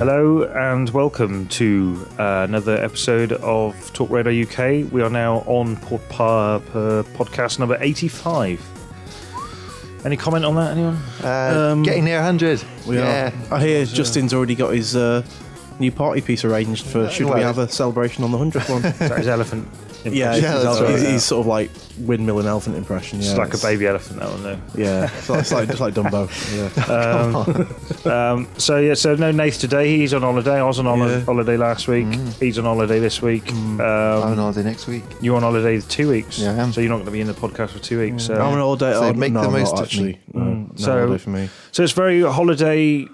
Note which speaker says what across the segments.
Speaker 1: Hello and welcome to uh, another episode of Talk Radar UK. We are now on pod- pa- pa- podcast number 85. Any comment on that, anyone?
Speaker 2: Uh,
Speaker 3: Um,
Speaker 2: getting near 100.
Speaker 3: We
Speaker 2: yeah.
Speaker 3: are. I hear Justin's already got his uh, new party piece arranged for should we
Speaker 2: well-
Speaker 3: have a celebration on the 100th one?
Speaker 1: Is that his elephant?
Speaker 3: yeah,
Speaker 1: impression?
Speaker 2: Yeah,
Speaker 3: he's,
Speaker 2: that's
Speaker 3: he's-
Speaker 2: right.
Speaker 3: he's sort of like windmill and elephant impression. Yeah,
Speaker 1: It's like a baby elephant, that one, though.
Speaker 3: Yeah, it's like, it's like, just like Dumbo. Yeah.
Speaker 1: Um, So yeah, so no Nath today. He's on holiday. I was on hol-
Speaker 3: Yeah. Mm.
Speaker 1: holiday last week. He's on holiday this week. Um,
Speaker 2: I'm on holiday next week.
Speaker 1: you're on holiday for two weeks.
Speaker 2: Yeah, I am.
Speaker 1: So you're not going to be in the podcast for two weeks. So, Mm.
Speaker 3: I'm an all day.
Speaker 2: So
Speaker 3: oh,
Speaker 2: make
Speaker 3: no,
Speaker 2: the
Speaker 3: I'm
Speaker 2: most
Speaker 3: not,
Speaker 2: of
Speaker 3: actually.
Speaker 2: me.
Speaker 3: No, no
Speaker 1: So-
Speaker 3: holiday for me.
Speaker 1: so it's very holiday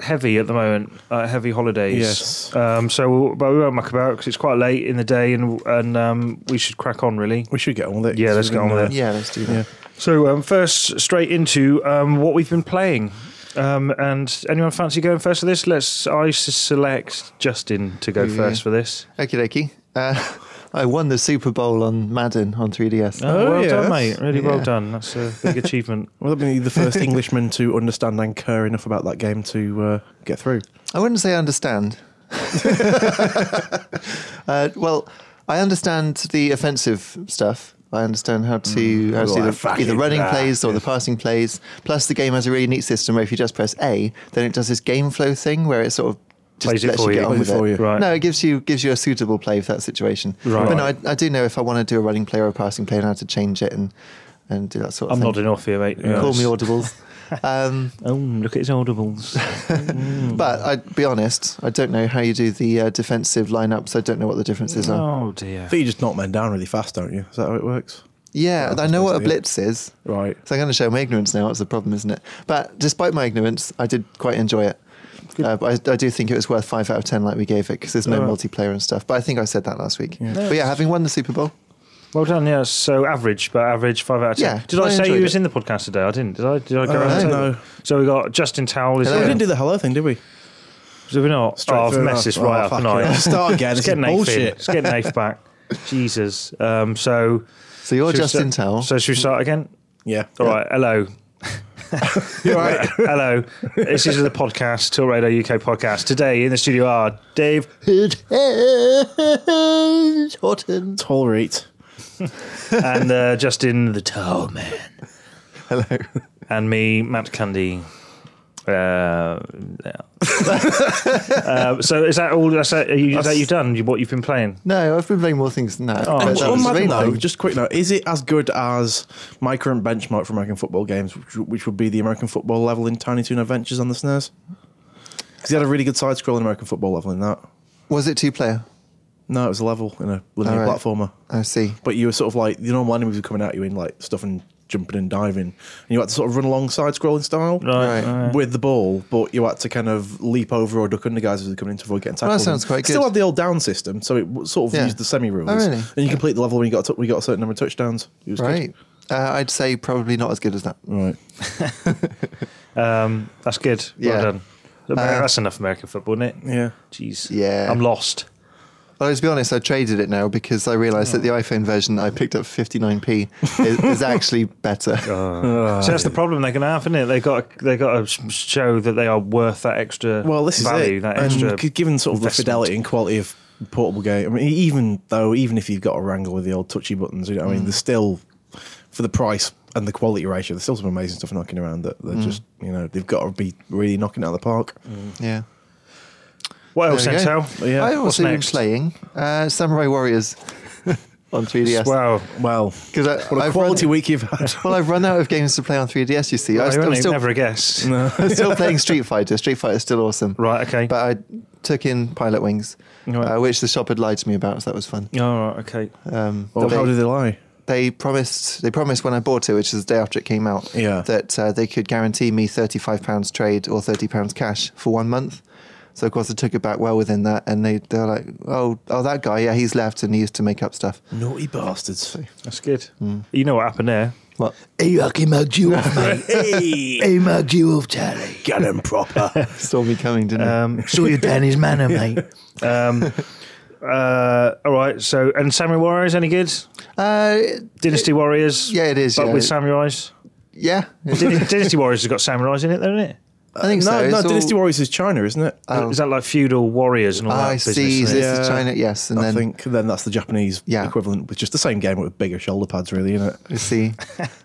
Speaker 1: heavy at the moment. Uh, heavy holidays.
Speaker 3: Yes.
Speaker 1: Um, so, we'll, but we won't muck about because it's quite late in the day, and and um, we should crack on really.
Speaker 3: We should get on with it.
Speaker 1: Yeah, let's get on with it.
Speaker 2: Yeah, let's do
Speaker 3: Yeah.
Speaker 2: that.
Speaker 1: So um, first, straight into um, what we've been playing. Um, and anyone fancy going first for this? Let's. I s- select Justin to go
Speaker 2: Yeah.
Speaker 1: first for this.
Speaker 2: Okie dokie. Uh, I won the Super Bowl on Madden on 3DS.
Speaker 3: Oh,
Speaker 1: well done,
Speaker 3: yes.
Speaker 1: mate. Really well
Speaker 2: Yeah.
Speaker 1: done. That's a big achievement.
Speaker 3: Well, that'd be the first Englishman to understand and care enough about that game to uh, get through.
Speaker 2: I wouldn't say I understand. uh, well, I understand the offensive stuff. I understand how to, how to
Speaker 3: like
Speaker 2: do the,
Speaker 3: fucking
Speaker 2: either running
Speaker 3: that,
Speaker 2: plays or the passing plays. Plus, the game has a really neat system where if you just press A, then it does this game flow thing where it sort of just
Speaker 1: Plays it
Speaker 2: lets
Speaker 1: for
Speaker 2: you
Speaker 1: you.
Speaker 2: get on
Speaker 3: Plays
Speaker 2: with
Speaker 3: it for
Speaker 2: it.
Speaker 3: you.
Speaker 1: Right.
Speaker 2: No, it gives you gives you a suitable play for that situation.
Speaker 1: Right.
Speaker 2: But no, I, I do know if I want to do a running play or a passing play and how to change it and, and do that sort of
Speaker 1: I'm
Speaker 2: thing.
Speaker 1: nodding off here, mate.
Speaker 3: Yeah.
Speaker 2: Call me audibles. um,
Speaker 1: Oh, look at his audibles.
Speaker 2: But I'd be honest, I don't know how you do the uh, defensive lineups. I don't know what the differences are.
Speaker 1: oh dear.
Speaker 3: I think you just knock men down really fast, don't you? Is that how it works?
Speaker 2: Yeah, I know what a
Speaker 3: basically it.
Speaker 2: blitz is.
Speaker 3: Right.
Speaker 2: So I'm going to show my ignorance now. That's the problem, isn't it? But despite my ignorance, I did quite enjoy it. Uh, but I, I do think it was worth five out of ten, like we gave it, because there's no
Speaker 1: Alright.
Speaker 2: multiplayer and stuff. But I think I said that last week. But yeah, having won the Super Bowl,
Speaker 1: Well done. Yeah. So average, but average five out of ten.
Speaker 2: Yeah,
Speaker 1: did I,
Speaker 2: I
Speaker 1: say
Speaker 2: enjoyed
Speaker 1: you was
Speaker 2: it.
Speaker 1: in the podcast today? I didn't. Did I? Did I go?
Speaker 3: Uh,
Speaker 1: around the
Speaker 3: no.
Speaker 1: table? So we got Justin Towell. Is
Speaker 2: Hello.
Speaker 3: We
Speaker 1: here.
Speaker 3: didn't do the hello thing, did we?
Speaker 1: Did we not?
Speaker 3: Straight
Speaker 1: oh, I've
Speaker 3: through
Speaker 1: messed
Speaker 3: enough.
Speaker 1: this
Speaker 3: Oh,
Speaker 1: Oh, right up
Speaker 3: fucking
Speaker 1: tonight.
Speaker 3: hell. Start again.
Speaker 1: Let's
Speaker 3: This
Speaker 1: get
Speaker 3: is
Speaker 1: Nath in.
Speaker 3: bullshit.
Speaker 1: Let's get Nath back. Jesus. Um, so
Speaker 2: so you're
Speaker 1: should we
Speaker 2: Justin
Speaker 1: start-
Speaker 2: Towell.
Speaker 1: So should we start again?
Speaker 3: Yeah.
Speaker 1: All right. Hello.
Speaker 3: You're right.
Speaker 1: Hello. this is the podcast, Till Radio UK podcast. Today in the studio are Dave
Speaker 2: Horton.
Speaker 3: Tolerate.
Speaker 1: and uh, Justin the Towel Man.
Speaker 2: Hello.
Speaker 1: and me, Matt Candy. Uh, yeah. uh, so is that all? That's that, are you, is that you've done? You, what you've been playing?
Speaker 2: No, I've been playing more things than that.
Speaker 1: Oh, Well,
Speaker 2: But
Speaker 3: And
Speaker 2: that
Speaker 3: on
Speaker 2: was the
Speaker 3: Madden,
Speaker 2: main
Speaker 3: though,
Speaker 2: thing.
Speaker 3: just a quick note: is it as good as my current benchmark for American football games, which, which would be the American football level in Tiny Toon Adventures on the SNES? Because he had a really good side-scrolling American football level in that.
Speaker 2: Was it two player?
Speaker 3: No, it was a level in a linear
Speaker 2: All right.
Speaker 3: platformer.
Speaker 2: I see.
Speaker 3: But you were sort of like the normal enemies were coming at you in like stuffing, jumping and diving, and you had to sort of run along side-scrolling style
Speaker 2: Right.
Speaker 3: with the ball, but you had to kind of leap over or duck under guys as they're coming in to avoid getting tackled.
Speaker 2: sounds quite
Speaker 3: It Still
Speaker 2: good.
Speaker 3: had the old down system, so it w- sort of
Speaker 2: Yeah.
Speaker 3: used the semi rules.
Speaker 2: Oh, really?
Speaker 3: And you complete the level when you got a, t- we got a certain number of touchdowns. It was good.
Speaker 2: Right. Uh, I'd say probably not as good as that.
Speaker 3: Right.
Speaker 1: Um, that's good. Well
Speaker 2: Yeah. Uh,
Speaker 1: done. Amer- that's enough American football, isn't it?
Speaker 3: Yeah.
Speaker 1: Jeez.
Speaker 2: Yeah.
Speaker 1: I'm lost.
Speaker 2: Well, to be honest, I traded it now because I realised that the iPhone version I picked up for 59p is, is actually better. Uh,
Speaker 1: so that's the problem they're going to have, isn't it? They got they got to sh- show that they are worth that extra.
Speaker 3: Well, this
Speaker 1: value,
Speaker 3: is it.
Speaker 1: That
Speaker 3: and
Speaker 1: extra.
Speaker 3: g- given sort of the
Speaker 1: investment.
Speaker 3: fidelity and quality of portable game, I mean, e-, even though even if you've got a wrangle with the old touchy buttons, you know, what
Speaker 2: Mm.
Speaker 3: I mean, there's still for the price and the quality ratio, there's still some amazing stuff knocking around that they're
Speaker 2: Mm.
Speaker 3: just you know they've got to be really knocking it out of the park.
Speaker 2: Yeah.
Speaker 1: what else,
Speaker 2: There we go.
Speaker 1: Santel?
Speaker 3: Yeah.
Speaker 2: I've
Speaker 1: Oh, What's
Speaker 2: also been
Speaker 1: next?
Speaker 2: playing uh, Samurai Warriors on 3DS.
Speaker 1: Wow.
Speaker 3: Well,
Speaker 2: 'Cause I-
Speaker 3: what a
Speaker 2: I've
Speaker 3: quality
Speaker 2: run-
Speaker 3: week you've had.
Speaker 2: Well, I've run out of games to play on 3DS, you see. I
Speaker 1: I
Speaker 2: st- I'm, still,
Speaker 1: never a guess.
Speaker 2: I'm still playing Street Fighter. Street Fighter's still awesome.
Speaker 1: Right. Okay.
Speaker 2: But I took in Pilot Wings,
Speaker 1: Right.
Speaker 2: uh, which the shop had lied to me about, so that was fun.
Speaker 1: All right. Okay.
Speaker 2: Um,
Speaker 3: Well,
Speaker 2: they-
Speaker 3: how did they lie?
Speaker 2: they promised they promised when I bought it, which is the day after it came out,
Speaker 3: Yeah.
Speaker 2: that uh, they could guarantee me thirty five pounds trade or thirty pounds cash for one month. So of course they took it back well within that, and they they're like, oh oh that guy, yeah, he's left and he used to make up stuff.
Speaker 3: Naughty bastards.
Speaker 1: That's good.
Speaker 2: Hmm.
Speaker 1: You know what happened there.
Speaker 2: What?
Speaker 3: Hey, Rocky mugged you off, mate. hey, he mugged you off, Charlie. Get him proper.
Speaker 2: Saw me coming, didn't he?
Speaker 1: Um,
Speaker 3: Saw you down his manor, mate.
Speaker 1: um, uh, all right. So, and Samurai Warriors, any good?
Speaker 2: Uh,
Speaker 1: Dynasty Warriors.
Speaker 2: yeah, it is.
Speaker 1: But
Speaker 2: yeah.
Speaker 1: with samurais.
Speaker 2: yeah.
Speaker 1: Dyn- Dynasty Warriors has got samurais in it, though, isn't it?
Speaker 2: I think
Speaker 3: no,
Speaker 2: so.
Speaker 3: no,
Speaker 2: It's all-
Speaker 3: Dynasty Warriors is China, isn't it?
Speaker 2: Oh.
Speaker 1: Is that like feudal warriors and all that
Speaker 2: I
Speaker 1: business?
Speaker 2: see.
Speaker 1: isn't it?
Speaker 2: This
Speaker 3: Yeah.
Speaker 2: is China. Yes, and
Speaker 3: I
Speaker 2: then
Speaker 3: think then that's the Japanese
Speaker 2: Yeah.
Speaker 3: equivalent with just the same game but with bigger shoulder pads, really, isn't it?
Speaker 2: You see,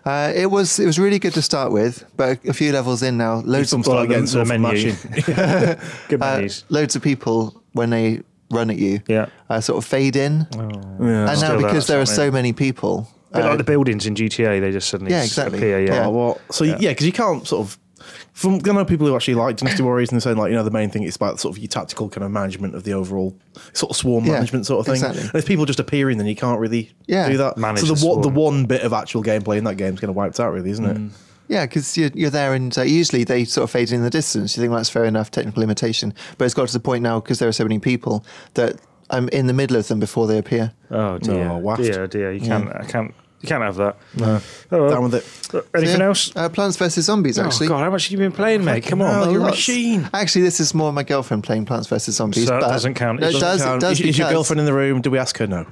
Speaker 2: uh, it was it was really good to start with, but a few levels in now, loads
Speaker 3: Some
Speaker 2: of
Speaker 3: start
Speaker 1: like the-
Speaker 3: getting
Speaker 1: the
Speaker 3: sort of
Speaker 1: menu.
Speaker 3: mashing.
Speaker 1: Good
Speaker 2: uh,
Speaker 1: menus.
Speaker 2: loads of people when they run at you,
Speaker 1: Yeah.
Speaker 2: uh, sort of fade in,
Speaker 3: Yeah.
Speaker 2: and now
Speaker 1: Still
Speaker 2: because
Speaker 1: there,
Speaker 2: there are
Speaker 1: something.
Speaker 2: so many people,
Speaker 1: A bit
Speaker 2: uh,
Speaker 1: like the buildings in GTA, they just suddenly
Speaker 2: Yeah, exactly.
Speaker 1: appear. Yeah.
Speaker 2: Yeah.
Speaker 3: Oh, well, so yeah, because you can't sort of. From I know people who actually like Dynasty Warriors and they're saying like you know the main thing is about sort of your tactical kind of management of the overall sort of swarm
Speaker 2: Yeah,
Speaker 3: management sort of thing.
Speaker 2: exactly.
Speaker 3: And if people just appearing, then you can't really
Speaker 2: Yeah.
Speaker 3: do that.
Speaker 1: Manage
Speaker 3: so
Speaker 1: the
Speaker 3: the one, the
Speaker 1: swarm.
Speaker 3: one bit of actual gameplay in that game is kind of wiped out, really, isn't it?
Speaker 2: yeah, because you're, you're there, and uh, usually they sort of fade in the distance. You think that's fair enough technical limitation, but it's got to the point now because there are so many people that I'm in the middle of them before they appear.
Speaker 1: Oh dear.
Speaker 3: No, waft.
Speaker 1: dear, dear. You can't. I can't. You can't have that. No.
Speaker 3: Down with it.
Speaker 1: Anything
Speaker 2: Yeah.
Speaker 1: else?
Speaker 2: Uh, Plants vs Zombies, actually.
Speaker 1: Oh God, how much have you been playing, mate? Come on.
Speaker 3: hell,
Speaker 2: Oh,
Speaker 3: you're a
Speaker 2: lots.
Speaker 3: machine.
Speaker 2: Actually, this is more my girlfriend playing Plants vs Zombies.
Speaker 1: So that
Speaker 2: but um,
Speaker 1: doesn't count.
Speaker 2: No,
Speaker 1: It
Speaker 2: it,
Speaker 1: doesn't
Speaker 2: does.
Speaker 3: Karen,
Speaker 2: It does
Speaker 3: is, is your
Speaker 2: because-
Speaker 3: girlfriend in the room? Do we ask her? No.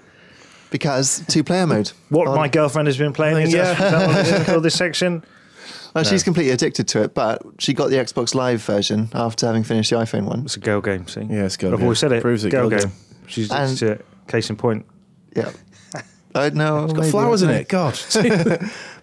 Speaker 2: because two player mode.
Speaker 1: What
Speaker 2: On-
Speaker 1: my girlfriend has been playing. Is yeah. that, what it's called, this section?
Speaker 2: well, she's completely addicted to it, but she got the Xbox Live version after having finished the iPhone one.
Speaker 1: It's a girl game. See.
Speaker 3: Yeah, it's girl
Speaker 1: I've
Speaker 3: game.
Speaker 1: always said it.
Speaker 3: Proves it,
Speaker 1: Girl,
Speaker 3: girl
Speaker 1: game.
Speaker 3: game.
Speaker 1: She's
Speaker 2: And-
Speaker 1: it's, uh, case in point.
Speaker 2: Yeah. Uh, I know.
Speaker 3: Got flowers in it. God.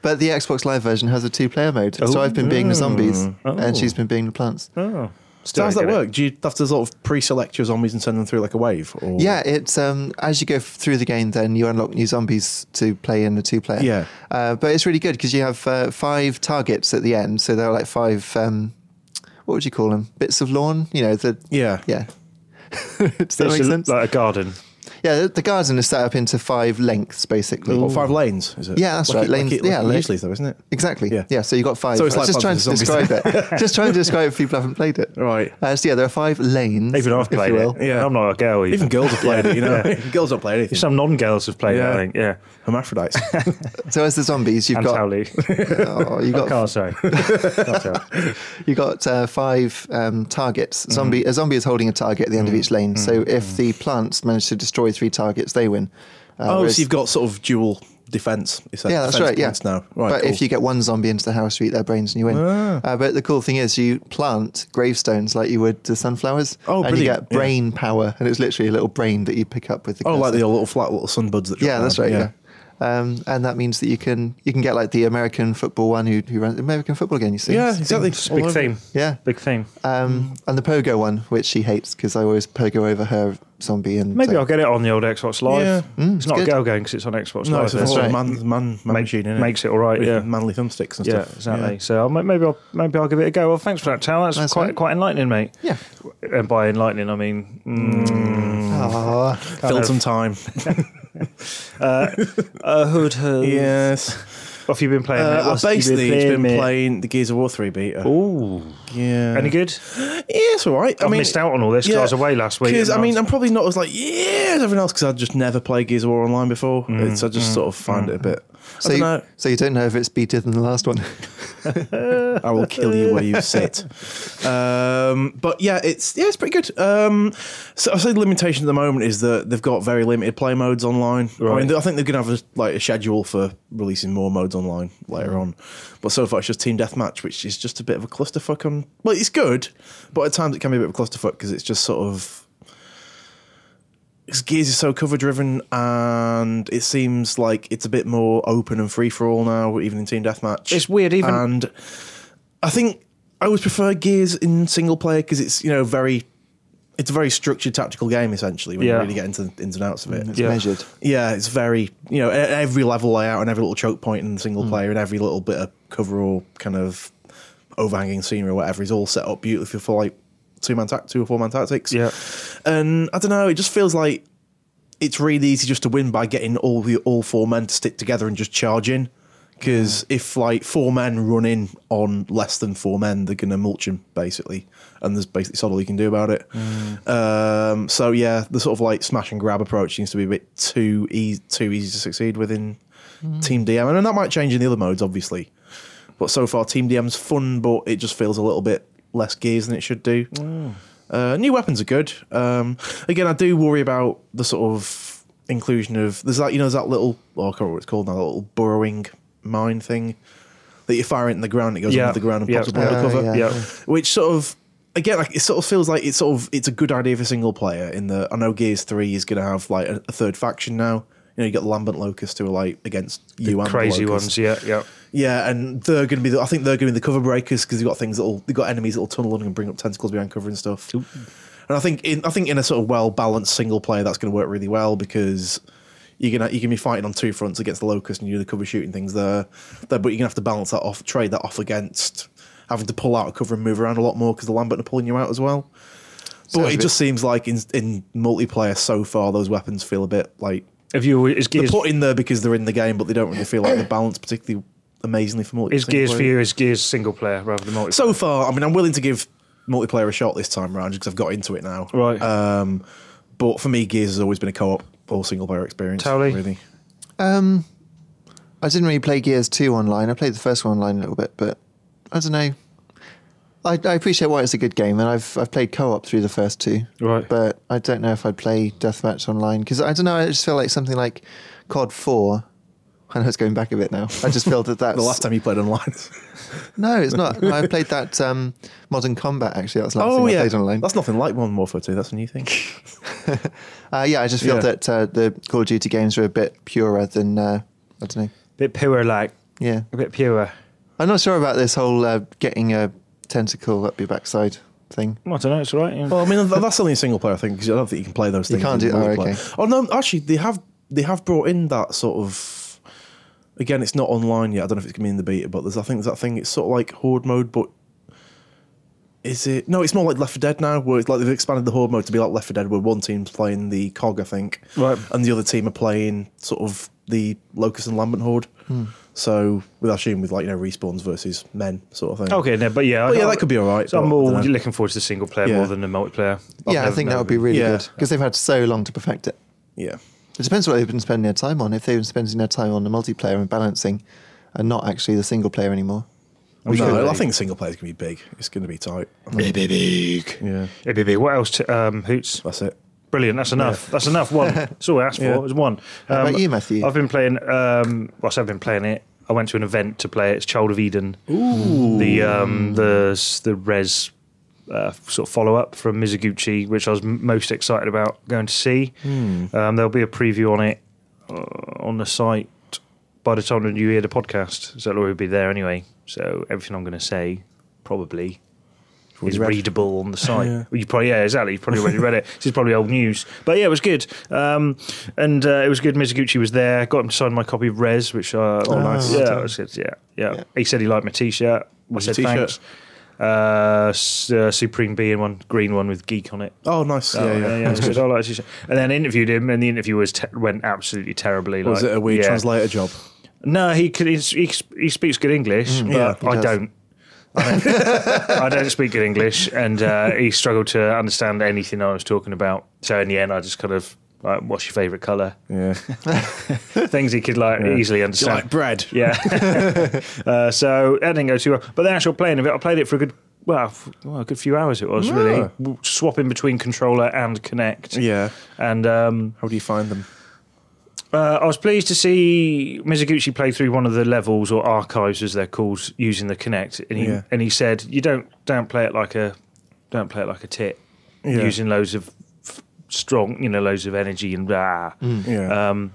Speaker 2: But the Xbox Live version has a two player mode. So I've been being the zombies and she's been being the plants.
Speaker 1: Oh.
Speaker 3: So
Speaker 1: Still
Speaker 3: how
Speaker 1: don't
Speaker 3: does that
Speaker 1: get it.
Speaker 3: work? Do you have to sort of pre-select your zombies and send them through like a wave? Or?
Speaker 2: Yeah, it's um, as you go f- through the game, then you unlock new zombies to play in the two player.
Speaker 3: Yeah.
Speaker 2: Uh, but it's really good because you have uh, five targets at the end. So there are like five, um, what would you call them? Bits of lawn? You know, the.
Speaker 3: Yeah.
Speaker 2: Yeah. Does that
Speaker 1: It's
Speaker 2: make
Speaker 1: a-
Speaker 2: sense?
Speaker 1: Like a garden.
Speaker 2: Yeah, the- the garden is set up into five lengths, basically.
Speaker 3: What, five lanes? Is it?
Speaker 2: Yeah, that's
Speaker 3: Like
Speaker 2: right,
Speaker 3: it- like
Speaker 2: lanes-
Speaker 3: it- like
Speaker 2: yeah,
Speaker 3: it
Speaker 2: la-
Speaker 3: usually is though, isn't it?
Speaker 2: Exactly.
Speaker 3: Yeah.
Speaker 2: Yeah. So you got five.
Speaker 3: So it's
Speaker 2: I was
Speaker 3: like
Speaker 2: just trying
Speaker 3: Plants
Speaker 2: to
Speaker 3: vs. Zombies.
Speaker 2: describe it. just trying to describe it for people who haven't played it.
Speaker 3: Right.
Speaker 2: Uh, so yeah, there are five lanes.
Speaker 1: Even I've
Speaker 2: if you
Speaker 1: played
Speaker 2: will.
Speaker 1: it.
Speaker 3: Yeah.
Speaker 1: I'm not a girl.
Speaker 3: Even girls have played it, you know.
Speaker 1: Yeah.
Speaker 3: girls don't play anything.
Speaker 1: Some non-girls have played it.
Speaker 3: Yeah.
Speaker 1: I think. Yeah.
Speaker 3: hermaphrodites.
Speaker 2: So as the zombies, you've
Speaker 1: And
Speaker 2: got
Speaker 1: Towley.
Speaker 2: oh, you got
Speaker 1: Can't say. Can't tell.
Speaker 2: you got uh, five um,
Speaker 3: Mm-hmm.
Speaker 2: targets. Zombie a zombie is holding a target at the end of each lane. So if the plants manage to destroy three targets, they win. Uh,
Speaker 3: oh,
Speaker 2: whereas-
Speaker 3: so you've got sort of dual defense. It's like
Speaker 2: yeah, that's
Speaker 3: defense
Speaker 2: right. Yeah,
Speaker 3: points now. Right.
Speaker 2: but if
Speaker 3: cool. Ah.
Speaker 2: you get one zombie into the house, you eat their brains and you win. Uh, but the cool thing is, you plant gravestones like you would the sunflowers,
Speaker 3: Oh,
Speaker 2: and you
Speaker 3: brilliant.
Speaker 2: get
Speaker 3: Yeah.
Speaker 2: brain power, and it's literally a little brain that you pick up with the.
Speaker 3: oh, like
Speaker 2: cursor.
Speaker 3: the little flat little sunbuds that. drop
Speaker 2: Yeah, that's
Speaker 3: down.
Speaker 2: right. Yeah. Um, and that means that you can you can get like the American football one who who runs American football again. You see,
Speaker 3: Yeah, exactly.
Speaker 1: It's a
Speaker 3: All
Speaker 1: Big
Speaker 3: over.
Speaker 1: theme.
Speaker 2: yeah.
Speaker 1: Big theme.
Speaker 2: Um,
Speaker 1: Mm.
Speaker 2: and the pogo one, which she hates because I always pogo over her zombie. And
Speaker 1: Maybe
Speaker 2: so-
Speaker 1: I'll get it on the old Xbox Live.
Speaker 3: Yeah. Mm,
Speaker 1: it's not
Speaker 2: good.
Speaker 1: a girl game because it's on Xbox
Speaker 3: No,
Speaker 1: Live.
Speaker 3: it's a
Speaker 1: That's
Speaker 3: sort of
Speaker 2: right.
Speaker 3: man, man, man
Speaker 1: Make-
Speaker 3: machine. innit?
Speaker 1: makes it all right,
Speaker 3: With
Speaker 1: yeah.
Speaker 3: manly thumbsticks and
Speaker 1: Yeah,
Speaker 3: stuff.
Speaker 1: exactly. So I'll, ma- maybe I'll maybe I'll give it a go. Well, thanks for that, Tal. That's,
Speaker 2: That's
Speaker 1: quite
Speaker 2: right.
Speaker 1: quite enlightening, mate.
Speaker 2: Yeah.
Speaker 1: And by enlightening, I mean mm,
Speaker 2: Aw.
Speaker 3: Yeah. Filled some time.
Speaker 1: a hood. hood.
Speaker 3: yes.
Speaker 1: What have you been playing? mate?
Speaker 3: Uh,
Speaker 1: What's you
Speaker 3: basically, it's been
Speaker 1: mate?
Speaker 3: playing the Gears of War 3 beta.
Speaker 1: Ooh,
Speaker 3: Yeah.
Speaker 1: any good?
Speaker 3: Yeah, it's all right. I
Speaker 1: I've
Speaker 3: mean,
Speaker 1: missed out on all this because I was away last week.
Speaker 3: Because
Speaker 1: and
Speaker 3: I mean,
Speaker 1: was-
Speaker 3: I'm probably not as like yeah as everyone else because I just never played Gears of War online before.
Speaker 1: Mm,
Speaker 3: It's, I just sort of find it a bit.
Speaker 2: So
Speaker 3: I don't
Speaker 2: you,
Speaker 3: know.
Speaker 2: so you don't know if it's better than the last one.
Speaker 3: I will kill you where you sit. Um, but yeah, it's yeah, it's pretty good. Um, so I say the limitation at the moment is that they've got very limited play modes online. I
Speaker 1: Right.
Speaker 3: mean, I think they're going to have a, like a schedule for releasing more modes online
Speaker 1: Mm.
Speaker 3: later on. But so far, it's just team deathmatch, which is just a bit of a clusterfuck. On well, it's good, but at times it can be a bit of a clusterfuck because it's just sort of. 'cause Gears is so cover driven, and it seems like it's a bit more open and free for all now, even in team deathmatch.
Speaker 1: It's weird, even-
Speaker 3: and I think I always prefer Gears in single player because it's you know very, it's a very structured tactical game essentially when
Speaker 1: Yeah. Mm-hmm.
Speaker 3: you really get into the ins and outs of it.
Speaker 2: It's
Speaker 1: Yeah.
Speaker 2: measured.
Speaker 3: Yeah, it's very you know at every level layout and every little choke point in single
Speaker 1: Mm.
Speaker 3: player and every little bit of cover or kind of overhanging scenery or whatever is all set up beautifully for like two man tact two or four man tactics.
Speaker 1: Yeah.
Speaker 3: and I don't know, it just feels like it's really easy just to win by getting all the all four men to stick together and just charge in. Because if like four men run in on less than four men, they're gonna mulch him basically, and there's basically sod all you can do about it. Um, so yeah, the sort of like smash and grab approach seems to be a bit too easy, too easy to succeed within Team DM, and that might change in the other modes, obviously. But so far, Team DM's fun, but it just feels a little bit less gears than it should do. Uh, new weapons are good. Um, again, I do worry about the sort of inclusion of there's that you know there's that little oh, I can't remember what it's called now that little burrowing mine thing that you fire it in the ground it goes
Speaker 1: Yeah,
Speaker 3: under the ground and
Speaker 1: yeah.
Speaker 3: pops up under
Speaker 2: Oh,
Speaker 3: cover
Speaker 2: yeah.
Speaker 1: Yeah.
Speaker 3: which sort of again like it sort of feels like it's sort of it's a good idea for single player in the I know Gears 3 is going to have like a, a third faction now you know you got the Lambent Locust who are like against you and the
Speaker 1: Crazy
Speaker 3: Locust.
Speaker 1: ones, yeah, yeah.
Speaker 3: Yeah, and they're going to be. The, I think they're going to be the cover breakers because they've got things that'll they've got enemies that'll tunnel in and bring up tentacles behind cover and stuff. And I think in I think in a sort of well balanced single player that's going to work really well because you're gonna you can be fighting on two fronts against the locust and you do the cover shooting things there, there but you're gonna have to balance that off, trade that off against having to pull out of cover and move around a lot more because the Lambert are pulling you out as well.
Speaker 2: Sounds
Speaker 3: But
Speaker 2: a
Speaker 3: it
Speaker 2: bit-
Speaker 3: just seems like in in multiplayer so far those weapons feel a bit like
Speaker 1: Have you is
Speaker 3: they're
Speaker 1: Gears
Speaker 3: put in there because they're in the game, but they don't really feel like the balance particularly amazingly for multiplayer.
Speaker 1: is Gears for you is Gears single player rather than multiplayer?
Speaker 3: So far, I mean, I'm willing to give multiplayer a shot this time around because I've got into it now.
Speaker 1: Right.
Speaker 3: Um, but for me, Gears has always been a co-op or single player experience.
Speaker 1: Towley?
Speaker 3: really.
Speaker 2: I didn't really play Gears 2 online. I played the first one online a little bit, but I don't know. I, I appreciate why it's a good game, and I've I've played co-op through the first two.
Speaker 1: Right.
Speaker 2: But I don't know if I'd play Deathmatch online because I don't know. I just feel like something like COD 4. I know it's going back a bit now. I just feel that that's
Speaker 3: The last time you played online.
Speaker 2: No, it's not. No, I played that um, Modern Combat actually. That was the last
Speaker 3: oh
Speaker 2: thing I
Speaker 3: yeah,
Speaker 2: played online.
Speaker 3: that's nothing like Modern Warfare 2. That's a new thing.
Speaker 2: Uh, yeah, I just feel
Speaker 3: Yeah.
Speaker 2: that uh, the Call of Duty games are a bit purer than uh, I don't know.
Speaker 1: bit purer like.
Speaker 2: Yeah,
Speaker 1: A bit purer.
Speaker 2: I'm not sure about this whole uh, getting a tentacle up your backside thing.
Speaker 1: I don't know, it's all right. yeah.
Speaker 3: well, I mean, th- that's only a single player thing because I don't think you can play those
Speaker 2: You
Speaker 3: things.
Speaker 2: can't
Speaker 3: in
Speaker 2: do- oh,
Speaker 3: multiplayer. Oh no, actually, they have they have brought in that sort of. Again, it's not online yet. I don't know if it's gonna be in the beta, but there's I think there's that thing. It's sort of like horde mode, but is it? No, it's more like Left 4 Dead now, where it's like they've expanded the horde mode to be like Left 4 Dead, where one team's playing the cog, I think,
Speaker 1: Right.
Speaker 3: and the other team are playing sort of the locust and lambent horde.
Speaker 2: Hmm.
Speaker 3: So, with I assume with like you know respawns versus men sort of thing.
Speaker 1: Okay, no, but yeah,
Speaker 3: Well, yeah, that could be all right.
Speaker 1: So I'm
Speaker 3: but I
Speaker 1: more
Speaker 3: don't know.
Speaker 1: looking forward to the single player
Speaker 3: Yeah.
Speaker 1: more than the multiplayer. I've
Speaker 2: yeah, I
Speaker 1: never-
Speaker 2: think that
Speaker 1: never
Speaker 2: would be
Speaker 1: been-
Speaker 2: really
Speaker 3: Yeah.
Speaker 2: good because they've had so long to perfect it.
Speaker 3: yeah.
Speaker 2: It depends what they've been spending their time on. If they've been spending their time on the multiplayer and balancing, and not actually the single player anymore.
Speaker 1: We
Speaker 3: no,
Speaker 1: could
Speaker 3: I
Speaker 1: be.
Speaker 3: think single player's gonna be big. It's gonna be tight.
Speaker 2: Baby big.
Speaker 3: Yeah,
Speaker 1: It'd be big. What else? t- um, Hoots.
Speaker 3: that's it.
Speaker 1: Brilliant. That's enough. That's enough. One. That's all I asked for.
Speaker 3: Yeah.
Speaker 1: It was one. Um,
Speaker 2: How about you, Matthew?
Speaker 1: I've been playing. Um, well, I said I've been playing it. I went to an event to play it. It's Child of Eden. Ooh. The um, the the Res uh, sort of follow up from Mizuguchi, which I was m- most excited about going to see.
Speaker 2: Hmm.
Speaker 1: Um, there'll be a preview on it uh, on the site by the time that you hear the podcast. So it'll already be there anyway. So everything I'm going to say probably is
Speaker 3: read.
Speaker 1: readable on the site.
Speaker 3: Yeah.
Speaker 1: Well, you probably yeah, exactly. You probably already read it. This is probably old news, but yeah, it was good. Um, and uh, it was good. Mizuguchi was there. Got him to sign my copy of Res, which uh, oh,
Speaker 2: nice.
Speaker 1: yeah, it was good. Yeah, yeah,
Speaker 2: Yeah.
Speaker 1: He said he liked my t-shirt.
Speaker 3: What's
Speaker 1: I
Speaker 3: your
Speaker 1: said
Speaker 3: t-shirt?
Speaker 1: thanks. Uh, s- uh, Supreme being one, green one with geek on it.
Speaker 3: Oh, nice.
Speaker 1: Oh,
Speaker 3: yeah, yeah.
Speaker 1: yeah, it's good. I like t-shirt. And then interviewed him, and the interview was te- went absolutely terribly.
Speaker 3: Was
Speaker 1: like,
Speaker 3: it a weird
Speaker 1: yeah.
Speaker 3: translator job?
Speaker 1: No, he could, he, he he speaks good English,
Speaker 3: Yeah,
Speaker 1: but
Speaker 2: he
Speaker 1: I
Speaker 2: does.
Speaker 1: don't. I don't, I don't speak good English, and uh, he struggled to understand anything I was talking about. So in the end, I just kind of like, "What's your favourite colour?"
Speaker 3: Yeah.
Speaker 1: Things he could like easily understand.
Speaker 3: bread?
Speaker 1: Yeah. uh, so that didn't go too well. But the actual playing of it, I played it for a good, well, f- well a good few hours it was, really. W- Swapping between controller and Connect.
Speaker 3: Yeah.
Speaker 1: And um,
Speaker 3: How do you find them?
Speaker 1: uh, I was pleased to see Mizuguchi play through one of the levels or archives, as they're called, using the Connect. And he,
Speaker 3: Yeah.
Speaker 1: and he said, you don't, don't play it like a, don't play it like a tit.
Speaker 3: Yeah.
Speaker 1: Using loads of f- strong, you know, loads of energy and rah.
Speaker 3: Mm. Yeah.
Speaker 1: Um,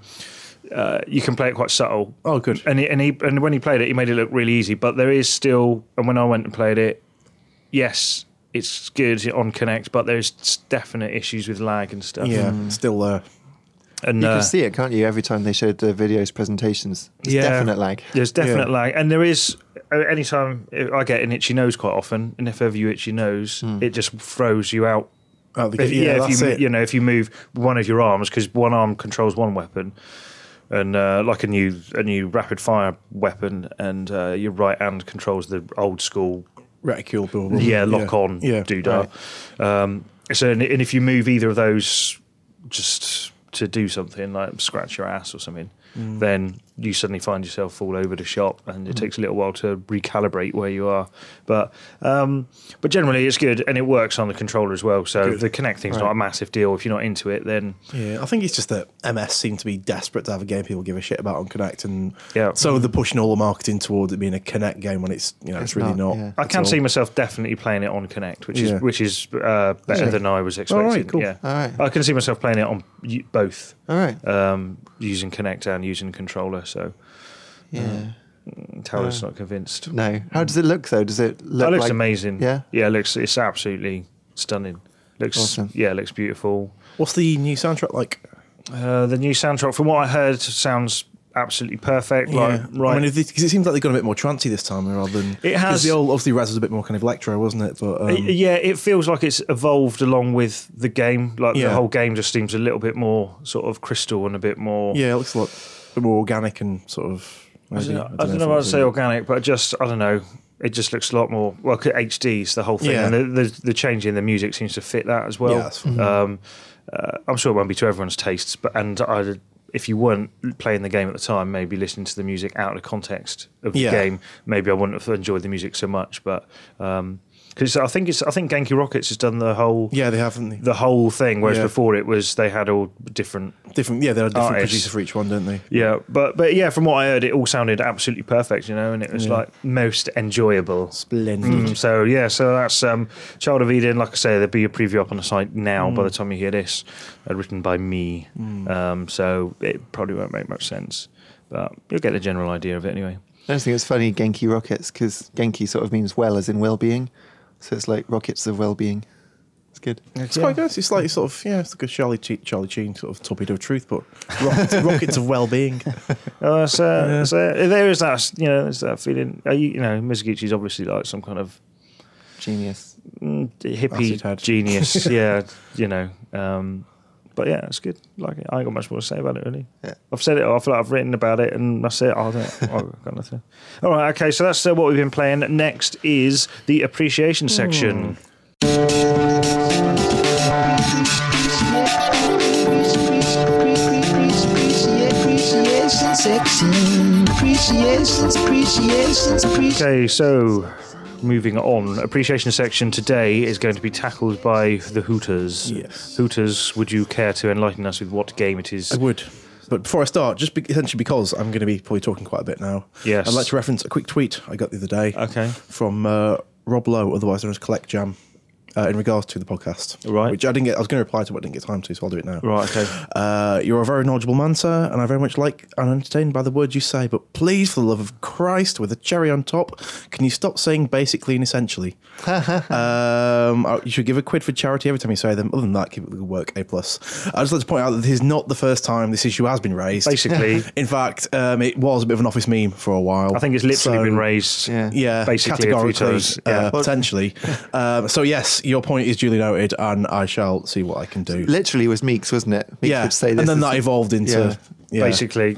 Speaker 1: uh, you can play it quite subtle.
Speaker 3: oh, good.
Speaker 1: And he, and he and when he played it, he made it look really easy. But there is still, and when I went and played it, yes, it's good on Connect, but there's definite issues with lag and stuff.
Speaker 3: Yeah. Still there.
Speaker 1: and
Speaker 2: You
Speaker 1: uh,
Speaker 2: can see it, can't you? Every time they showed the videos presentations, it's
Speaker 1: Yeah.
Speaker 2: definite lag.
Speaker 1: there's definite
Speaker 3: Yeah.
Speaker 1: lag, and there is. uh, Anytime I get an itchy nose, quite often, and if ever you itchy nose, it just throws you out
Speaker 3: Out the
Speaker 1: If,
Speaker 3: gate. Hmm. Uh, yeah,
Speaker 1: yeah, if
Speaker 3: that's
Speaker 1: you
Speaker 3: it.
Speaker 1: you know if you move one of your arms because one arm controls one weapon, and uh, like a new a new rapid fire weapon, and uh, your right hand controls the old school
Speaker 3: Reticule. blah, blah, blah.
Speaker 1: yeah lock on
Speaker 3: Yeah.
Speaker 1: doodah. Um, so and, and if you move either of those just to do something like scratch your ass or something,
Speaker 3: Mm.
Speaker 1: then you suddenly find yourself all over the shop, and it takes a little while to recalibrate where you are. But um, but generally it's good, and it works on the controller as well. So
Speaker 3: Good.
Speaker 1: the connect thing's not a massive deal if you're not into it. Then
Speaker 3: Yeah, I think it's just that MS seem to be desperate to have a game people give a shit about on Connect, and
Speaker 1: Yeah.
Speaker 3: so they're pushing all the marketing towards it being a Connect game when it's you know it's,
Speaker 2: It's
Speaker 3: really
Speaker 2: not,
Speaker 3: not.
Speaker 2: yeah.
Speaker 1: I
Speaker 3: at
Speaker 1: can
Speaker 3: all.
Speaker 1: see myself definitely playing it on Connect, which
Speaker 3: Yeah.
Speaker 1: is which is uh, better
Speaker 3: Yeah.
Speaker 1: than I was expecting.
Speaker 3: cool.
Speaker 1: Yeah,
Speaker 2: All right.
Speaker 1: I can see myself playing it on y- both,
Speaker 2: All right.
Speaker 1: um, using Connect and using controller. So uh.
Speaker 2: Yeah.
Speaker 1: Taylor's not convinced.
Speaker 2: No. How does it look though? Does it look?
Speaker 1: that looks
Speaker 2: like,
Speaker 1: amazing.
Speaker 2: Yeah?
Speaker 1: yeah, it looks it's absolutely stunning. Looks
Speaker 2: Awesome.
Speaker 1: yeah, it looks beautiful.
Speaker 3: What's the new soundtrack like?
Speaker 1: Uh, the new soundtrack, from what I heard, sounds absolutely perfect. Like, right.
Speaker 3: I mean, because it seems like they got a bit more trancy this time rather than
Speaker 1: It
Speaker 3: 'cause
Speaker 1: has-
Speaker 3: The old, obviously, Raz was a bit more kind of electro, wasn't it? But um,
Speaker 1: Y- yeah, it feels like it's evolved along with the game. Like
Speaker 3: Yeah.
Speaker 1: the whole game just seems a little bit more sort of crystal and a bit more.
Speaker 3: yeah, it looks a lot more organic and sort of.
Speaker 1: I don't
Speaker 3: maybe-
Speaker 1: know, I don't
Speaker 3: if
Speaker 1: know
Speaker 3: it
Speaker 1: why I'd
Speaker 3: was
Speaker 1: say
Speaker 3: a-
Speaker 1: organic, but just I don't know. It just looks a lot more well. 'cause HD's the whole thing,
Speaker 3: Yeah.
Speaker 1: and the, the the change in the music seems to fit that as well.
Speaker 3: Yeah, that's fine. Mm-hmm.
Speaker 1: um, uh, I'm sure it won't be to everyone's tastes, but and I, if you weren't playing the game at the time, maybe listening to the music out of context of the
Speaker 3: Yeah.
Speaker 1: game, maybe I wouldn't have enjoyed the music so much. But because I think it's I think Genki Rockets has done the whole
Speaker 3: Yeah, they haven't. They?
Speaker 1: the whole thing, whereas
Speaker 3: Yeah.
Speaker 1: before it was they had all different
Speaker 3: different, yeah, they're a different
Speaker 1: Artists.
Speaker 3: producer for each one, don't they?
Speaker 1: yeah, but but yeah, from what I heard, it all sounded absolutely perfect, you know, and it was
Speaker 3: Yeah.
Speaker 1: like most enjoyable.
Speaker 3: Splendid.
Speaker 1: Mm, so yeah, so that's um, Child of Eden. Like I say, there'll be a preview up on the site now. By the time you hear this, uh, written by me, um, so it probably won't make much sense, but you'll get the general idea of it anyway.
Speaker 2: I just think it's funny Genki rockets because Genki sort of means well as in well-being, so it's like rockets of well-being. It's good.
Speaker 3: It's quite good. It's like sort of yeah, it's like a Charlie Che- Charlie Sheen sort of torpedo of truth, but rockets, rockets of well being.
Speaker 1: Oh, so, so there is that you know, there's that feeling. Are you, you know, Mizuguchi's obviously like some kind of
Speaker 2: Genius.
Speaker 1: mm,
Speaker 3: Acid
Speaker 1: hippie
Speaker 3: head.
Speaker 1: genius. yeah, you know. Um, but yeah, it's good. Like it. I ain't got much more to say about it really.
Speaker 2: Yeah.
Speaker 1: I've said it. all. I feel like I've written about it, and that's it. I don't, I've got nothing. All right. Okay. So that's uh, what we've been playing. Next is the appreciation section.
Speaker 4: Appreciations, appreciations,
Speaker 2: Hmm.
Speaker 4: appreciations.
Speaker 1: Okay. So moving on, appreciation section today is going to be tackled by the Hooters.
Speaker 3: Yes.
Speaker 1: Hooters, would you care to enlighten us with what game it is?
Speaker 3: I would. But before I start, just be, essentially because I'm going to be probably talking quite a bit now.
Speaker 1: Yes.
Speaker 3: I'd like to reference a quick tweet I got the other day.
Speaker 1: Okay.
Speaker 3: From uh, Rob Lowe, otherwise known as Collect Jam, uh, in regards to the podcast.
Speaker 1: Right.
Speaker 3: Which I didn't get. I was going to reply to, but I didn't get time to, so I'll do it now.
Speaker 1: Right. Okay.
Speaker 3: Uh, you're a very knowledgeable man, sir, and I very much like and entertained by the words you say. But please, for the love of Christ, with a cherry on top, can you stop saying basically and essentially? um, uh, you should give a quid for charity every time you say them. Other than that, keep up the good work. A plus. I just like to point out that this is not the first time this issue has been raised.
Speaker 1: Basically,
Speaker 3: in fact, um, it was a bit of an office meme for a while.
Speaker 1: I think it's literally
Speaker 3: So-
Speaker 1: been raised.
Speaker 2: Yeah.
Speaker 3: yeah,
Speaker 1: Basically, a few
Speaker 3: categorically,
Speaker 1: times.
Speaker 3: uh,
Speaker 1: Yeah.
Speaker 3: potentially. um, so yes, your point is duly noted, and I shall see what I can do.
Speaker 2: Literally was Meeks, wasn't it? Meeks
Speaker 3: yeah,
Speaker 2: would say this.
Speaker 3: and then
Speaker 2: is-
Speaker 3: that evolved into yeah,
Speaker 1: Basically.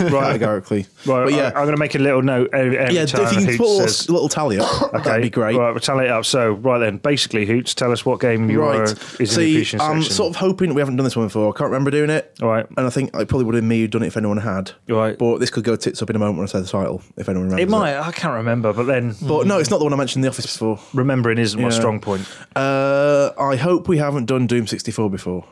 Speaker 1: Right.
Speaker 3: categorically.
Speaker 1: Right, uh,
Speaker 3: but
Speaker 1: I-
Speaker 3: yeah,
Speaker 1: I'm going to make a little note every, every
Speaker 3: yeah. If
Speaker 1: time.
Speaker 3: you can
Speaker 1: Hoots
Speaker 3: put a
Speaker 1: says-
Speaker 3: little, little tally up, that'd be great.
Speaker 1: Right, we'll tally it up. So, right then, basically, Hoots, tell us what game you are uh, is in the
Speaker 3: See,
Speaker 1: appreciation
Speaker 3: I'm
Speaker 1: section.
Speaker 3: sort of hoping we haven't done this one before. I can't remember doing it.
Speaker 1: All right.
Speaker 3: And I think I probably would have me who done it if anyone had.
Speaker 1: Right.
Speaker 3: But this could go tits up in a moment when I say the title, if anyone remembers.
Speaker 1: it Mm. might. I can't remember, but then
Speaker 3: But no, it's not the one I mentioned in the office before.
Speaker 1: remembering isn't my
Speaker 3: Yeah.
Speaker 1: strong point.
Speaker 3: Uh, I hope we haven't done Doom 64 before.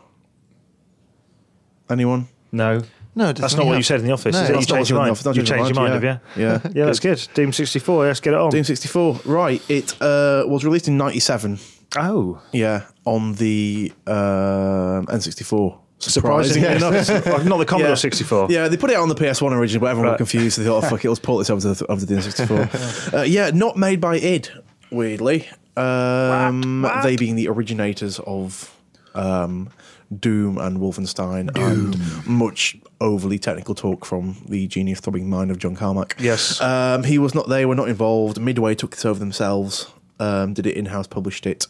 Speaker 3: Anyone?
Speaker 1: No,
Speaker 2: No, it
Speaker 1: that's
Speaker 2: doesn't
Speaker 1: not what
Speaker 2: have-
Speaker 1: you said in the office.
Speaker 2: No,
Speaker 1: is it? You
Speaker 2: that's
Speaker 3: not
Speaker 1: changed your
Speaker 3: what I
Speaker 1: mind.
Speaker 3: said in the office.
Speaker 1: You
Speaker 3: I
Speaker 1: changed your mind, have you?
Speaker 3: yeah. Yeah.
Speaker 1: Yeah, that's good. Doom 64. Let's get it on.
Speaker 3: Doom 64. Right. It uh, was released in 97.
Speaker 1: oh,
Speaker 3: Yeah. On the um N64.
Speaker 1: surprisingly enough, like, not the Commodore
Speaker 3: Yeah.
Speaker 1: 64.
Speaker 3: Yeah, they put it on the PS1 originally, but everyone
Speaker 1: Right.
Speaker 3: got confused. They thought, oh, fuck it, let's pull this over to the, over to the N64. uh, yeah, not made by id, weirdly. Um, They being the originators of um, Doom and Wolfenstein and much overly technical talk from the genius throbbing mind of John Carmack.
Speaker 1: Yes.
Speaker 3: Um, he was not there, were not involved. Midway took this over themselves, um, did it in house, published it.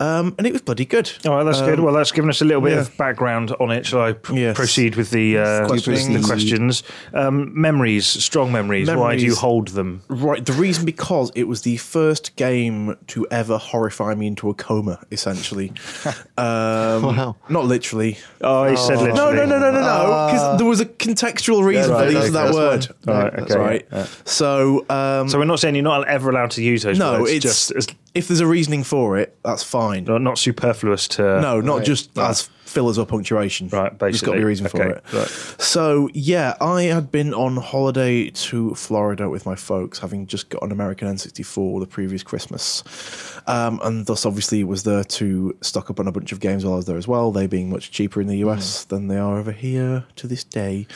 Speaker 3: um, and it was bloody good.
Speaker 1: All right, that's
Speaker 3: Um,
Speaker 1: good. Well, that's given us a little bit
Speaker 3: yeah.
Speaker 1: of background on it. Shall I pr-
Speaker 3: Yes.
Speaker 1: proceed with the uh,
Speaker 3: Questions.
Speaker 1: the questions? Um, memories, strong memories. Why do you
Speaker 3: Memories.
Speaker 1: hold them?
Speaker 3: Right, the reason because it was the first game to ever horrify me into a coma, essentially. um,
Speaker 2: Wow.
Speaker 3: Not literally.
Speaker 1: Oh, he said
Speaker 3: No,
Speaker 1: literally. Ah.
Speaker 3: no, no, no, no, no. Because there was a contextual reason
Speaker 2: right,
Speaker 3: for the use
Speaker 2: okay,
Speaker 3: of that
Speaker 2: that's
Speaker 3: word.
Speaker 1: All right,
Speaker 2: That's
Speaker 1: okay.
Speaker 3: Right. So, um,
Speaker 1: So we're not saying you're not ever allowed to use those
Speaker 3: no,
Speaker 1: words.
Speaker 3: it's
Speaker 1: just as,
Speaker 3: if there's a reasoning for it, that's fine.
Speaker 1: not not superfluous to.
Speaker 3: No, not
Speaker 2: Right.
Speaker 3: just as fillers or punctuation.
Speaker 1: Right,
Speaker 3: There's got
Speaker 1: basically.
Speaker 3: to be a reason for
Speaker 1: Okay,
Speaker 3: it.
Speaker 1: right.
Speaker 3: So, yeah, I had been on holiday to Florida with my folks, having just got an American N64 the previous Christmas. Um, and thus, obviously, was there to stock up on a bunch of games while I was there as well, they being much cheaper in the US than they are over here to this day.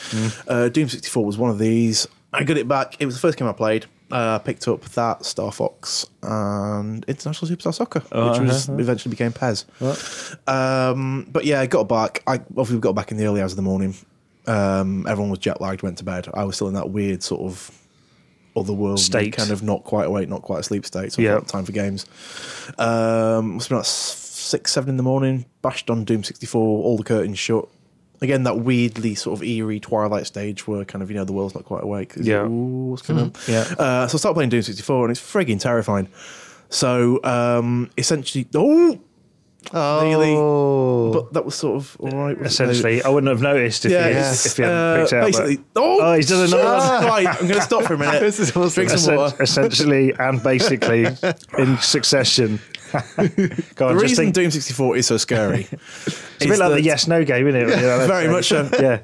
Speaker 3: Uh, Doom 64 was one of these. I got it back. It was the first game I played. Uh, picked up that Star Fox and International Superstar Soccer, which was eventually became Pez. Um, but yeah, I got back. I obviously got back in the early hours of the morning. Um, everyone was jet lagged, went to bed. I was still in that weird sort of otherworldly
Speaker 1: State.
Speaker 3: kind of not quite awake, not quite asleep state. So I
Speaker 1: Yeah.
Speaker 3: thought, time for games. Um, must have been like s- six, seven in the morning. Bashed on Doom sixty four, all the curtains shut. Again, that weirdly sort of eerie twilight stage where kind of you know the world's not quite awake. It's
Speaker 1: Yeah. Hmm.
Speaker 3: like, "Ooh, what's going on?
Speaker 1: Yeah.
Speaker 3: Uh, so I started playing Doom sixty four, and it's frigging terrifying. So um, essentially, oh, Really?
Speaker 2: Oh,
Speaker 3: but that was sort of all right. wasn't it?
Speaker 1: Essentially, I wouldn't have noticed if,
Speaker 3: Yeah,
Speaker 1: he,
Speaker 3: yes.
Speaker 1: if he hadn't picked
Speaker 3: Uh,
Speaker 1: it out.
Speaker 3: basically,
Speaker 1: but-
Speaker 3: oh,
Speaker 1: oh, he's done
Speaker 3: shit.
Speaker 1: another one.
Speaker 3: right, I'm going to stop for a minute.
Speaker 2: This is awesome.
Speaker 3: Drink some
Speaker 1: Essen-
Speaker 3: water.
Speaker 1: essentially and basically in succession. God,
Speaker 3: The
Speaker 1: just
Speaker 3: reason
Speaker 1: think,
Speaker 3: Doom 64 is so scary. it's
Speaker 1: it's a bit like the yes no game, isn't it? Yeah,
Speaker 3: Very much so.
Speaker 1: Yeah.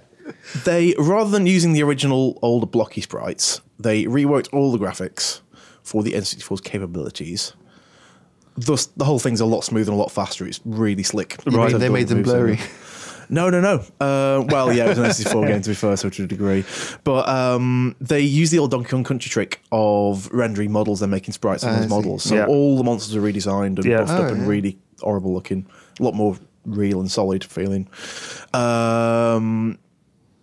Speaker 3: They rather than using the original older blocky sprites, they reworked all the graphics for the N64's capabilities. Thus, the whole thing's a lot smoother and a lot faster. It's really slick.
Speaker 2: right. They made them blurry.
Speaker 3: No, no, no. Uh, well, yeah, it was an SC4 game to be fair, so to a degree. But um, they use the old Donkey Kong Country trick of rendering models and making sprites on
Speaker 2: I
Speaker 3: those
Speaker 2: see.
Speaker 3: models. So
Speaker 1: Yeah.
Speaker 3: all the monsters are redesigned and
Speaker 1: Yeah.
Speaker 3: buffed up
Speaker 2: Oh,
Speaker 3: and
Speaker 2: yeah.
Speaker 3: really horrible looking. A lot more real and solid feeling. Um,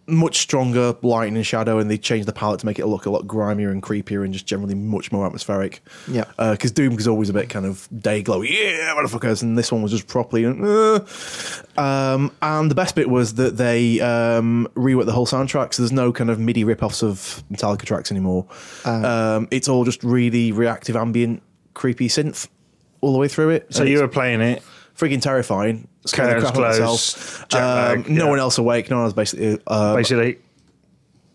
Speaker 3: much stronger lighting and shadow, and they changed the palette to make it look a lot grimier and creepier and just generally much more atmospheric.
Speaker 2: Yeah.
Speaker 3: Because Uh, Doom was always a bit kind of day glow, yeah, motherfuckers, and this one was just properly. Uh, um, and the best bit was that they um, reworked the whole soundtrack, so there's no kind of MIDI rip-offs of Metallica tracks anymore. um, it's all just really reactive, ambient, creepy synth all the way through it.
Speaker 1: So
Speaker 3: And
Speaker 1: you
Speaker 3: it's-
Speaker 1: were playing it.
Speaker 3: frigging terrifying. Scared the
Speaker 1: Curtains
Speaker 3: crap out of
Speaker 1: closed,
Speaker 3: myself.
Speaker 1: jet lag,
Speaker 3: Um, no
Speaker 1: yeah.
Speaker 3: one else awake. No one was basically. Uh,
Speaker 1: Basically,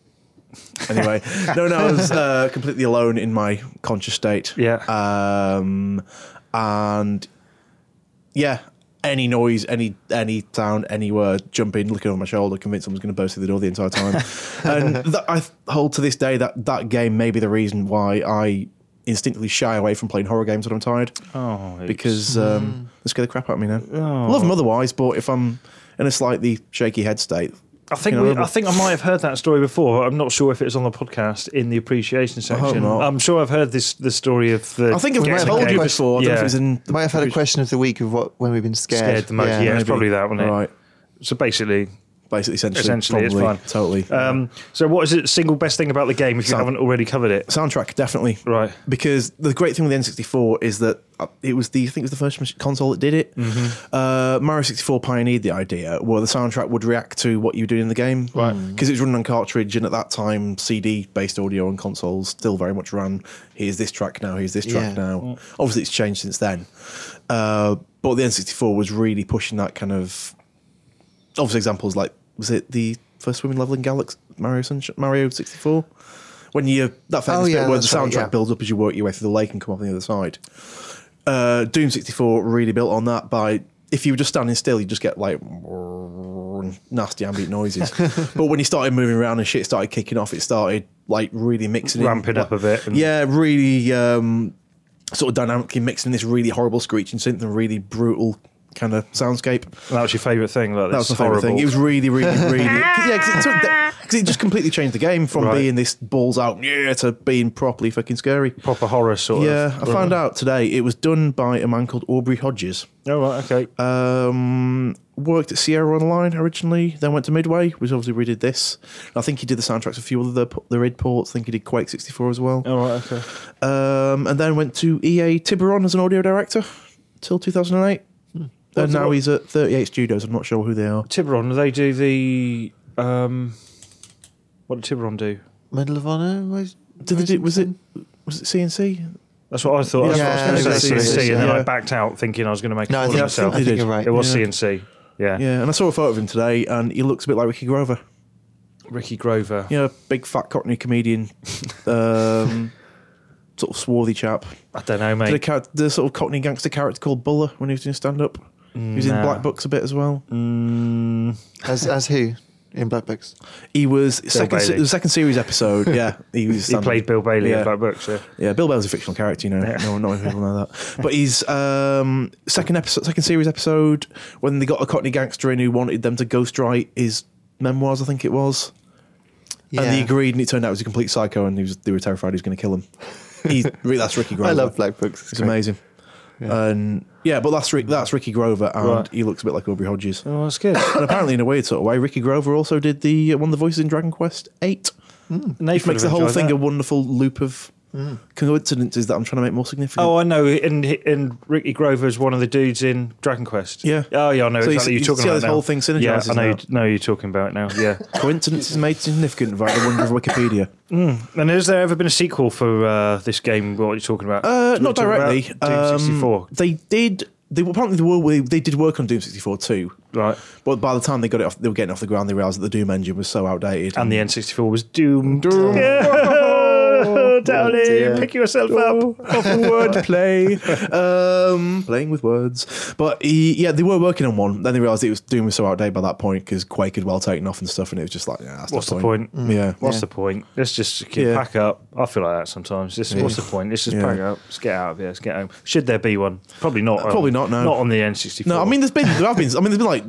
Speaker 3: anyway, no, no, I was uh, completely alone in my conscious state.
Speaker 1: Yeah.
Speaker 3: Um, and yeah, any noise, any any sound, anywhere, jumping, looking over my shoulder, convinced someone's going to burst through the door the entire time. and that, I hold to this day that that game may be the reason why I instinctively shy away from playing horror games when I'm tired.
Speaker 1: Oh, it's-
Speaker 3: because um, they scare the crap out of me now. I love them otherwise, but if I'm in a slightly shaky head state,
Speaker 1: I think
Speaker 3: you know,
Speaker 1: we, I think I might have heard that story before. I'm not sure if it's on the podcast in the appreciation
Speaker 3: hope
Speaker 1: section.
Speaker 3: not.
Speaker 1: I'm sure I've heard this the story of the.
Speaker 3: Oh, I think I've
Speaker 1: getting
Speaker 2: might have
Speaker 3: told
Speaker 1: the
Speaker 3: you
Speaker 1: game-
Speaker 3: before. I don't know if it was in
Speaker 2: Might have had a question of the week of what when we've been scared.
Speaker 1: scared the most. Yeah, it's
Speaker 3: maybe.
Speaker 1: probably that one. isn't it?
Speaker 3: Right.
Speaker 1: So basically,
Speaker 3: Basically, essentially,
Speaker 1: Essentially, it's
Speaker 3: probably,
Speaker 1: fine.
Speaker 3: Totally.
Speaker 1: um, so what is it? Single best thing about the game if you
Speaker 3: Sound-
Speaker 1: haven't already covered it?
Speaker 3: soundtrack definitely
Speaker 1: Right.
Speaker 3: because the great thing with the N64 is that uh, it was the I think it was the first mach- console that did it. Uh, Mario 64 pioneered the idea where the soundtrack would react to what you were doing in the game, right? Because it was running on cartridge, and at that time, CD based audio on consoles still very much ran. Here's this track now. Here's this track
Speaker 2: Yeah.
Speaker 3: now. Obviously, it's changed since then, uh, but the N64 was really pushing that kind of obvious examples like was it the first women level in Galaxy Mario Sunshine, Mario 64 when you that famous
Speaker 2: Oh, yeah,
Speaker 3: bit where the
Speaker 2: that's
Speaker 3: soundtrack
Speaker 2: right, yeah.
Speaker 3: builds up as you work your way through the lake and come up on the other side uh, Doom 64 really built on that by if you were just standing still you just get like nasty ambient noises but when you started moving around and shit started kicking off it started like really mixing in-
Speaker 1: Ramping up a bit and-
Speaker 3: yeah really um, sort of dynamically mixing this really horrible screeching synth and really brutal kind of soundscape
Speaker 1: That was your favourite thing. Like,
Speaker 3: that
Speaker 1: this
Speaker 3: was my
Speaker 1: horrible.
Speaker 3: favorite thing. It was really, really, really. yeah, because it, took that- 'cause it just completely changed the game from
Speaker 1: Right.
Speaker 3: being this balls out yeah to being properly fucking scary.
Speaker 1: proper horror sort
Speaker 3: Yeah,
Speaker 1: of.
Speaker 3: I found out today it was done by a man called Aubrey Hodges.
Speaker 1: Oh, right, okay.
Speaker 3: Uh, Um, worked at Sierra Online originally, then went to Midway, which obviously redid this. I think he did the soundtracks for a few other the, the id ports. I think he did Quake 64 as well.
Speaker 1: All Oh, right, okay.
Speaker 3: E Um, and then went to EA Tiburon as an audio director till 2008. and
Speaker 1: What's-
Speaker 3: now
Speaker 1: Hmm. what-
Speaker 3: he's at 38 Studios. I'm not sure who they are.
Speaker 1: Tiburon, they do the. Um, what did Tiburon do?
Speaker 2: Medal of Honor? Was,
Speaker 3: Did they do, was it was it CNC?
Speaker 1: That's what I thought.
Speaker 2: Yeah,
Speaker 1: That's what I was
Speaker 2: yeah,
Speaker 1: going to say. CNC,
Speaker 2: yeah.
Speaker 1: and then I
Speaker 3: Yeah.
Speaker 1: backed out thinking I was going to make a
Speaker 2: No, I
Speaker 1: fool of
Speaker 2: think, I
Speaker 1: myself.
Speaker 2: think
Speaker 3: did.
Speaker 2: you're right.
Speaker 1: It was
Speaker 3: Yeah.
Speaker 1: CNC. Yeah.
Speaker 3: Yeah, and I saw a photo of him today, and he looks a bit like Ricky Grover.
Speaker 1: Ricky Grover.
Speaker 3: You know, big fat Cockney comedian, um, sort of swarthy chap.
Speaker 1: I don't know,
Speaker 3: Did a,
Speaker 1: mate.
Speaker 3: char- did a sort of Cockney gangster character called Buller when he was doing stand up. He was
Speaker 1: Nah.
Speaker 3: in Black Books a bit as well.
Speaker 2: As, as who in Black Books?
Speaker 3: He was second se-
Speaker 1: Bailey.
Speaker 3: the second series episode. Yeah, he was.
Speaker 1: He played Bill Bailey
Speaker 3: Yeah.
Speaker 1: in Black Books. Yeah.
Speaker 3: Yeah, Bill Bell's a fictional character, you know.
Speaker 1: Yeah.
Speaker 3: No, not many people know that. But he's um, second episode, second series episode when they got a Cockney gangster in who wanted them to ghostwrite his memoirs, I think it was, and they agreed, and it turned out he was a complete psycho, and he was they were terrified he was going to kill him. He, that's Ricky Grover.
Speaker 2: I love Black Books.
Speaker 3: It's
Speaker 2: great.
Speaker 3: amazing. And yeah, but that's Rick, that's Ricky Grover, and
Speaker 1: Right.
Speaker 3: he looks a bit like Aubrey Hodges.
Speaker 1: Oh, that's good.
Speaker 3: And apparently, in a weird sort of way, Ricky Grover also did the one of the voices in Dragon Quest Eight.
Speaker 1: Hmm. Nathan
Speaker 3: Makes the whole thing a wonderful loop of coincidences that I'm trying to make more significant.
Speaker 1: Hmm. Oh, I know. And and Ricky Grover is one of the dudes in Dragon Quest.
Speaker 3: Yeah.
Speaker 1: Oh, yeah. I know
Speaker 3: So you
Speaker 1: exactly
Speaker 3: see-
Speaker 1: what
Speaker 3: you
Speaker 1: you're talking
Speaker 3: see how
Speaker 1: about
Speaker 3: this
Speaker 1: now.
Speaker 3: whole thing
Speaker 1: Yeah,
Speaker 3: synergises
Speaker 1: I know.
Speaker 3: now.
Speaker 1: No, you're talking about it now. Yeah.
Speaker 3: Coincidence is made significant via the wonder of Wikipedia.
Speaker 1: and has there ever been a sequel for uh, this game? What you're talking about?
Speaker 3: Uh, not
Speaker 1: We're
Speaker 3: directly.
Speaker 1: talking about Doom
Speaker 3: Um,
Speaker 1: 64.
Speaker 3: They did. They were- apparently they were. They did work on Doom 64 too.
Speaker 1: Right.
Speaker 3: But by the time they got it off, they were getting off the ground. They realised that the Doom engine was so outdated.
Speaker 1: And the N64 was doomed.
Speaker 3: Doom. Oh,
Speaker 1: Yeah. Dowley,
Speaker 2: dear.
Speaker 1: pick yourself up off the wood.
Speaker 3: play, um, playing with words. But he, yeah, they were working on one. Then they realised it was Doom was so outdated by that point because Quake had well taken off and stuff, and it was just like, yeah, that's
Speaker 1: What's
Speaker 3: the
Speaker 1: the
Speaker 3: point. Mm.
Speaker 1: point?
Speaker 3: Yeah,
Speaker 1: What's the point? Let's just get
Speaker 3: Yeah.
Speaker 1: pack up. I feel like that sometimes. Just what's the point? Let's just
Speaker 3: Yeah. Uh,
Speaker 1: pack up. Let's get out of here. Let's get home. Should there be one? Probably not. on-
Speaker 3: probably not, no.
Speaker 1: Not on the N64.
Speaker 3: No, I mean, there's been there have been. I mean, there's been like,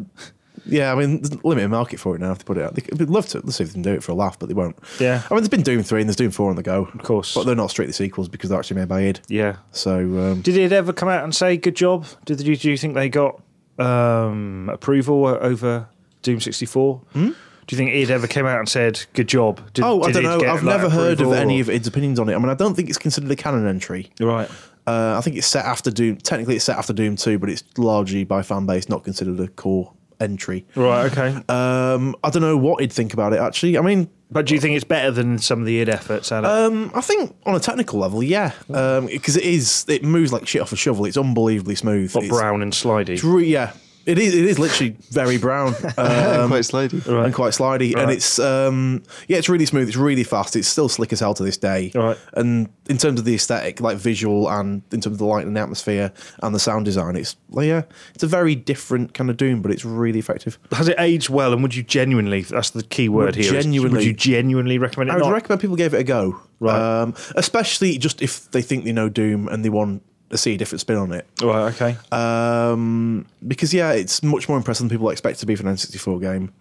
Speaker 3: yeah, I mean, there's a limited market for it now. If they put it out, they could- they'd love to. Let's see if they can do it for a laugh, but they won't.
Speaker 1: Yeah.
Speaker 3: I mean, there's been Doom three and there's Doom four on the go, of
Speaker 1: course.
Speaker 3: but they're not strictly sequels because they're actually made by id.
Speaker 1: yeah.
Speaker 3: So um,
Speaker 1: Did it ever come out and say good job? Did you do you think they got um, approval over Doom 64? Do you think it ever came out and said good job? Did,
Speaker 3: Hmm? oh, I
Speaker 1: did
Speaker 3: don't
Speaker 1: it
Speaker 3: know.
Speaker 1: get,
Speaker 3: I've
Speaker 1: like,
Speaker 3: never heard of
Speaker 1: approval
Speaker 3: any
Speaker 1: or-
Speaker 3: of id's opinions on it. I mean, I don't think it's considered a canon entry.
Speaker 1: Right.
Speaker 3: Uh, I think it's set after Doom. Technically, it's set after Doom two, but it's largely by fan base not considered a core entry.
Speaker 1: Right. Okay.
Speaker 3: Um, I don't know what he'd think about it actually. I mean,
Speaker 1: but do you think it's better than some of the id efforts? Adam?
Speaker 3: Um, I think on a technical level, yeah, because it is it moves like shit off a shovel. It's unbelievably smooth.
Speaker 1: Not
Speaker 3: It's-
Speaker 1: brown and slidey.
Speaker 3: it's re- yeah, it is. It is literally very brown um,
Speaker 2: Quite slidey.
Speaker 3: and quite slidey, and it's um, yeah, it's really smooth. It's really fast. It's still slick as hell to this day.
Speaker 1: Right.
Speaker 3: And in terms of the aesthetic, like visual, and in terms of the light and atmosphere and the sound design, it's well, yeah, it's a very different kind of Doom, but it's really effective.
Speaker 1: Has it aged well? And would you genuinely? That's the key word
Speaker 3: Would
Speaker 1: here. is
Speaker 3: genuinely-
Speaker 1: would you genuinely recommend it?
Speaker 3: I would
Speaker 1: Not-
Speaker 3: recommend people gave it a go,
Speaker 1: Right.
Speaker 3: Um, especially just if they think they know Doom and they want to see a different spin on it.
Speaker 1: Right. Okay.
Speaker 3: Um, because yeah, it's much more impressive than people expect to be for an N64 game,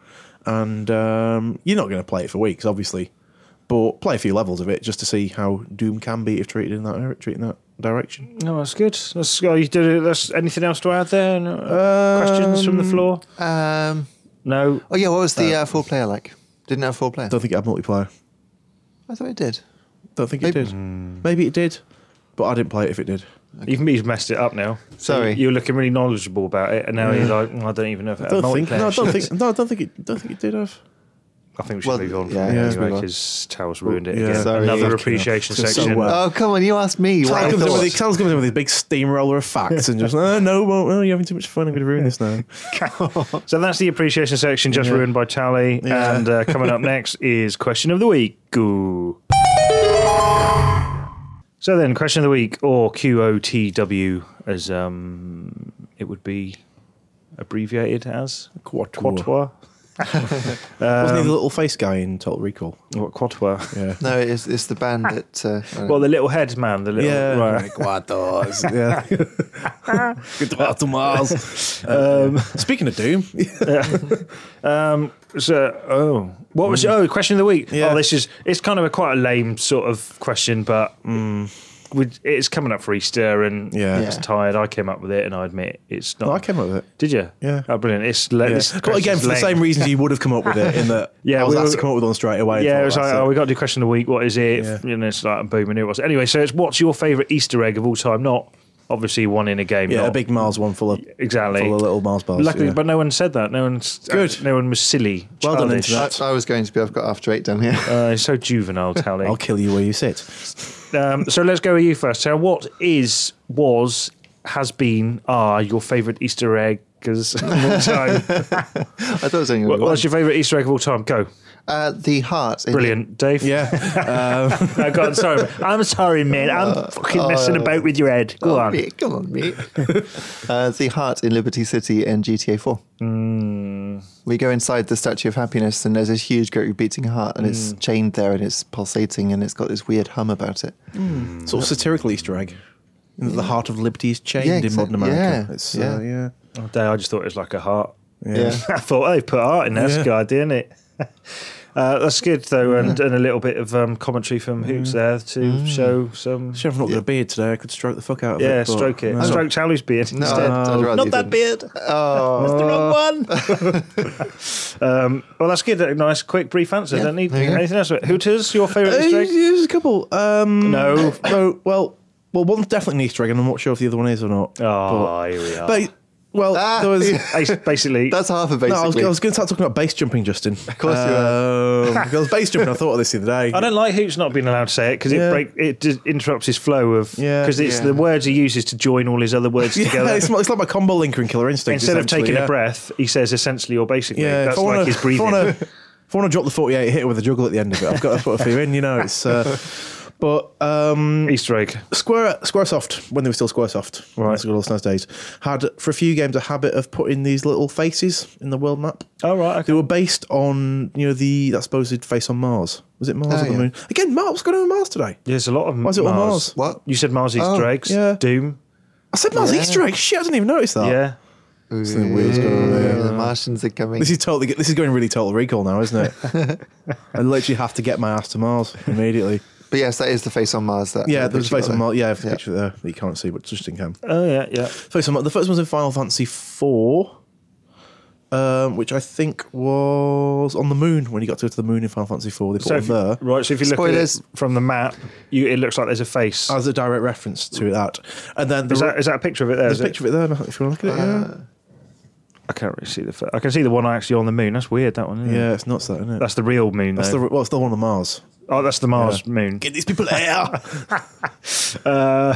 Speaker 3: and um, you're not going to play it for weeks, obviously, but play a few levels of it just to see how Doom can be if treated in that treated in that direction.
Speaker 1: no, that's good. That's oh, you did it. That's anything else to add there? No, questions from the
Speaker 3: Um,
Speaker 1: floor?
Speaker 2: Um,
Speaker 1: No.
Speaker 2: oh, yeah, what was the uh, four player like? Didn't have four player.
Speaker 3: Don't think it had multiplayer.
Speaker 2: I thought it did.
Speaker 3: Don't think it
Speaker 2: Maybe-
Speaker 3: did. Maybe it did, but I didn't play it if it did.
Speaker 1: You've, you've messed it up now.
Speaker 2: Sorry.
Speaker 1: You're looking really knowledgeable about it, and now you're
Speaker 3: Yeah.
Speaker 1: like, "Mm, I don't even know if it had
Speaker 3: Don't think.
Speaker 1: multiplayer.
Speaker 3: No, I don't
Speaker 1: shit."
Speaker 3: think. No, I don't think it. Don't think it did have.
Speaker 1: I think we should
Speaker 2: Well,
Speaker 1: move on from
Speaker 2: yeah,
Speaker 1: it
Speaker 2: yeah,
Speaker 3: let's
Speaker 1: anyway
Speaker 3: move on.
Speaker 1: because Tao's ruined it
Speaker 3: Yeah.
Speaker 1: again.
Speaker 2: Sorry.
Speaker 1: Another
Speaker 2: Fucking
Speaker 1: appreciation
Speaker 3: hell.
Speaker 1: section.
Speaker 3: So well.
Speaker 2: oh, come on, you asked me. What
Speaker 3: Tal
Speaker 2: I
Speaker 3: comes, in with,
Speaker 2: thought.
Speaker 3: his- Tal comes in with his big steamroller of facts and just, oh, no, well, oh, you're having too much fun. I'm going to ruin this now.
Speaker 1: So that's the appreciation section just ruined by Tally.
Speaker 3: Yeah.
Speaker 1: And uh, coming up next is question of the week. Ooh. So then, question of the week, or QOTW, as um, it would be abbreviated as Uh,
Speaker 3: Quator.
Speaker 1: Quatois.
Speaker 3: Wasn't he the little face guy in Total Recall?
Speaker 1: Or Quatois.
Speaker 3: Um, Yeah.
Speaker 2: No, it's, it's the band that. Uh, I don't
Speaker 1: Well,
Speaker 2: know.
Speaker 1: the little head man, the little
Speaker 3: Yeah.
Speaker 1: right.
Speaker 3: Quators. yeah. Quator Mars. Um, Speaking of Doom,
Speaker 1: Um, so, oh, what was oh question of the week?
Speaker 3: Yeah.
Speaker 1: Oh, this is it's kind of a quite a lame sort of question, but we, it's coming up for Easter, and
Speaker 3: Yeah.
Speaker 1: it's tired. I came up with it, and I admit it's not.
Speaker 3: I came up with it.
Speaker 1: Did you?
Speaker 3: Yeah.
Speaker 1: Oh, brilliant. It's le-
Speaker 3: Yeah.
Speaker 1: this
Speaker 3: But again,
Speaker 1: question's
Speaker 3: for the
Speaker 1: lame.
Speaker 3: same reasons you would have come up with it, in that
Speaker 1: Yeah,
Speaker 3: I was
Speaker 1: we
Speaker 3: asked
Speaker 1: were-
Speaker 3: to come up with one straight away. and
Speaker 1: Yeah,
Speaker 3: thought,
Speaker 1: it was like,
Speaker 3: "That's
Speaker 1: oh, we got to do question of the week. What is it?
Speaker 3: Yeah.
Speaker 1: And it's like, boom, and it was. Anyway, so it's what's your favourite Easter egg of all time? Not obviously one in a game.
Speaker 3: Yeah,
Speaker 1: not-
Speaker 3: a big Mars one full of
Speaker 1: oh. exactly
Speaker 3: full of little Mars bars.
Speaker 1: Luckily,
Speaker 3: yeah.
Speaker 1: but no one said that. No one's
Speaker 3: Good.
Speaker 1: no one was silly.
Speaker 3: Well done,
Speaker 1: childish.
Speaker 2: I,
Speaker 3: internet.
Speaker 2: I was going to be. I've got after eight down here.
Speaker 1: Uh, so juvenile, Tally.
Speaker 3: I'll kill you where you sit.
Speaker 1: um, so let's go with you first. So, what is, was, has been, are your favourite Easter eggs of all time?
Speaker 2: I thought it was only
Speaker 1: What-
Speaker 2: one.
Speaker 1: What's your favourite Easter egg of all time? Go.
Speaker 2: Uh, the heart. in-
Speaker 1: Brilliant, Dave.
Speaker 3: Yeah,
Speaker 1: No, go on, sorry. I'm sorry, mate. I'm
Speaker 3: Uh,
Speaker 1: fucking messing about with your head. Go
Speaker 2: Oh,
Speaker 1: on.
Speaker 2: mate, come on, mate. uh, the heart in Liberty City in GTA 4.
Speaker 3: Hmm.
Speaker 2: We go inside the Statue of Happiness, and there's this huge, great beating heart, and it's
Speaker 3: Hmm.
Speaker 2: chained there, and it's pulsating, and it's got this weird hum about it.
Speaker 3: sort of satirical Easter egg. The heart of liberty is chained
Speaker 2: Yeah,
Speaker 3: in modern
Speaker 2: exact-
Speaker 3: America.
Speaker 2: yeah,
Speaker 3: It's, uh, yeah.
Speaker 1: Oh, Dave, I just thought it was like a heart.
Speaker 2: Yeah.
Speaker 1: I thought, oh, they put art in there. That's a
Speaker 3: Yeah.
Speaker 1: good idea, isn't it? Uh, that's good, though, and, and a little bit of um, commentary from
Speaker 3: Mm.
Speaker 1: Hoops there to show some.
Speaker 3: Shit, I've not got a beard today. I could stroke the fuck out of it.
Speaker 1: Yeah,
Speaker 3: but
Speaker 1: stroke it.
Speaker 3: no.
Speaker 1: Stroke Charlie's beard
Speaker 2: No,
Speaker 1: instead.
Speaker 2: I'd- I'd rather
Speaker 3: Not
Speaker 2: you
Speaker 3: that
Speaker 2: didn't.
Speaker 3: beard.
Speaker 2: Oh,
Speaker 3: It's the wrong one.
Speaker 1: Uh, Um, well, that's good. A nice, quick, brief answer.
Speaker 2: Yeah,
Speaker 1: Don't need
Speaker 2: there you go.
Speaker 1: anything else. Hooters, your favourite
Speaker 3: Uh,
Speaker 1: Easter egg?
Speaker 3: There's a couple. Um,
Speaker 1: No.
Speaker 3: no. Well, well, one's definitely an Easter egg, and I'm not sure if the other one is or not.
Speaker 1: Oh, here we are.
Speaker 3: But well,
Speaker 2: Ah,
Speaker 3: there was.
Speaker 2: yeah.
Speaker 1: Bas- Basically,
Speaker 2: that's half of basically.
Speaker 3: No, I was, I was going to start talking about base jumping, Justin. Of
Speaker 2: course you
Speaker 3: um, Because base jumping, I thought of this the other day.
Speaker 1: I don't like Hoots not being allowed to say it because it
Speaker 3: Yeah.
Speaker 1: break it dis- interrupts his flow of
Speaker 3: Yeah.
Speaker 1: because it's
Speaker 2: Yeah.
Speaker 1: the words he uses to join all his other words
Speaker 3: yeah,
Speaker 1: together.
Speaker 3: it's, like- it's like my combo linker in Killer Instinct.
Speaker 1: Instead of
Speaker 3: essentially,
Speaker 1: taking
Speaker 3: yeah.
Speaker 1: a breath, he says essentially or basically.
Speaker 3: Yeah,
Speaker 1: That's like his breathing.
Speaker 3: If I, wanna, if I wanna drop the 48 hit with a juggle at the end of it, I've got to put a few in, you know. It's uh, But um,
Speaker 1: Easter egg.
Speaker 3: Square Squaresoft, when they were still Squaresoft,
Speaker 1: Right.
Speaker 3: right? Good old nice days. Had for a few games a habit of putting these little faces in the world map.
Speaker 1: Oh, right.
Speaker 3: They were based on you know the that supposed face on Mars. Was it Mars
Speaker 2: Oh,
Speaker 3: or the
Speaker 2: yeah.
Speaker 3: Moon? Again, Mars. What's going on with Mars today?
Speaker 1: There's a lot of
Speaker 3: Why is it all Mars?
Speaker 2: What?
Speaker 1: You said Mars Easter
Speaker 2: Oh,
Speaker 1: eggs.
Speaker 3: yeah.
Speaker 1: Doom.
Speaker 3: I said Mars Easter egg. Shit, I didn't even notice
Speaker 2: Oh.
Speaker 3: that.
Speaker 1: Yeah.
Speaker 3: Something weird's going on
Speaker 2: Yeah,
Speaker 3: there.
Speaker 2: the Martians are coming.
Speaker 3: This is totally. This is going really total recall now, isn't it? I literally have to get my ass to Mars immediately.
Speaker 2: But yes, that is the face on Mars. That
Speaker 3: Yeah,
Speaker 2: that
Speaker 3: there's a
Speaker 2: picture
Speaker 3: face
Speaker 2: got
Speaker 3: on
Speaker 2: there.
Speaker 3: Mars. Yeah, I have a picture there that you can't see, but Justin can.
Speaker 1: Oh yeah, yeah.
Speaker 3: First one, the first one's in Final Fantasy IV, um, which I think was on the moon when you got to go to the moon in Final Fantasy IV. They put
Speaker 1: So
Speaker 3: one
Speaker 1: if you-
Speaker 3: there
Speaker 1: right, so if you look at
Speaker 2: Spoilers.
Speaker 1: it from the map, you, it looks like there's a face.
Speaker 3: as a direct reference to that. And then
Speaker 1: is
Speaker 3: Oh, the-
Speaker 1: that is that a picture of it there? is
Speaker 3: there's a
Speaker 1: it? Uh,
Speaker 3: picture of it there Matt, if you want to look at it.
Speaker 1: I can't really see the. Fa- I can see the one actually on the moon. That's weird. That one.
Speaker 3: yeah.
Speaker 1: isn't it?
Speaker 3: yeah, it's nuts, that, isn't it?
Speaker 1: That's the real moon.
Speaker 3: That's
Speaker 1: though.
Speaker 3: the, well, it's the one on Mars.
Speaker 1: oh, that's the Mars moon.
Speaker 3: Get these people out!
Speaker 1: Uh,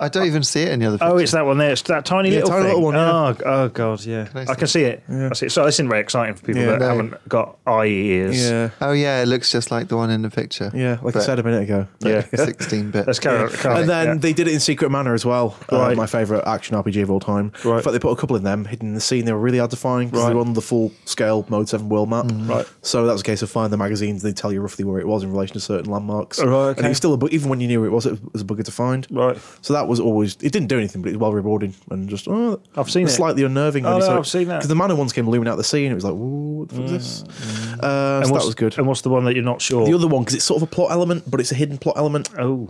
Speaker 2: I don't even see it in the other. Picture.
Speaker 1: Oh, it's that one there. It's that tiny
Speaker 3: Yeah,
Speaker 1: little
Speaker 3: tiny
Speaker 1: thing.
Speaker 3: little one, yeah.
Speaker 1: Oh, oh god, yeah. I,
Speaker 2: I see
Speaker 1: can see it. I see it. So this isn't very exciting for people
Speaker 3: Yeah.
Speaker 1: that
Speaker 2: No.
Speaker 1: haven't got eye ears.
Speaker 3: yeah,
Speaker 2: Oh yeah, it looks just like the one in the picture.
Speaker 3: yeah, like I
Speaker 2: But
Speaker 3: said a minute ago.
Speaker 1: Yeah.
Speaker 2: sixteen bit.
Speaker 1: Let's carry on. carry on.
Speaker 3: And then
Speaker 1: Yeah.
Speaker 3: they did it in Secret Manor as well. uh,
Speaker 1: Right.
Speaker 3: my favourite action RPG of all time.
Speaker 1: Right.
Speaker 3: In fact, they put a couple of them hidden in the scene. They were really hard to find because
Speaker 1: Right. Mm.
Speaker 3: they were on the full scale Mode 7 world map.
Speaker 1: Right.
Speaker 3: So that was a case of find the magazines, they tell you roughly where it was in relation to certain landmarks.
Speaker 1: Oh, right,
Speaker 3: And
Speaker 1: okay.
Speaker 3: it was still a bu- even when you knew where it was, it was a bugger to find.
Speaker 1: Right.
Speaker 3: So that was always, it didn't do anything, but it was well rewarding and just, oh,
Speaker 1: I've seen
Speaker 3: it's
Speaker 1: it.
Speaker 3: slightly unnerving.
Speaker 1: Oh,
Speaker 3: when you
Speaker 1: no,
Speaker 3: saw it.
Speaker 1: I've seen that. Mm.
Speaker 3: 'Cause the Manor ones came looming out the scene. It was like, whoa, what the fuck is this? Uh, so
Speaker 1: and
Speaker 3: that
Speaker 1: what's,
Speaker 3: was good.
Speaker 1: And what's the one that you're not sure?
Speaker 3: The other one, because it's sort of a plot element, but it's a hidden plot element
Speaker 1: oh,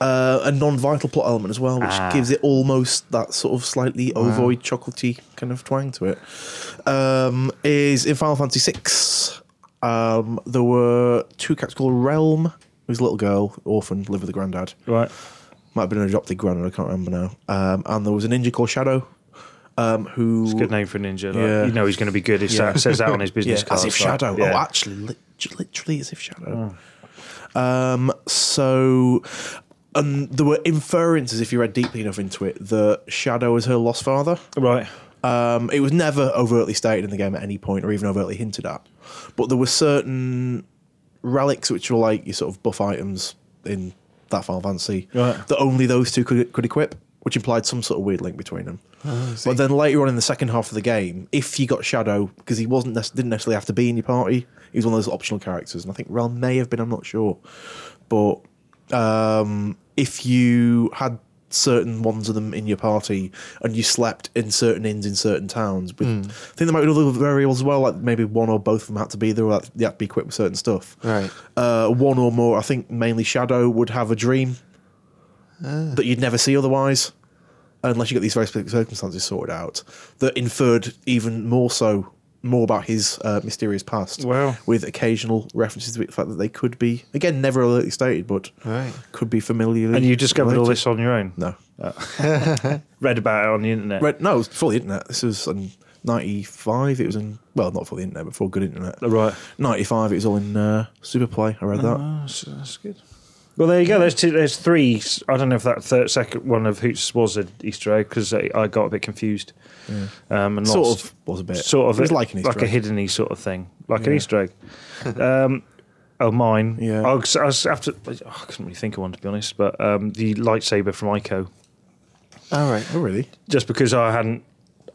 Speaker 3: uh, a non-vital plot element as well, which
Speaker 1: Ah.
Speaker 3: gives it almost that sort of slightly ovoid, chocolatey kind of twang to it. Um, is in Final Fantasy VI, um, there were two characters called Realm, who's a little girl, orphan, live with a granddad.
Speaker 1: right.
Speaker 3: Might have been an adopted granddad, I can't remember now. Um, and there was a ninja called Shadow, um, who
Speaker 1: It's a good name for a ninja. Like,
Speaker 3: Yeah.
Speaker 1: You know he's going to be good. It
Speaker 3: Yeah.
Speaker 1: says that on his
Speaker 3: yeah,
Speaker 1: business card.
Speaker 3: as if Shadow. Oh, actually, lit- literally as if Shadow. Um, so, and there were inferences, if you read deeply enough into it, that Shadow was her lost father.
Speaker 1: right.
Speaker 3: Um, it was never overtly stated in the game at any point, or even overtly hinted at. But there were certain relics which were like your sort of buff items in that Final Fantasy
Speaker 1: Right.
Speaker 3: that only those two could could equip, which implied some sort of weird link between them. but then later on in the second half of the game, if you got Shadow, because he wasn't nec- didn't necessarily have to be in your party, he was one of those optional characters, and I think Realm may have been, I'm not sure, but um, if you had certain ones of them in your party and you slept in certain inns in certain towns with I think there might be other variables as well like maybe one or both of them had to be there or they had to be equipped with certain stuff
Speaker 2: Right.
Speaker 3: uh, one or more I think mainly Shadow would have a dream that you'd never see otherwise unless you got these very specific circumstances sorted out that inferred even more so more about his uh, mysterious past
Speaker 1: Wow.
Speaker 3: with occasional references to the fact that they could be again never overtly stated but
Speaker 2: Right.
Speaker 3: could be familiarly
Speaker 1: And you discovered all
Speaker 3: related.
Speaker 1: this on your own.
Speaker 3: no
Speaker 1: Read about it on the internet.
Speaker 3: Red, no, it was before the internet. This was in 95. It was in, well, not before the internet, but before good internet.
Speaker 1: Oh, Right.
Speaker 3: 95, it was all in uh, Superplay. I read that.
Speaker 1: Oh, that's, that's good. Well, there you go. There's two, there's three. I don't know if that third, second one of Hoots was an Easter egg because I, I got a bit confused. Um, and
Speaker 3: Sort
Speaker 1: lost-
Speaker 3: of was a bit.
Speaker 1: sort of
Speaker 3: It was
Speaker 1: a-
Speaker 3: like an Easter
Speaker 1: like a
Speaker 3: egg.
Speaker 1: hidden sort of thing, like an Easter egg. Um, oh, mine.
Speaker 3: Yeah.
Speaker 1: I was, I was after. I couldn't really think of one to be honest, but um, the lightsaber from Ico.
Speaker 2: All right.
Speaker 3: Oh, really?
Speaker 1: Just because I hadn't.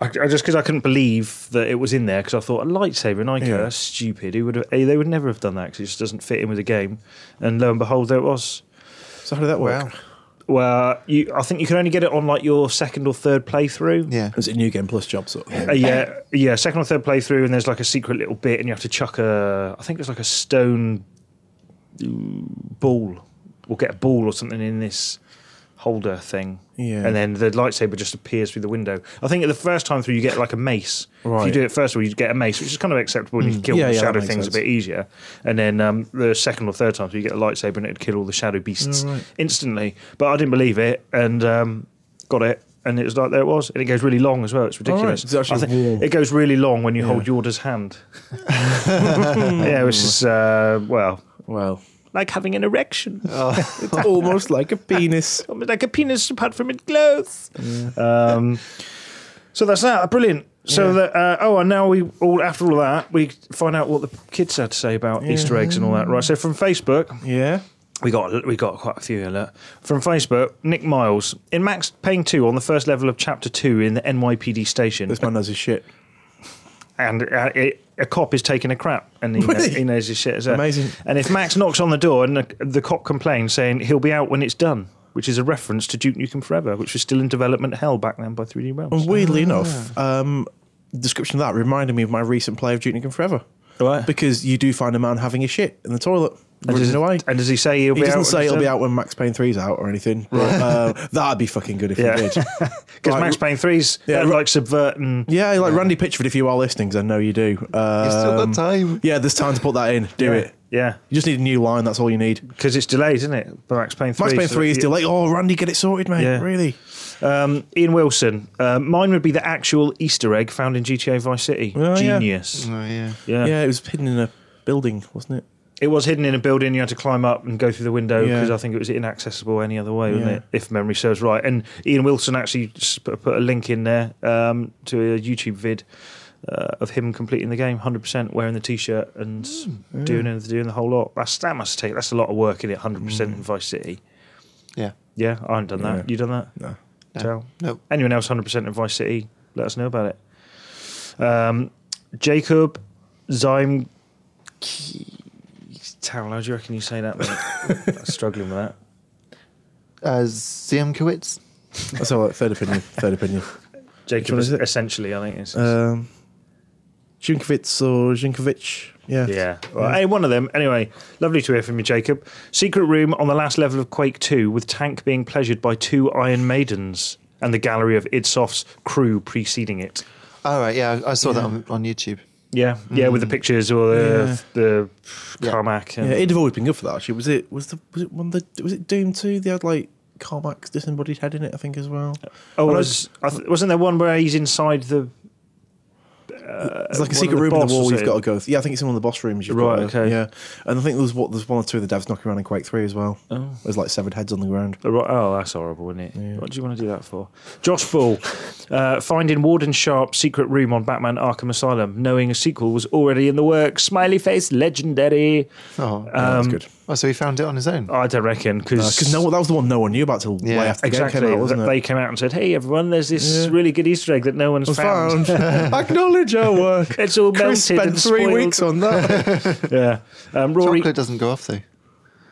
Speaker 1: I, I just because I couldn't believe that it was in there because I thought a lightsaber in Ico
Speaker 3: Yeah.
Speaker 1: that's stupid. Who would have? eh, They would never have done that because it just doesn't fit in with the game. And lo and behold, there it was.
Speaker 3: So, how did that work?
Speaker 2: Wow.
Speaker 1: Well, you, I think you can only get it on like your second or third playthrough.
Speaker 2: Yeah.
Speaker 3: Was it a new game plus job sort of thing?
Speaker 1: Uh, yeah, yeah. Second or third playthrough, and there's like a secret little bit, and you have to chuck a. I think it's like a stone mm, ball. We'll get a ball or something in this holder thing.
Speaker 3: Yeah.
Speaker 1: And then the lightsaber just appears through the window. I think the first time through you get like a mace. If you
Speaker 3: Right. Hmm.
Speaker 1: do it first of all, you get a mace, which is kind of acceptable. and You can kill
Speaker 3: Yeah,
Speaker 1: the
Speaker 3: yeah, that
Speaker 1: shadow
Speaker 3: makes
Speaker 1: things a
Speaker 3: sense.
Speaker 1: bit easier. And then um, the second or third time through, you get a lightsaber and it'd kill all the shadow beasts
Speaker 3: Oh,
Speaker 1: instantly. But I didn't believe it and um, got it. And it was like there it was, and it goes really long as well. It's ridiculous.
Speaker 3: It's actually
Speaker 1: I think
Speaker 3: warm.
Speaker 1: it goes really long when you hold
Speaker 3: Yeah.
Speaker 1: Yorda's hand. yeah, which is uh, well,
Speaker 3: Well,
Speaker 1: like having an erection,
Speaker 3: it's almost like a penis.
Speaker 1: Almost like a penis apart from it glows. Um, so that's that. Brilliant. So that uh, oh, and now we all after all that we find out what the kids had to say about Easter eggs and all that, right? So from Facebook,
Speaker 3: Yeah.
Speaker 1: we got we got quite a few here. Look. From Facebook, Nick Miles in Max Payne Two on the first level of Chapter Two in the NYPD station,
Speaker 3: This man knows his shit.
Speaker 1: and uh, it, a cop is taking a crap, and he, knows,
Speaker 3: Really?
Speaker 1: he knows his shit as well.
Speaker 3: Amazing.
Speaker 1: And if Max knocks on the door and the, the cop complains, saying he'll be out when it's done, which is a reference to Duke Nukem Forever, which was still in development hell back then by 3D Realms.
Speaker 3: And weirdly enough, um, description of that reminded me of my recent play of Duke Nukem Forever.
Speaker 1: Right.
Speaker 3: Because you do find a man having a shit in the toilet, running away.
Speaker 1: And does he say he'll
Speaker 3: He
Speaker 1: be
Speaker 3: doesn't
Speaker 1: out? when
Speaker 3: say
Speaker 1: it's
Speaker 3: it'll be
Speaker 1: done?
Speaker 3: out when Max Payne 3's out or anything. But, uh, that'd be fucking good if
Speaker 1: Yeah.
Speaker 3: he did.
Speaker 1: because
Speaker 3: Right.
Speaker 1: Max Payne threes
Speaker 3: Yeah,
Speaker 1: they're
Speaker 3: right.
Speaker 1: like subverting.
Speaker 3: Yeah, like Randy Pitchford, if you are listening, 'cause I know you do. Um,
Speaker 2: You've still got time.
Speaker 3: Yeah, there's time to put that in. Do it.
Speaker 1: Yeah,
Speaker 3: You just need a new line. That's all you need.
Speaker 1: because it's delayed, isn't it? But Max Payne uh, three.
Speaker 3: Max Payne
Speaker 1: so
Speaker 3: 3 is
Speaker 1: you-
Speaker 3: delayed. Oh, Randy, get it sorted, mate.
Speaker 1: Yeah.
Speaker 3: Really?
Speaker 1: Um, Ian Wilson. Uh, mine would be the actual Easter egg found in GTA Vice City.
Speaker 3: Oh, yeah.
Speaker 1: Genius.
Speaker 2: Oh, yeah.
Speaker 1: Yeah.
Speaker 3: Yeah, it was hidden in a building, wasn't it?
Speaker 1: It was hidden in a building. You had to climb up and go through the window
Speaker 3: Yeah.
Speaker 1: because I think it was inaccessible any other way, wasn't
Speaker 3: Yeah.
Speaker 1: it? If memory serves right. And Ian Wilson actually s- put put a link in there um, to a YouTube vid. Uh, of him completing the game, hundred percent, wearing the T-shirt and
Speaker 3: Mm,
Speaker 1: doing it, doing the whole lot. That's that must take. That's a lot of work in it, hundred percent in Vice City.
Speaker 2: Yeah.
Speaker 1: Yeah, I haven't done that.
Speaker 3: Mm. Yeah.
Speaker 1: You done that?
Speaker 3: No.
Speaker 2: No.
Speaker 1: Tell.
Speaker 2: Nope.
Speaker 1: Anyone else 100% in Vice City, let us know about it. Um, Jacob Zym. Tarrell, how do you reckon you say that? mate? I'm struggling with that.
Speaker 2: Uh, Ziemkowitz.
Speaker 3: That's all right. Third opinion. Third opinion.
Speaker 1: Jacob
Speaker 3: one
Speaker 1: is
Speaker 3: is it?
Speaker 1: essentially, I think it's.
Speaker 3: Um, Junkovic or Junkovic. Yeah.
Speaker 1: yeah. Well, Hey, one of them. Anyway, lovely to hear from you, Jacob. Secret room on the last level of Quake 2 with Tank being pleasured by two Iron Maidens and the gallery of Idsoft's crew preceding it.
Speaker 2: All right. Yeah. I I saw that on, on YouTube.
Speaker 1: Yeah, yeah, with the pictures or the the
Speaker 2: Yeah.
Speaker 1: Carmack.
Speaker 3: Yeah,
Speaker 1: And,
Speaker 3: it'd have always been good for that. Actually, was it? Was the? Was it one? Of the was it Doom Two? They had like Carmack's disembodied head in it, I think, as well.
Speaker 1: Oh,
Speaker 3: Well,
Speaker 1: was, I th- wasn't there one where he's inside the? Uh,
Speaker 3: It's
Speaker 1: one
Speaker 3: like a
Speaker 1: of
Speaker 3: secret room in
Speaker 1: boss
Speaker 3: the
Speaker 1: or
Speaker 3: wall you've
Speaker 1: something?
Speaker 3: got to go. Through. Yeah, I think it's in one of the boss rooms. You've
Speaker 1: Right,
Speaker 3: Got to,
Speaker 1: okay.
Speaker 3: Yeah, and I think there's what there's one or two of the devs knocking around in Quake Three as well.
Speaker 1: Oh.
Speaker 3: There's like severed heads on the ground.
Speaker 1: The ro- Oh, that's horrible, isn't it? What do you want to do that for? Josh Ball, uh, finding Warden Sharp's secret room on Batman Arkham Asylum, knowing a sequel was already in the works. Smiley face, legendary.
Speaker 2: Oh.
Speaker 3: Yeah, that's
Speaker 1: Um,
Speaker 3: good.
Speaker 2: oh, so he found it on his own.
Speaker 1: I don't reckon because
Speaker 3: Because no, that was the one no one knew about till
Speaker 2: Yeah.
Speaker 3: way after the
Speaker 1: exactly
Speaker 3: game came out,
Speaker 1: that
Speaker 3: wasn't
Speaker 1: they
Speaker 3: it?
Speaker 1: came out and said, "Hey, everyone, there's this
Speaker 3: Yeah.
Speaker 1: really good Easter egg that no one's
Speaker 3: was
Speaker 1: found.
Speaker 3: found. Acknowledge our work.
Speaker 1: It's all
Speaker 3: Chris
Speaker 1: melted and
Speaker 3: spent three
Speaker 1: spoiled.
Speaker 3: weeks on that.
Speaker 1: Yeah, um, Rory,
Speaker 2: Chocolate doesn't go off though.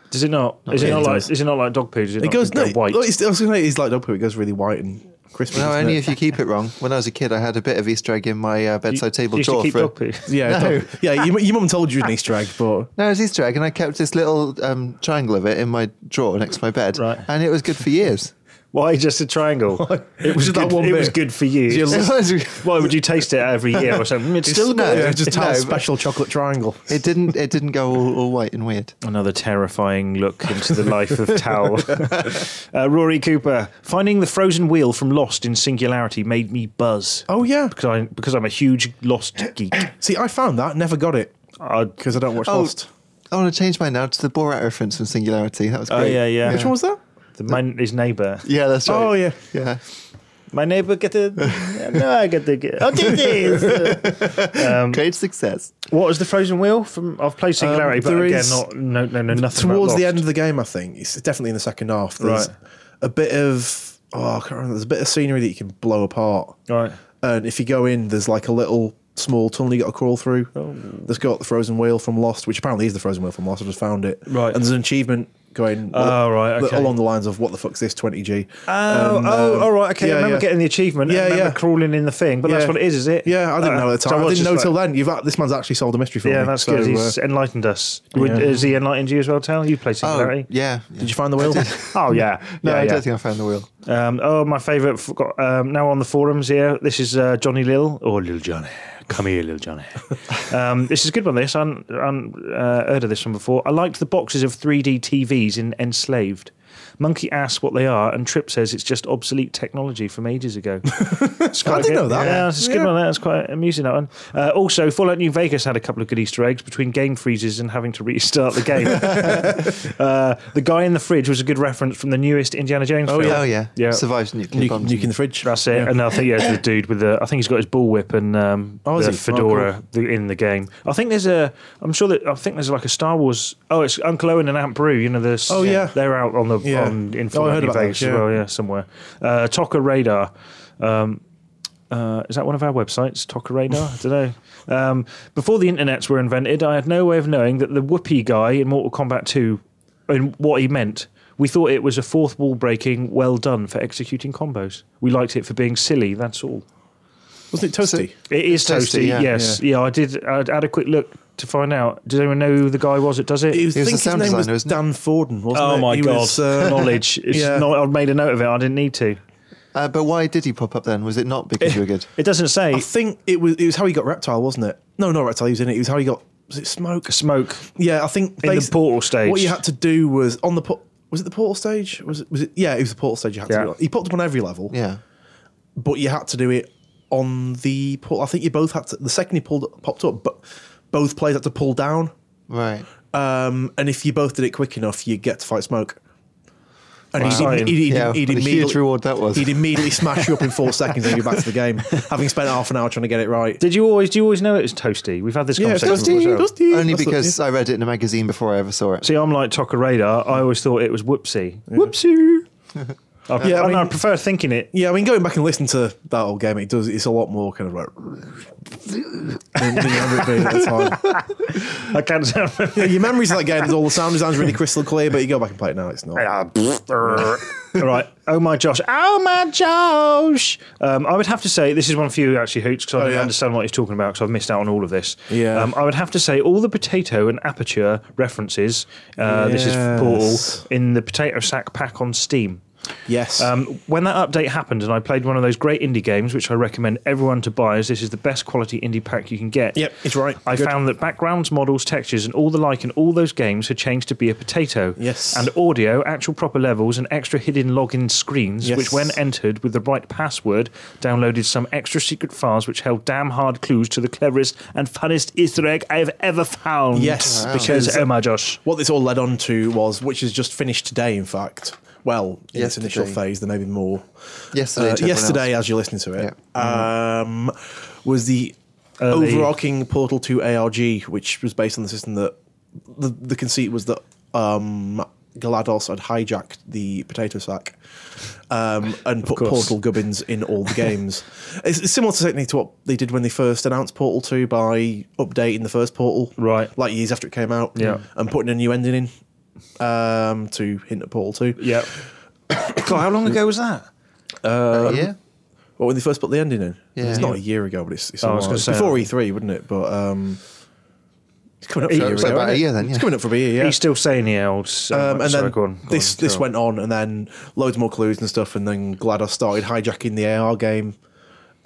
Speaker 1: does it not? is it
Speaker 3: really,
Speaker 1: not
Speaker 3: it
Speaker 1: like?
Speaker 3: does.
Speaker 1: Is it not like dog poo? Does it,
Speaker 3: It
Speaker 1: not
Speaker 3: goes
Speaker 1: go
Speaker 3: no.
Speaker 1: white?
Speaker 3: well, It's, I was gonna say, it's like dog poo. It goes really white and crispy.
Speaker 2: No,
Speaker 3: doesn't
Speaker 2: only
Speaker 3: it?
Speaker 2: if you keep it wrong. When I was a kid, I had a bit of Easter egg in my uh, bedside table
Speaker 1: you
Speaker 2: drawer.
Speaker 1: should keep
Speaker 2: for-
Speaker 1: dog poo.
Speaker 3: Yeah,
Speaker 2: No.
Speaker 3: dog- yeah. Your, your mum told you an Easter egg, but
Speaker 2: No, it was Easter egg, and I kept this little um, triangle of it in my drawer next to my bed,
Speaker 1: Right.
Speaker 2: and it was good for years.
Speaker 1: Why just a triangle? It was
Speaker 3: Just
Speaker 1: good,
Speaker 3: that one
Speaker 1: it was
Speaker 3: bit.
Speaker 1: good for you.
Speaker 3: Your
Speaker 1: It's- Why would you taste it every year or something? It's still
Speaker 2: no,
Speaker 1: good.
Speaker 3: Yeah, just have
Speaker 2: no,
Speaker 3: a
Speaker 2: but-
Speaker 3: special chocolate triangle.
Speaker 2: It didn't. It didn't go all, all white and weird.
Speaker 1: Another terrifying look into the life of Tao. uh, Rory Cooper finding the frozen wheel from Lost in Singularity made me buzz.
Speaker 3: Oh yeah.
Speaker 1: Because, I, because I'm a huge Lost geek.
Speaker 3: See, I found that never got it
Speaker 1: I'd-
Speaker 3: because I don't watch
Speaker 2: Oh.
Speaker 3: Lost.
Speaker 2: I want to change mine now to the Borat reference from Singularity. That was great.
Speaker 1: oh yeah, yeah.
Speaker 3: Which one was that?
Speaker 1: The man, his neighbour.
Speaker 2: Yeah, that's right.
Speaker 3: Oh yeah.
Speaker 2: yeah.
Speaker 1: My neighbour get the. No, I get the. I'll do this. Um,
Speaker 2: Great success.
Speaker 1: what was the frozen wheel from? I've played Singularity, but
Speaker 3: there
Speaker 1: again,
Speaker 3: is-
Speaker 1: not no no no nothing.
Speaker 3: towards
Speaker 1: about
Speaker 3: the
Speaker 1: Lost.
Speaker 3: end of the game, I think it's definitely in the second half. There's
Speaker 1: Right.
Speaker 3: a bit of oh, I can't remember. There's a bit of scenery that you can blow apart,
Speaker 1: Right.
Speaker 3: and if you go in, there's like a little small tunnel you got to crawl through.
Speaker 1: Oh.
Speaker 3: That's got the frozen wheel from Lost, which apparently is the frozen wheel from Lost. I just found it.
Speaker 1: Right.
Speaker 3: and there's an achievement going.
Speaker 1: Oh, right, okay.
Speaker 3: Along the lines of what the fuck's this 20g?
Speaker 1: Oh,
Speaker 3: And,
Speaker 1: oh,
Speaker 3: um,
Speaker 1: all right, okay. I
Speaker 3: yeah,
Speaker 1: remember
Speaker 3: yeah.
Speaker 1: getting the achievement. Yeah,
Speaker 3: Yeah,
Speaker 1: I remember
Speaker 3: yeah.
Speaker 1: crawling in the thing, but that's
Speaker 3: Yeah.
Speaker 1: what it is, is it?
Speaker 3: Yeah, I didn't
Speaker 1: Uh,
Speaker 3: know at the
Speaker 1: so
Speaker 3: time. I
Speaker 1: was
Speaker 3: didn't
Speaker 1: just
Speaker 3: know
Speaker 1: like-
Speaker 3: till then. You've this man's actually solved a mystery for me.
Speaker 1: Yeah, that's
Speaker 3: so,
Speaker 1: good.
Speaker 3: uh,
Speaker 1: He's enlightened us. Would,
Speaker 3: yeah.
Speaker 1: Has he enlightened you as well, Tal? You play
Speaker 2: Oh
Speaker 1: Singularity?
Speaker 2: yeah.
Speaker 3: did you find the wheel?
Speaker 1: Oh yeah,
Speaker 2: no,
Speaker 1: yeah,
Speaker 2: I
Speaker 1: yeah.
Speaker 2: don't think I found the wheel.
Speaker 1: Um, oh, my favourite. f- got, Um, now on the forums here. This is uh, Johnny Lil or Lil Johnny. Come here, Lil Johnny. um, this is a good one. This I hadn't- I hadn't uh, heard of this one before. I liked the boxes of 3D TVs in Enslaved. Monkey asks what they are, and Trip says it's just obsolete technology from ages ago. It's quite
Speaker 3: I didn't
Speaker 1: good.
Speaker 3: know that.
Speaker 1: Yeah, it's a good
Speaker 3: Yeah.
Speaker 1: one. That's quite amusing. That one. Uh, also, Fallout New Vegas had a couple of good Easter eggs between game freezes and having to restart the game. uh, the guy in the fridge was a good reference from the newest Indiana Jones. film.
Speaker 2: Oh yeah.
Speaker 1: Yeah.
Speaker 2: Survives nuclear
Speaker 3: Nuke,
Speaker 2: bombs.
Speaker 3: nuke in the fridge.
Speaker 1: That's it. And I think yeah, it's the dude with the. I think he's got his bullwhip and um,
Speaker 3: Oh, is
Speaker 1: the
Speaker 3: he? Oh,
Speaker 1: fedora
Speaker 3: cool.
Speaker 1: the, in the game. I think there's a. I'm sure that I think there's like a Star Wars. Oh, it's Uncle Owen and Aunt Brew. You know, there's.
Speaker 3: Oh, yeah.
Speaker 1: They're out on the
Speaker 3: Yeah.
Speaker 1: on in
Speaker 3: Oh, I
Speaker 1: Fortnite
Speaker 3: heard about
Speaker 1: Vegas as
Speaker 3: those, yeah.
Speaker 1: well. Yeah, somewhere. Uh, Tocker Radar. Um, uh, is that one of our websites, Tocker Radar? I don't know. Um, before the internets were invented, I had no way of knowing that the whoopee guy in Mortal Kombat 2 and what he meant. We thought it was a fourth wall breaking, well done for executing combos. We liked it for being silly, that's all.
Speaker 3: Wasn't it toasty?
Speaker 1: It is toasty,
Speaker 2: Toasty, yeah.
Speaker 1: yes. Yeah. I did. I had a quick look to find out. Does anyone know who the guy was that does it?
Speaker 3: It was,
Speaker 2: He was
Speaker 3: I
Speaker 2: the
Speaker 3: think his
Speaker 2: sound
Speaker 3: name
Speaker 2: designer,
Speaker 3: was
Speaker 2: isn't he?
Speaker 3: Dan Forden, wasn't
Speaker 1: oh
Speaker 3: it?
Speaker 1: my
Speaker 3: He
Speaker 1: god!
Speaker 3: was, uh,
Speaker 1: Knowledge. It's
Speaker 3: yeah.
Speaker 1: not, I made a note of it. I didn't need to.
Speaker 2: Uh, but why did he pop up then? Was it not because you were good?
Speaker 1: It doesn't say
Speaker 3: I think it was it was how he got reptile, wasn't it? No, not reptile. He was in it. It was how he got was it smoke?
Speaker 1: smoke.
Speaker 3: Yeah, I think
Speaker 1: In the portal stage.
Speaker 3: What you had to do was on the por- was it the portal stage? Was it was it? Yeah, it was the portal stage. You had
Speaker 1: Yeah.
Speaker 3: to do. it. He popped up on every level,
Speaker 2: Yeah.
Speaker 3: but you had to do it on the portal. I think you both had to. The second he pulled popped up, but both players had to pull down.
Speaker 2: Right.
Speaker 3: Um, and if you both did it quick enough, you get to fight smoke. And he'd,
Speaker 1: Wow.
Speaker 3: he'd, he'd,
Speaker 2: Yeah,
Speaker 3: he'd
Speaker 2: what a huge
Speaker 3: immediately-
Speaker 2: reward that was.
Speaker 3: He'd immediately smash you up in four seconds and you're back to the game, having spent half an hour trying to get it right.
Speaker 1: Did you always? Do you always know it was toasty? We've had this
Speaker 3: Yeah,
Speaker 1: conversation.
Speaker 3: Dusty,
Speaker 1: before as well.
Speaker 3: Dusty.
Speaker 2: Only
Speaker 3: That's what-
Speaker 2: because I read it in a magazine before I ever saw it.
Speaker 1: See, I'm like Tocker Radar. I always thought it was whoopsie. Whoopsie. I,
Speaker 3: Yeah, I
Speaker 1: I,
Speaker 3: mean-
Speaker 1: I prefer thinking it.
Speaker 3: Yeah, I mean, going back and listening to that old game, it does. It's a lot more kind of like than, than you remember it being at the time.
Speaker 1: I can't sound.
Speaker 3: Yeah, your memories of that game, all the sound design's really crystal clear, but you go back and play it now, it's not.
Speaker 1: right. Oh my Josh. Oh my Josh. Um, I would have to say this is one for you actually, Hoots, because I don't
Speaker 3: Oh, yeah.
Speaker 1: understand what he's talking about because I've missed out on all of this.
Speaker 3: Yeah.
Speaker 1: Um, I would have to say all the potato and aperture references. Uh, This is
Speaker 3: Yes.
Speaker 1: Portal in the potato sack pack on Steam.
Speaker 3: Yes.
Speaker 1: Um, when that update happened, and I played one of those great indie games, which I recommend everyone to buy, as this is the best quality indie pack you can get.
Speaker 3: Yep, it's right.
Speaker 1: I
Speaker 3: Good.
Speaker 1: found that backgrounds, models, textures, and all the like in all those games had changed to be a potato.
Speaker 3: Yes.
Speaker 1: And audio, actual proper levels, and extra hidden login screens,
Speaker 3: Yes.
Speaker 1: which, when entered with the right password, downloaded some extra secret files which held damn hard clues to the cleverest and funniest Easter egg I've ever found.
Speaker 3: Yes, Wow.
Speaker 1: Because, oh my Josh.
Speaker 3: what this all led on to was, which is just finished today, in fact. Well, in its initial
Speaker 2: Yesterday.
Speaker 3: phase, there may be more.
Speaker 2: Yesterday.
Speaker 3: Uh,
Speaker 2: to everyone
Speaker 3: yesterday,
Speaker 2: else.
Speaker 3: as you're listening to it, um, was the overarching Portal 2 ARG, which was based on the system that the, the conceit was that um, Galados had hijacked the potato sack um, and put
Speaker 1: course.
Speaker 3: Portal gubbins in all the games. It's, it's similar to technically to what they did when they first announced Portal 2 by updating the first Portal,
Speaker 1: Right.
Speaker 3: Like years after it came out,
Speaker 1: Yeah.
Speaker 3: and putting a new ending in um, to hint at Portal 2.
Speaker 1: Yeah. God, how long ago was that?
Speaker 2: Uh, yeah.
Speaker 3: Well, when they first put the ending in,
Speaker 2: Yeah.
Speaker 3: it's E not a year ago, but it's, it's
Speaker 1: Oh, I
Speaker 3: a
Speaker 1: was
Speaker 3: while.
Speaker 1: gonna
Speaker 3: It's
Speaker 1: say
Speaker 3: before
Speaker 1: that.
Speaker 3: E3, wouldn't it? But um, It's coming up
Speaker 2: So-
Speaker 3: for a year.
Speaker 2: E so
Speaker 3: ago,
Speaker 2: about
Speaker 3: isn't
Speaker 2: a
Speaker 3: it?
Speaker 2: year then,
Speaker 3: It's
Speaker 2: yeah.
Speaker 3: coming up for a year, yeah.
Speaker 1: He's still saying the old. So
Speaker 3: Um,
Speaker 1: much.
Speaker 3: and
Speaker 1: Sorry,
Speaker 3: then
Speaker 1: go on, go on,
Speaker 3: this this
Speaker 1: carry on.
Speaker 3: went on, and then loads more clues and stuff, and then GLaDOS started hijacking the AR game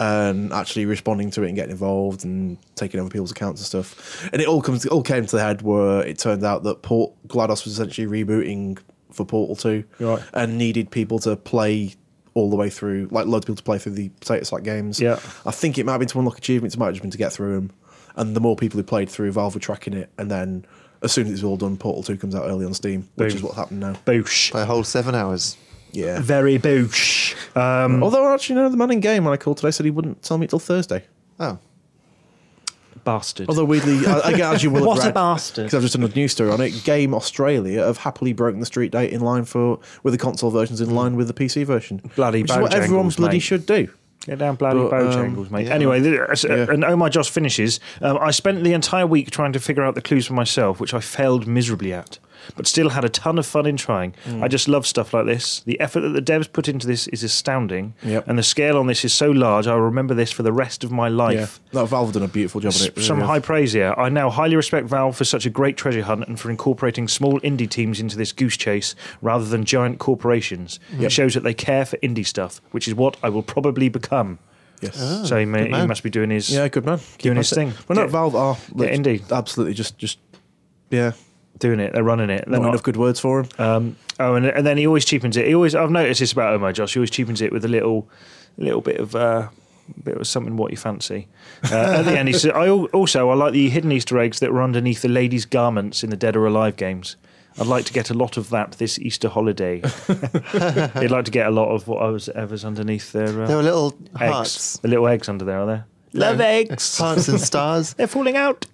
Speaker 3: and actually responding to it and getting involved and taking over people's accounts and stuff. And it all comes, it all came to the head where it turned out that Port GLaDOS was essentially rebooting for Portal Two,
Speaker 1: Right.
Speaker 3: and needed people to play all the way through, like loads of people to play through the potato sack games.
Speaker 1: Yeah.
Speaker 3: I think it might have been to unlock achievements, it might have just been to get through them. And the more people who played through, Valve were tracking it. And then as soon as it's all done, Portal 2 comes out early on Steam, which
Speaker 1: Boom.
Speaker 3: is what's happened now.
Speaker 1: Boosh.
Speaker 2: By a whole seven hours.
Speaker 3: Yeah.
Speaker 1: Very boosh. Um,
Speaker 3: Although, actually, no, the man in game when I called today said he wouldn't tell me till Thursday.
Speaker 2: Oh.
Speaker 1: bastard.
Speaker 3: Although, weirdly, I, I guess you will have
Speaker 1: What a
Speaker 3: read-
Speaker 1: bastard.
Speaker 3: Because I've just done a news story on it. Game Australia have happily broken the street date in line for, with the console versions in line with the PC version.
Speaker 1: Bloody
Speaker 3: Which is what everyone
Speaker 1: Bojangles,
Speaker 3: bloody
Speaker 1: mate.
Speaker 3: should do.
Speaker 1: Get down bloody
Speaker 3: But, um,
Speaker 1: Bojangles, mate.
Speaker 2: yeah.
Speaker 1: Anyway, th- uh, and oh my Josh finishes. Um, I spent the entire week trying to figure out the clues for myself, which I failed miserably at, but still had a ton of fun in trying.
Speaker 3: Mm.
Speaker 1: I just love stuff like this. The effort that the devs put into this is astounding,
Speaker 3: Yep.
Speaker 1: and the scale on this is so large. I'll remember this for the rest of my
Speaker 3: Yeah.
Speaker 1: life.
Speaker 3: No, Valve have done a beautiful job on
Speaker 1: S-
Speaker 3: it. uh,
Speaker 1: Some
Speaker 3: Yeah.
Speaker 1: high praise here. I now highly respect Valve for such a great treasure hunt and for incorporating small indie teams into this goose chase rather than giant corporations. It shows that they care for indie stuff, which is what I will probably become.
Speaker 3: Yes.
Speaker 1: so he, may,
Speaker 2: good
Speaker 1: he
Speaker 2: man.
Speaker 1: must be doing his.
Speaker 3: Ah, Yeah, good man.
Speaker 1: Doing
Speaker 3: on
Speaker 1: his
Speaker 3: it.
Speaker 1: thing.
Speaker 3: Well, no,
Speaker 1: Yeah.
Speaker 3: Valve are
Speaker 1: Yeah,
Speaker 3: like,
Speaker 1: indeed.
Speaker 3: absolutely just, just yeah.
Speaker 1: Doing it. They're running it. They're
Speaker 3: not,
Speaker 1: not.
Speaker 3: enough good words for him.
Speaker 1: um, oh, and, and then he always cheapens it. He always. I've noticed this about Oh My Josh. He always cheapens it with a little, little bit of. Uh, Bit of something what you fancy. Uh, at the end, he said, "I al- also I like the hidden Easter eggs that were underneath the ladies' garments in the Dead or Alive games. I'd like to get a lot of that this Easter holiday. I'd like to get a lot of what I was ever's underneath their uh,
Speaker 2: There were little
Speaker 1: eggs.
Speaker 2: hearts.
Speaker 1: The little eggs under there are there? Love
Speaker 2: No.
Speaker 1: eggs.
Speaker 2: Hearts and stars.
Speaker 1: They're falling out.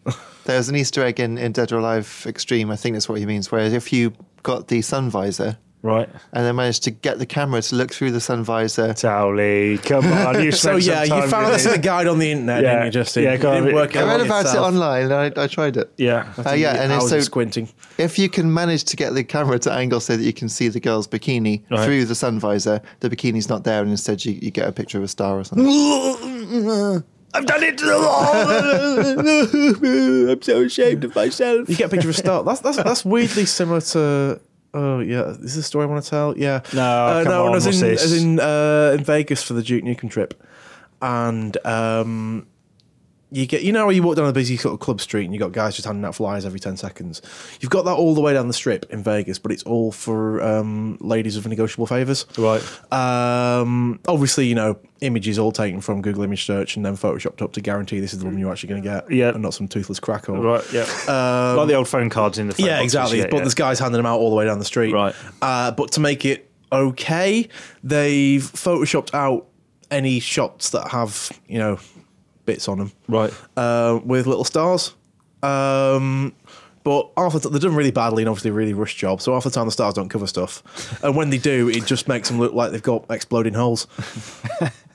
Speaker 2: There was an Easter egg in, in Dead or Alive Extreme, I think that's what he means, where if you got the sun visor
Speaker 1: Right,
Speaker 2: and then managed to get the camera to look through the sun visor,
Speaker 1: Towley, come on. You
Speaker 3: so
Speaker 1: spent
Speaker 3: yeah,
Speaker 1: some
Speaker 3: you
Speaker 1: time
Speaker 3: found
Speaker 1: with
Speaker 3: this in a guide on the internet,
Speaker 1: Yeah.
Speaker 3: didn't you, Justin?
Speaker 1: Yeah,
Speaker 3: It
Speaker 1: go on.
Speaker 3: didn't work
Speaker 2: I
Speaker 3: out
Speaker 2: read about
Speaker 3: itself.
Speaker 2: it online and I, I tried it.
Speaker 1: Yeah.
Speaker 2: Uh, yeah, and
Speaker 3: I
Speaker 2: it's
Speaker 3: was
Speaker 2: so
Speaker 3: squinting.
Speaker 2: if you can manage to get the camera to angle so that you can see the girl's bikini
Speaker 1: Right.
Speaker 2: through the sun visor, the bikini's not there, and instead you, you get a picture of a star or something.
Speaker 1: I've done it to the wall. I'm so ashamed of myself.
Speaker 3: You get a picture of a star. That's that's that's weirdly similar to. Oh yeah, is this the story I want to tell? Yeah.
Speaker 1: No,
Speaker 3: Uh,
Speaker 1: come
Speaker 3: no. when I
Speaker 1: on,
Speaker 3: was
Speaker 1: what's
Speaker 3: in,
Speaker 1: this?
Speaker 3: as in uh, in Vegas for the Duke Nukem trip, and um, you get you know how you walk down a busy sort of club street and you got guys just handing out flyers every ten seconds. You've got that all the way down the strip in Vegas, but it's all for um, ladies with negotiable favors.
Speaker 1: Right.
Speaker 3: Um, obviously, you know images all taken from Google image search and then photoshopped up to guarantee this is the woman you're actually going to get,
Speaker 1: Yeah.
Speaker 3: and not some toothless crack or
Speaker 1: Right, yeah. like the old phone cards in the phone
Speaker 3: Um, yeah,
Speaker 1: boxes,
Speaker 3: exactly.
Speaker 1: yeah,
Speaker 3: but
Speaker 1: yeah.
Speaker 3: this guy's handing them out all the way down the street.
Speaker 1: Right.
Speaker 3: Uh, but to make it okay, they've photoshopped out any shots that have you know bits on them
Speaker 1: Right.
Speaker 3: uh, with little stars. Um, but half the t- they're done really badly and obviously a really rushed job. So half the time the stars don't cover stuff, and when they do, it just makes them look like they've got exploding holes.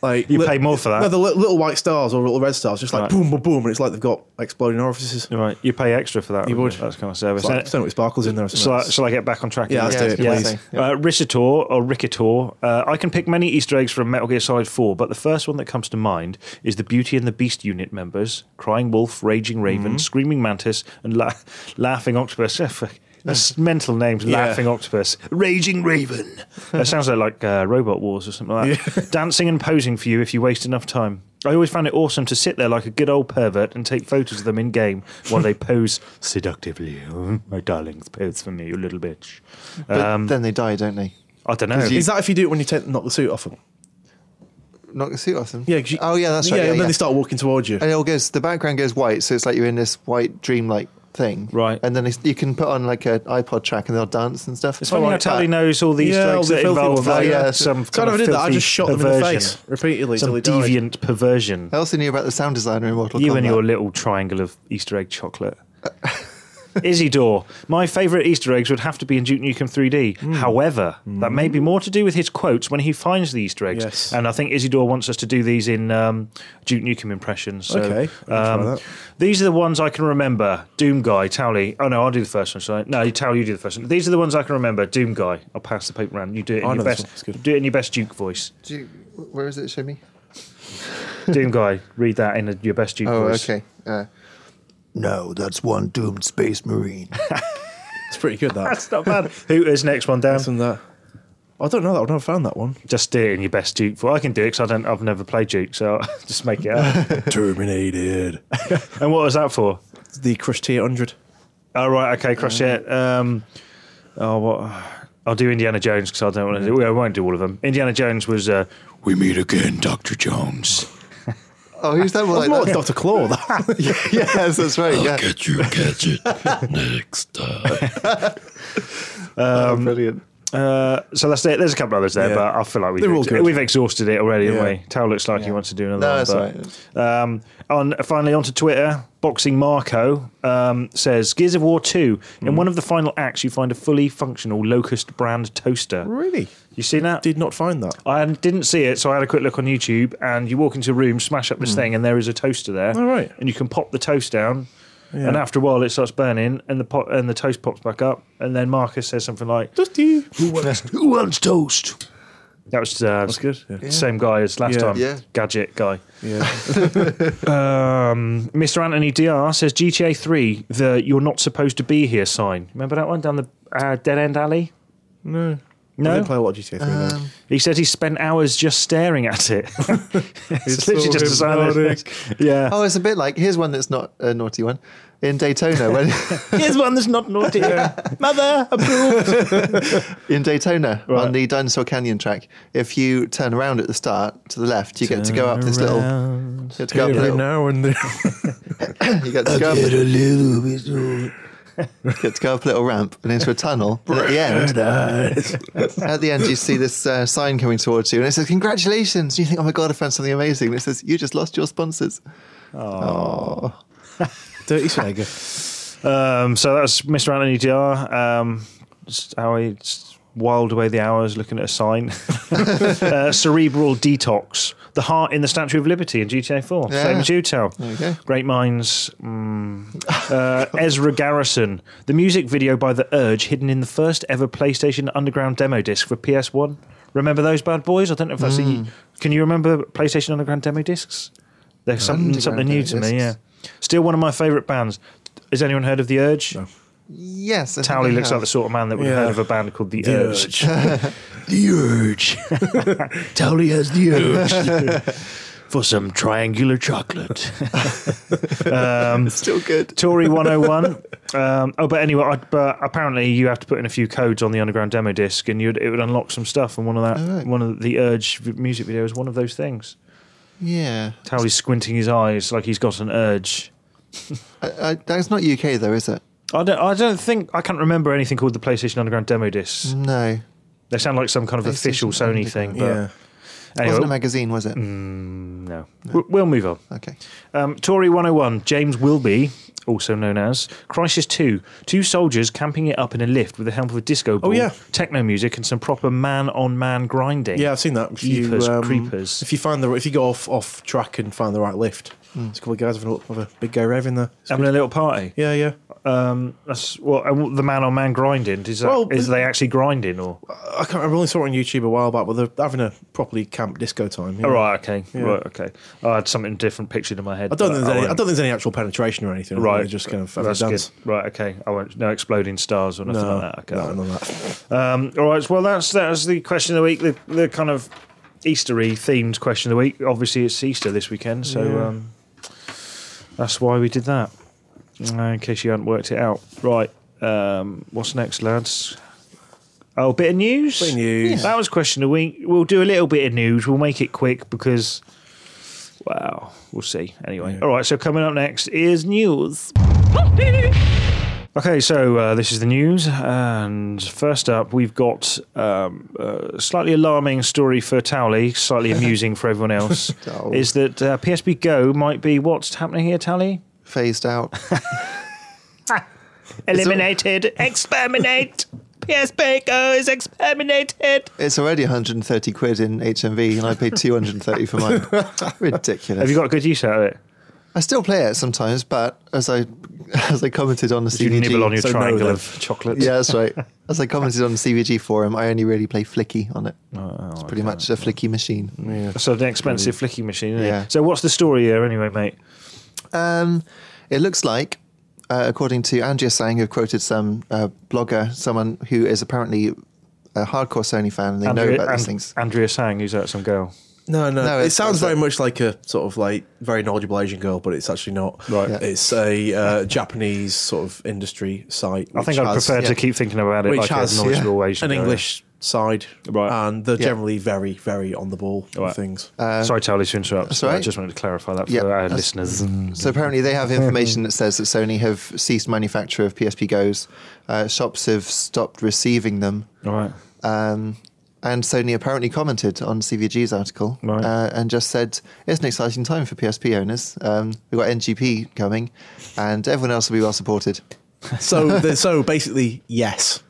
Speaker 3: Like
Speaker 1: You pay more for that.
Speaker 3: No, the li- little white stars or little red stars, just like
Speaker 1: Right.
Speaker 3: boom, boom, boom, and it's like they've got exploding orifices.
Speaker 1: Right. You pay extra for that.
Speaker 3: You
Speaker 1: wouldn't
Speaker 3: would.
Speaker 1: That's kind of service.
Speaker 3: It's like,
Speaker 1: And-
Speaker 3: something with sparkles in there. or something.
Speaker 1: shall, I, shall I get back on track?
Speaker 3: Yeah, let's
Speaker 1: here?
Speaker 3: do it,
Speaker 2: Yeah,
Speaker 3: please.
Speaker 2: please.
Speaker 1: Uh, Ricitor or Ricitor. Uh, I can pick many Easter eggs from Metal Gear Solid 4, but the first one that comes to mind is the Beauty and the Beast unit members Crying Wolf, Raging Raven, Screaming Mantis, and la- Laughing Octopus. Yeah, fuck. That's mental names.
Speaker 3: Yeah.
Speaker 1: Laughing Octopus. Raging Raven. that sounds like uh, Robot Wars or something like that. Dancing and posing for you if you waste enough time. I always found it awesome to sit there like a good old pervert and take photos of them in game while they pose seductively. Oh, my darlings, pose for me, you little bitch.
Speaker 2: But
Speaker 1: Um,
Speaker 2: then they die, don't they?
Speaker 1: I don't know.
Speaker 3: Is that if you do it when you take knock the suit off them?
Speaker 2: Knock the suit off them.
Speaker 3: Yeah. 'cause you-
Speaker 2: oh yeah, that's right.
Speaker 3: Yeah,
Speaker 2: Yeah,
Speaker 3: and then
Speaker 2: yeah.
Speaker 3: they start walking towards you.
Speaker 2: and it all goes. The background goes white, so it's like you're in this white dream-like thing.
Speaker 1: Right.
Speaker 2: And then it's- you can put on like an iPod track, and they'll dance and stuff.
Speaker 1: It's funny how
Speaker 2: Alright,
Speaker 1: Tally
Speaker 2: that-
Speaker 1: knows all these
Speaker 3: Yeah,
Speaker 1: Easter
Speaker 3: all
Speaker 1: eggs
Speaker 3: the
Speaker 1: that
Speaker 3: filthy
Speaker 1: involve
Speaker 3: ones,
Speaker 1: like,
Speaker 2: yeah.
Speaker 1: some
Speaker 3: So I
Speaker 1: kind
Speaker 3: never
Speaker 1: of
Speaker 3: did that. I
Speaker 1: filthy
Speaker 3: just shot him in the
Speaker 1: perversion.
Speaker 3: face repeatedly.
Speaker 1: Some
Speaker 3: till he died.
Speaker 1: deviant perversion.
Speaker 2: I also knew about the sound designer in Mortal
Speaker 1: you
Speaker 2: Kombat.
Speaker 1: and your little triangle of Easter egg chocolate. Isidore, my favourite Easter eggs would have to be in Duke Nukem 3D.
Speaker 3: Hmm.
Speaker 1: However, that may be more to do with his quotes when he finds the Easter eggs.
Speaker 3: Yes.
Speaker 1: And I think Isidore wants us to do these in um, Duke Nukem impressions. So, um,
Speaker 3: Okay, I can try that.
Speaker 1: These are the ones I can remember. Doom Guy, Towley. Oh no, I'll do the first one. Sorry, no, Towley, you do the first one. These are the ones I can remember. Doom Guy. I'll pass the paper round. You do it in
Speaker 3: I
Speaker 1: your
Speaker 3: know this
Speaker 1: best.
Speaker 3: one. It's good.
Speaker 1: Do it in your best Duke voice.
Speaker 2: Do you, where is it? Show me.
Speaker 1: Doom Guy. Read that in a, your best Duke
Speaker 2: Oh,
Speaker 1: voice.
Speaker 2: okay. Uh, No, that's one doomed space marine.
Speaker 3: It's pretty good that.
Speaker 1: That's not bad. Who is next one down?
Speaker 3: Isn't that? I don't know that. I've never found that one.
Speaker 1: Just do it in your best Duke. Well, I can do it because I don't. I've never played Duke, so just make it up.
Speaker 3: Terminated.
Speaker 1: and what was that for?
Speaker 3: the Crush T hundred.
Speaker 1: Oh right, okay, crush it.
Speaker 3: Uh,
Speaker 1: Um, oh, what? I'll do Indiana Jones because I don't want to do. I won't do all of them. Indiana Jones was. Uh, we meet again, Doctor Jones.
Speaker 2: oh, who's that one?
Speaker 3: It's more
Speaker 2: Like that?
Speaker 3: Doctor Claw. That.
Speaker 2: yes, that's right. Yeah,
Speaker 5: Get you, catch it next time.
Speaker 1: Um,
Speaker 2: Oh, brilliant.
Speaker 1: Uh, so that's it. There's a couple others there,
Speaker 3: Yeah.
Speaker 1: but I feel like we've
Speaker 3: They're all
Speaker 1: ex-
Speaker 3: good.
Speaker 1: we've exhausted it already, haven't
Speaker 3: Yeah.
Speaker 1: we? Tao looks like he wants to do another.
Speaker 2: No,
Speaker 1: one,
Speaker 2: that's
Speaker 1: but- Um, on finally onto Twitter, boxing Marco um, says Gears of War Two.
Speaker 3: Mm.
Speaker 1: In one of the final acts, you find a fully functional Locust brand toaster.
Speaker 3: really?
Speaker 1: You seen that?
Speaker 3: Did not find that.
Speaker 1: I didn't see it, so I had a quick look on YouTube. And you walk into a room, smash up this thing, and there is a toaster there.
Speaker 3: Hmm. All right.
Speaker 1: And you can pop the toast down,
Speaker 3: Yeah.
Speaker 1: and after a while, it starts burning, and the pot and the toast pops back up. And then Marcus says something like,
Speaker 3: Dusty.
Speaker 1: "Who wants, who wants toast?" That was uh, that's
Speaker 3: good, yeah.
Speaker 1: Same guy as last
Speaker 3: Yeah.
Speaker 1: time.
Speaker 2: Yeah.
Speaker 1: Gadget guy.
Speaker 3: Yeah.
Speaker 1: Um, Mr. Anthony Dr says GTA 3, the "You're not supposed to be here" sign. Remember that one down the uh, dead end alley?
Speaker 3: No. I
Speaker 1: No.
Speaker 3: didn't play a lot of GTA 3 though.
Speaker 1: He said he spent hours just staring at it. it's
Speaker 3: It's
Speaker 1: literally
Speaker 3: so
Speaker 1: just a sign on his face. Yeah.
Speaker 2: Oh, it's a bit like here's one that's not a naughty one in Daytona. When
Speaker 1: Here's one that's not naughty. Mother,
Speaker 2: in Daytona
Speaker 1: Right.
Speaker 2: on the Dinosaur Canyon track, if you turn around at the start to the left, you get to go up this little. You get to go up,
Speaker 3: Every
Speaker 2: little,
Speaker 3: now and then.
Speaker 2: you get to go up
Speaker 5: a little bit old.
Speaker 2: get to go up a little ramp and into a tunnel. And at the end, at the end, you see this uh, sign coming towards you, and it says "Congratulations!" You think, "Oh my god, I found something amazing!" And it says, "You just lost your sponsors."
Speaker 3: Dirty Sega.
Speaker 1: Um, so that's Mr. Anthony Dr. Um, just how he just whiled away the hours looking at a sign. uh, cerebral detox. The heart in the Statue of Liberty in GTA 4.
Speaker 2: Yeah.
Speaker 1: Same as you, Tal.
Speaker 2: you go.
Speaker 1: Great minds. Mm. Uh, Ezra Garrison. The music video by The Urge hidden in the first ever PlayStation Underground demo disc for PS1. Remember those bad boys? I don't know if that's a.
Speaker 2: Hmm.
Speaker 1: Can you remember PlayStation Underground demo discs? They're something,
Speaker 2: Underground
Speaker 1: something new to
Speaker 2: demo
Speaker 1: me, yeah.
Speaker 2: discs.
Speaker 1: Still one of my favourite bands. Has anyone heard of The Urge?
Speaker 2: Yes, I think I
Speaker 1: Towley looks
Speaker 2: have.
Speaker 1: like the sort of man that would
Speaker 3: Yeah.
Speaker 1: have heard of a band called The, Urge.
Speaker 5: The urge. Towley has the urge for some triangular chocolate.
Speaker 2: still good.
Speaker 1: Tory 101. um, oh, but anyway, I, but apparently you have to put in a few codes on the underground demo disc, and you'd, it would unlock some stuff. And one of that,
Speaker 2: Oh, right.
Speaker 1: one of the urge v- music video is one of those things.
Speaker 2: Yeah,
Speaker 1: Towley's squinting his eyes like he's got an urge.
Speaker 2: I, I, that's not UK though, is it?
Speaker 1: I don't. I don't think I can't remember anything called the PlayStation Underground demo discs.
Speaker 3: Mm.
Speaker 2: No,
Speaker 1: They sound like some kind of official
Speaker 2: PlayStation
Speaker 1: Sony thing. But
Speaker 3: Yeah.
Speaker 1: anyway,
Speaker 2: wasn't a magazine, was it?
Speaker 1: Mm. no. We'll- We'll move on.
Speaker 2: Okay.
Speaker 1: Um, Tory 101, James Wilby, also known as Crisis 2. Two soldiers camping it up in a lift with the help of a disco ball,
Speaker 3: Oh, yeah.
Speaker 1: techno music, and some proper man on man grinding.
Speaker 3: Yeah, I've seen that. If
Speaker 1: Jeepers
Speaker 3: you, um,
Speaker 1: creepers.
Speaker 3: If you find the if you go off off track and find the right lift,
Speaker 2: Mm.
Speaker 3: there's a couple of guys having a, have a big gay rave in there.
Speaker 1: Having a little party.
Speaker 3: Yeah, yeah.
Speaker 1: Um, that's well, and what- the man on man grinding. Is that
Speaker 3: Well,
Speaker 1: is
Speaker 3: the-
Speaker 1: they actually grinding or?
Speaker 3: I can't. I only saw it on YouTube a while back, but they're having a properly camp disco time. yeah.
Speaker 1: All right, okay, right, okay. I had something different pictured in my head.
Speaker 3: I don't
Speaker 1: but
Speaker 3: think there's any, I
Speaker 1: won't.
Speaker 3: don't think there's any actual penetration or anything. I think
Speaker 1: Right,
Speaker 3: they're just kind of having a
Speaker 1: that's
Speaker 3: dance.
Speaker 1: good. Right, okay. I won't. No exploding stars or nothing
Speaker 3: No,
Speaker 1: like that. Okay,
Speaker 3: no, none of that.
Speaker 1: Um, all right. Well, that's that was the question of the week. The, the kind of Eastery themed question of the week. Obviously, it's Easter this weekend, so
Speaker 3: Yeah.
Speaker 1: um, that's why we did that. Uh, in case you hadn't worked it out, right? Um, what's next, lads? Oh, bit of news.
Speaker 3: Bit of news. Yeah.
Speaker 1: That was question of the week. We'll do a little bit of news. We'll make it quick because, wow, we'll see. Anyway, all right. So coming up next is news. Okay, so uh, this is the news, and first up, we've got um, a slightly alarming story for Towley, slightly amusing for everyone else.
Speaker 2: Oh.
Speaker 1: is that uh, PSP Go might be what's happening here, Towley?
Speaker 2: Phased out.
Speaker 1: Eliminated, exterminate. PSP Go is exterminated.
Speaker 2: It's already 130 quid in HMV, and I paid 230 for mine. Ridiculous.
Speaker 1: Have you got good use out of it?
Speaker 2: I still play it sometimes, but as I as I commented on the
Speaker 1: Did you
Speaker 2: CVG,
Speaker 1: nibble on your
Speaker 3: so no
Speaker 1: triangle
Speaker 3: then.
Speaker 1: of chocolate?
Speaker 2: yeah, that's right. As I commented on the CVG forum, I only really play Flicky on it. it's pretty much a Flicky machine.
Speaker 1: Oh, So an expensive flicking machine. Isn't
Speaker 2: Yeah.
Speaker 1: It? So what's the story here, anyway, mate?
Speaker 2: Um, it looks like uh, according to Andrea Sang, who quoted some uh, blogger, someone who is apparently a hardcore Sony fan and they know about these
Speaker 1: An-
Speaker 2: things.
Speaker 1: Andrea Sang, who's that some girl?
Speaker 3: No, no.
Speaker 2: No,
Speaker 3: it
Speaker 2: it's-
Speaker 3: sounds
Speaker 2: it's
Speaker 3: very
Speaker 2: like-
Speaker 3: much like a sort of like very knowledgeable Asian girl, but it's actually not.
Speaker 1: Right.
Speaker 2: Yeah.
Speaker 3: It's a uh, Japanese sort of industry site.
Speaker 1: I think
Speaker 3: which
Speaker 1: I'd
Speaker 3: has-
Speaker 1: prefer
Speaker 2: yeah.
Speaker 1: to keep thinking about it
Speaker 3: which
Speaker 1: like
Speaker 3: has
Speaker 1: a knowledgeable
Speaker 3: yeah,
Speaker 1: Asian
Speaker 3: an
Speaker 1: girl.
Speaker 3: English side,
Speaker 1: Right.
Speaker 3: And they're
Speaker 2: Yeah. Uh,
Speaker 3: generally very, very on the ball on
Speaker 1: Right.
Speaker 3: things.
Speaker 1: Sorry, Charlie, to interrupt.
Speaker 2: That's
Speaker 1: but I
Speaker 2: right.
Speaker 1: just wanted to clarify that for
Speaker 2: Yeah,
Speaker 1: our
Speaker 2: that's- Mm.
Speaker 1: listeners.
Speaker 2: So apparently they have information that says that Sony have ceased manufacture of PSP Go's, uh, shops have stopped receiving them,
Speaker 1: All right.
Speaker 2: um, and Sony apparently commented on CVG's article
Speaker 1: Right.
Speaker 2: uh, and just said it's an exciting time for PSP owners. Um, we've got NGP coming, and everyone else will be well supported.
Speaker 3: so, the- so basically, yes,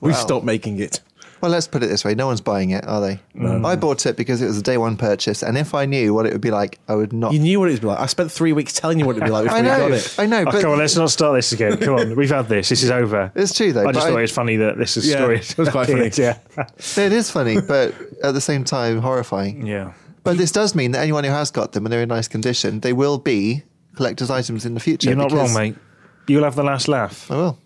Speaker 3: we've stopped making it.
Speaker 2: Well, let's put it this way: no one's buying it, are they? I bought it because it was a day one purchase, and if I knew what it would be like, I would not.
Speaker 3: You knew what it would be like. I spent three weeks telling you what it'd be like before
Speaker 2: I
Speaker 3: you
Speaker 2: know,
Speaker 3: got it.
Speaker 2: I know,
Speaker 1: Oh,
Speaker 2: but
Speaker 1: come on, let's not start this again. Come on, we've had this. This is over.
Speaker 2: It's true, though,
Speaker 1: I just
Speaker 2: but
Speaker 1: thought
Speaker 2: I-
Speaker 1: it was funny that this is
Speaker 3: Yeah,
Speaker 1: story.
Speaker 3: it was quite funny.
Speaker 1: yeah,
Speaker 2: it is funny, but at the same time horrifying.
Speaker 1: yeah.
Speaker 2: But this does mean that anyone who has got them and they're in nice condition, they will be collector's items in the future.
Speaker 1: You're not
Speaker 2: because-
Speaker 1: wrong, mate. You'll have the last laugh.
Speaker 2: I will.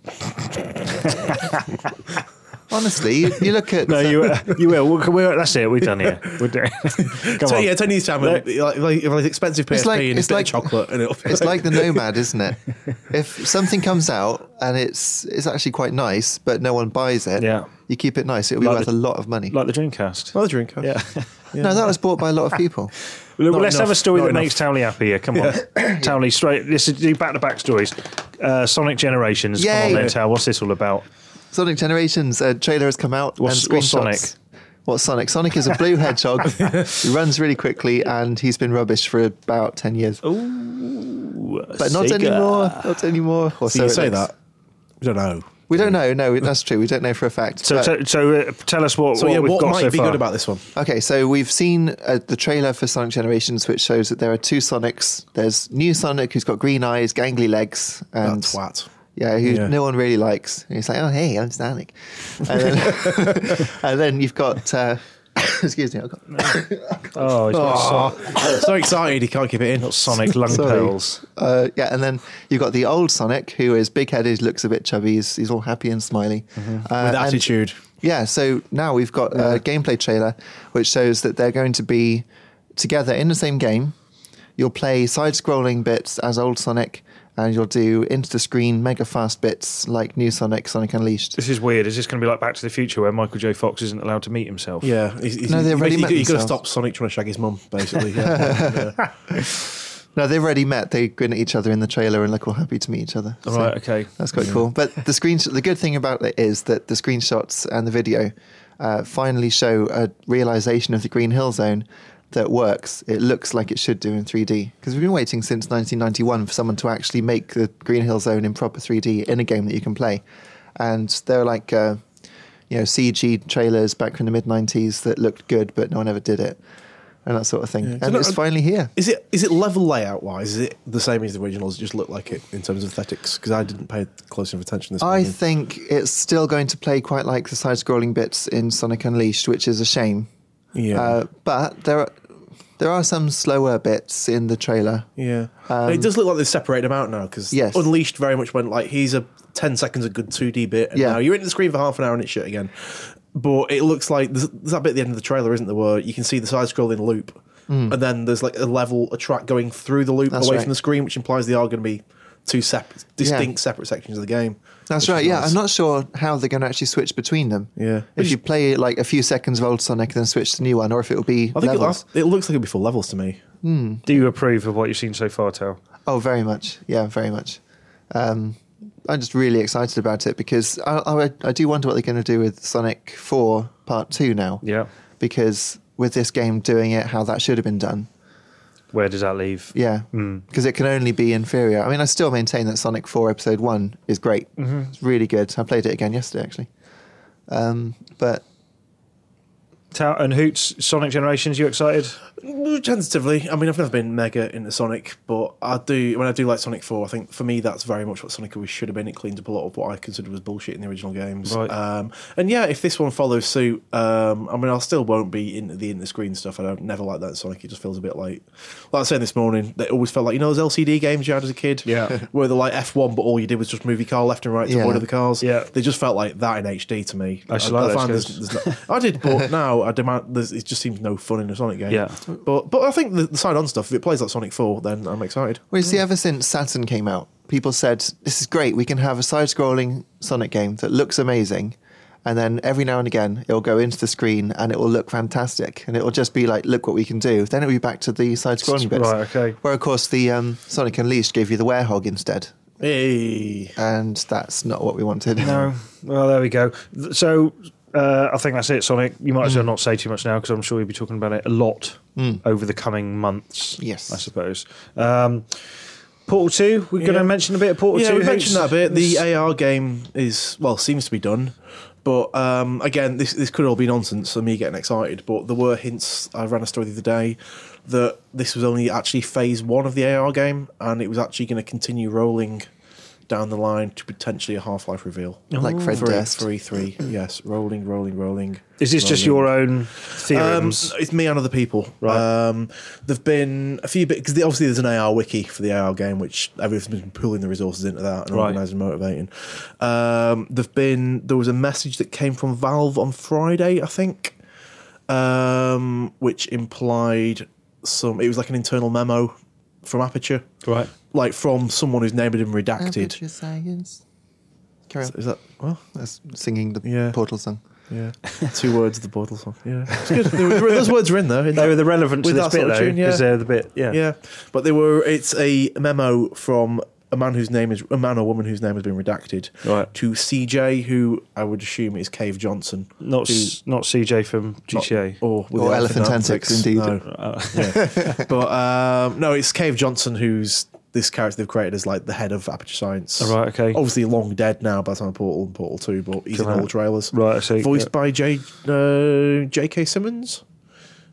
Speaker 2: Honestly, you, you look at
Speaker 1: No, you uh, you will. We're, we're, that's it. We're done here. We're done. Come
Speaker 3: So
Speaker 1: on.
Speaker 3: yeah, Tony's channel, like, like, like expensive PSP
Speaker 2: It's like-
Speaker 3: and a
Speaker 2: it's
Speaker 3: bit
Speaker 2: like-
Speaker 3: of chocolate, and it'll be
Speaker 2: it's like the Nomad, isn't it? If something comes out and it's it's actually quite nice, but no one buys it,
Speaker 1: Yeah.
Speaker 2: you keep it nice. It'll be
Speaker 1: Like
Speaker 2: worth
Speaker 1: the-
Speaker 2: a lot of money.
Speaker 1: Like the Dreamcast.
Speaker 3: another drink. huh?
Speaker 1: yeah.
Speaker 2: No, that was bought by a lot of people.
Speaker 1: Look,
Speaker 3: Not
Speaker 1: let's
Speaker 3: enough.
Speaker 1: have a story
Speaker 3: Not
Speaker 1: that
Speaker 3: enough.
Speaker 1: makes Townley happy here. Come on. Townley, straight. This is do back to back stories. Uh, Sonic Generations. Come on
Speaker 2: Yay.
Speaker 1: then, Tow. What's this all about?
Speaker 2: Sonic Generations uh, trailer has come out.
Speaker 1: What's-
Speaker 2: and
Speaker 1: what's
Speaker 2: screenshots.
Speaker 1: Sonic?
Speaker 2: What's Sonic? Sonic is a blue hedgehog. he runs really quickly, and he's been rubbish for about ten years. but not anymore. Not anymore. Or
Speaker 3: So you
Speaker 2: it
Speaker 3: say
Speaker 2: looks.
Speaker 3: that. We don't know.
Speaker 2: We don't know. No, that's true. We don't know for a fact.
Speaker 1: So,
Speaker 2: but-
Speaker 1: so, so uh, tell us what,
Speaker 3: So
Speaker 1: what
Speaker 3: yeah,
Speaker 1: we've
Speaker 3: what
Speaker 1: got
Speaker 3: might
Speaker 1: so
Speaker 3: be
Speaker 1: far.
Speaker 3: good about this one?
Speaker 2: Okay, so we've seen uh, the trailer for Sonic Generations, which shows that there are two Sonics. There's new Sonic who's got green eyes, gangly legs, and
Speaker 3: That's twat.
Speaker 2: yeah, who
Speaker 3: Yeah.
Speaker 2: no one really likes. And he's like, "Oh, hey, I'm Sonic," and then, and then you've got. Uh, excuse me, I've got
Speaker 1: Oh, he's got Sonic-
Speaker 3: so excited, he can't keep it in.
Speaker 1: Sonic lung
Speaker 2: Sorry.
Speaker 1: pearls.
Speaker 2: Uh, yeah, and then you've got the old Sonic, who is big-headed, looks a bit chubby, he's, he's all happy and smiley. Uh,
Speaker 3: Mm-hmm. With
Speaker 2: and-
Speaker 3: attitude.
Speaker 2: yeah, so now we've got a gameplay trailer which shows that they're going to be together in the same game. You'll play side-scrolling bits as old Sonic, and you'll do into-the-screen mega-fast bits like New Sonic, Sonic Unleashed.
Speaker 1: This is weird. Is this going to be like Back to the Future where Michael J. Fox isn't allowed to meet himself?
Speaker 3: Yeah, he's, he's,
Speaker 2: No, they
Speaker 3: he's
Speaker 2: already
Speaker 3: basically-
Speaker 2: met
Speaker 3: you got to
Speaker 2: themselves.
Speaker 3: stop Sonic trying to shag his mum, basically. Yeah.
Speaker 2: Now they've already met; they grin at each other in the trailer and look all happy to meet each other.
Speaker 1: All
Speaker 2: So-
Speaker 1: right. Okay.
Speaker 2: That's quite cool. But the screenshot, the good thing about it is that the screenshots and the video uh, finally show a realization of the Green Hill Zone that works. It looks like it should do in 3D because we've been waiting since 1991 for someone to actually make the Green Hill Zone in proper 3D in a game that you can play. And there are like, uh, you know, CG trailers back from the mid 90s that looked good, but no one ever did it. And that sort of thing. And
Speaker 3: no,
Speaker 2: it's
Speaker 3: I-
Speaker 2: finally here.
Speaker 3: is it is it level layout wise? Is it the same as the originals? Just look like it in terms of aesthetics? Because I didn't pay close enough attention this
Speaker 2: I
Speaker 3: morning.
Speaker 2: think it's still going to play quite like the side scrolling bits in Sonic Unleashed, which is a shame.
Speaker 3: yeah,
Speaker 2: Uh, but there are, there are some slower bits in the trailer.
Speaker 3: yeah. it does look like they've separated them out now. Because
Speaker 2: um, Yes.
Speaker 3: Unleashed very much went like he's a ten seconds a good two D bit. And
Speaker 2: Yeah.
Speaker 3: now you're in the screen for half an hour and it's shit again. But it looks like there's, there's that bit at the end of the trailer, isn't there, where you can see the side scrolling loop, and then there's like a level, a track going through the loop
Speaker 2: Hmm. That's
Speaker 3: away
Speaker 2: right.
Speaker 3: from the screen, which implies they are going to be two separate, distinct, separate sections of the game.
Speaker 2: That's
Speaker 3: which is
Speaker 2: right. Yeah,
Speaker 3: nice.
Speaker 2: I'm not sure how they're going to actually switch between them.
Speaker 3: Yeah.
Speaker 2: If you play like a few seconds of old Sonic, then switch to new one, or if it'll be
Speaker 3: I think it,
Speaker 2: levels.
Speaker 3: last, it looks like it'll be full levels to me.
Speaker 1: Do you approve of what you've seen so far, Tao?
Speaker 2: Oh, very much. Yeah, very much. Um, I'm just really excited about it because I, I, I do wonder what they're going to do with Sonic 4 Part 2 now.
Speaker 1: Yeah.
Speaker 2: Because with this game doing it how that should have been done.
Speaker 1: Where does that leave?
Speaker 2: Yeah,
Speaker 1: Hmm.
Speaker 2: because it can only be inferior. I mean, I still maintain that Sonic Four Episode One is great.
Speaker 1: Mm-hmm.
Speaker 2: It's really good. I played it again yesterday, actually. Um, but
Speaker 1: Tau- and Hoots, Sonic Generations, you excited?
Speaker 3: Mm, Tentatively, I mean, I've never been mega into Sonic, but I do. When I do like Sonic Four, I think for me that's very much what Sonic always should have been. It cleaned up a lot of what I considered was bullshit in the original games.
Speaker 1: Right.
Speaker 3: Um, and yeah, if this one follows suit, um, I mean, I still won't be into the in the screen stuff. I don't never like that in Sonic. It just feels a bit like, like I was saying this morning, that it always felt like you know those LCD games you had as a kid,
Speaker 1: Yeah.
Speaker 3: where they're like F one, but all you did was just move your car left and right to
Speaker 2: Yeah.
Speaker 3: avoid other cars.
Speaker 1: Yeah.
Speaker 3: they just felt like that in HD to me.
Speaker 1: I should like those
Speaker 3: find
Speaker 1: games.
Speaker 3: there's- there's no- I did, but now I demand. There's, it just seems no fun in a Sonic game.
Speaker 1: Yeah.
Speaker 3: but but I think the, the side-on stuff. If it plays like Sonic Four, then I'm excited.
Speaker 2: Well, you
Speaker 1: Hmm.
Speaker 2: see, ever since Saturn came out, people said, This is great. We can have a side scrolling Sonic game that looks amazing. And then every now and again, it'll go into the screen and it will look fantastic. And it will just be like, Look what we can do. Then it'll be back to the side scrolling bits.
Speaker 1: Right, okay.
Speaker 2: Where, of course, the um, Sonic Unleashed gave you the werehog instead.
Speaker 3: Hey,
Speaker 2: And that's not what we wanted.
Speaker 1: No. Well, there we go. Th- So uh, I think that's it, Sonic. You might as
Speaker 3: Hmm.
Speaker 1: well not say too much now because I'm sure you'll be talking about it a lot over the coming months.
Speaker 2: Yes.
Speaker 1: I suppose. Um, Portal 2, we're going to
Speaker 3: Yeah.
Speaker 1: mention a bit of Portal
Speaker 3: yeah,
Speaker 1: 2.
Speaker 3: we mentioned that
Speaker 1: Hoots.
Speaker 3: a bit. The
Speaker 1: This-
Speaker 3: AR game is well seems to be done, but um, again, this this could all be nonsense. So me getting excited, but there were hints. I ran a story the other day that this was only actually phase one of the AR game, and it was actually going to continue rolling down the line to potentially a Half-Life reveal.
Speaker 2: Like Fred
Speaker 3: Three,
Speaker 2: Durst.
Speaker 3: three, three. Yes, rolling, rolling, rolling.
Speaker 1: Is this just
Speaker 3: rolling.
Speaker 1: your own
Speaker 3: Um,
Speaker 1: theorems?
Speaker 3: it's me and other people.
Speaker 1: Right.
Speaker 3: Um, there've been a few bit because obviously there's an AR wiki for the AR game, which everyone's been pulling the resources into that and
Speaker 1: Right.
Speaker 3: organising, and motivating. Um, there've been there was a message that came from Valve on Friday, I think, um, which implied some. It was like an internal memo from Aperture,
Speaker 1: right.
Speaker 3: like from someone who's named and redacted.
Speaker 2: Science. Carry on.
Speaker 3: Is that well?
Speaker 2: That's singing the
Speaker 3: Yeah.
Speaker 2: Portal song.
Speaker 3: Yeah, two words of the bottle song. Yeah, it's good. They were- those words were in there. in
Speaker 1: They
Speaker 3: that-
Speaker 1: were the relevant to
Speaker 3: With
Speaker 1: this
Speaker 3: that
Speaker 1: bit,
Speaker 3: sort of
Speaker 1: though,
Speaker 3: tune, yeah.
Speaker 1: because they're the bit, yeah.
Speaker 3: Yeah, but they were. It's a memo from a man whose name is a man or woman whose name has been redacted
Speaker 1: Right.
Speaker 3: to CJ, who I would assume is Cave Johnson
Speaker 1: Not, s- not CJ from GTA.
Speaker 3: or with
Speaker 2: Or
Speaker 3: the
Speaker 2: Elephant Antics, indeed.
Speaker 3: No.
Speaker 1: Uh,
Speaker 3: Yeah. But um, no, it's Cave Johnson who's this character they've created as like the head of Aperture Science.
Speaker 1: Oh, right, okay.
Speaker 3: Obviously, long dead now by the time Portal and Portal Two, but he's
Speaker 1: Come
Speaker 3: in all
Speaker 1: out.
Speaker 3: the trailers.
Speaker 1: Right, I see.
Speaker 3: Voiced by J uh, J.K. Simmons,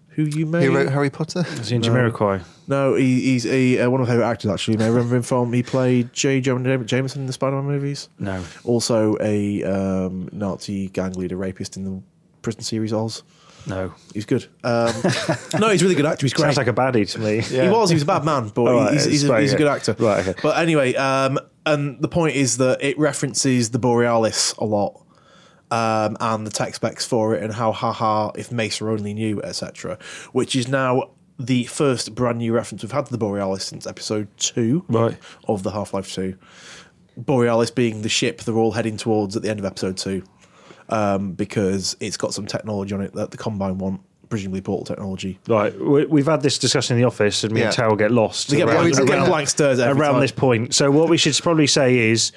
Speaker 3: who you may
Speaker 2: Who wrote Harry Potter?
Speaker 1: Is he in Jamiroquai?
Speaker 3: no, he, he's he, uh, one of my favourite actors, actually. You may remember him from, he played J. Jonah Jameson in the Spider Man movies.
Speaker 1: No.
Speaker 3: Also, a um, Nazi gang leader rapist in the prison series Oz.
Speaker 1: No.
Speaker 3: He's good. Um, no, he's a really good actor. He's great.
Speaker 1: Sounds like a baddie to me.
Speaker 3: He was. He was a bad man, but
Speaker 1: All right,
Speaker 3: he's, he's, a,
Speaker 1: explain
Speaker 3: he's a
Speaker 1: it.
Speaker 3: good actor.
Speaker 1: Right, okay.
Speaker 3: But anyway, um, and the point is that it references the Borealis a lot, um, and the tech specs for it, and how haha if Mesa only knew, etc. Which is now the first brand new reference we've had to the Borealis since episode two
Speaker 1: Right.
Speaker 3: of the Half Life Two. Borealis being the ship they're all heading towards at the end of episode two, um, because it's got some technology on it that the Combine want, presumably portal technology.
Speaker 1: Right, we, we've had this discussion in the office, and me and
Speaker 2: Yeah.
Speaker 1: Tao get lost
Speaker 3: They get,
Speaker 1: around,
Speaker 3: blank, they get
Speaker 1: around-
Speaker 3: blank stares every
Speaker 1: around
Speaker 3: time.
Speaker 1: this point. So, what we should probably say is,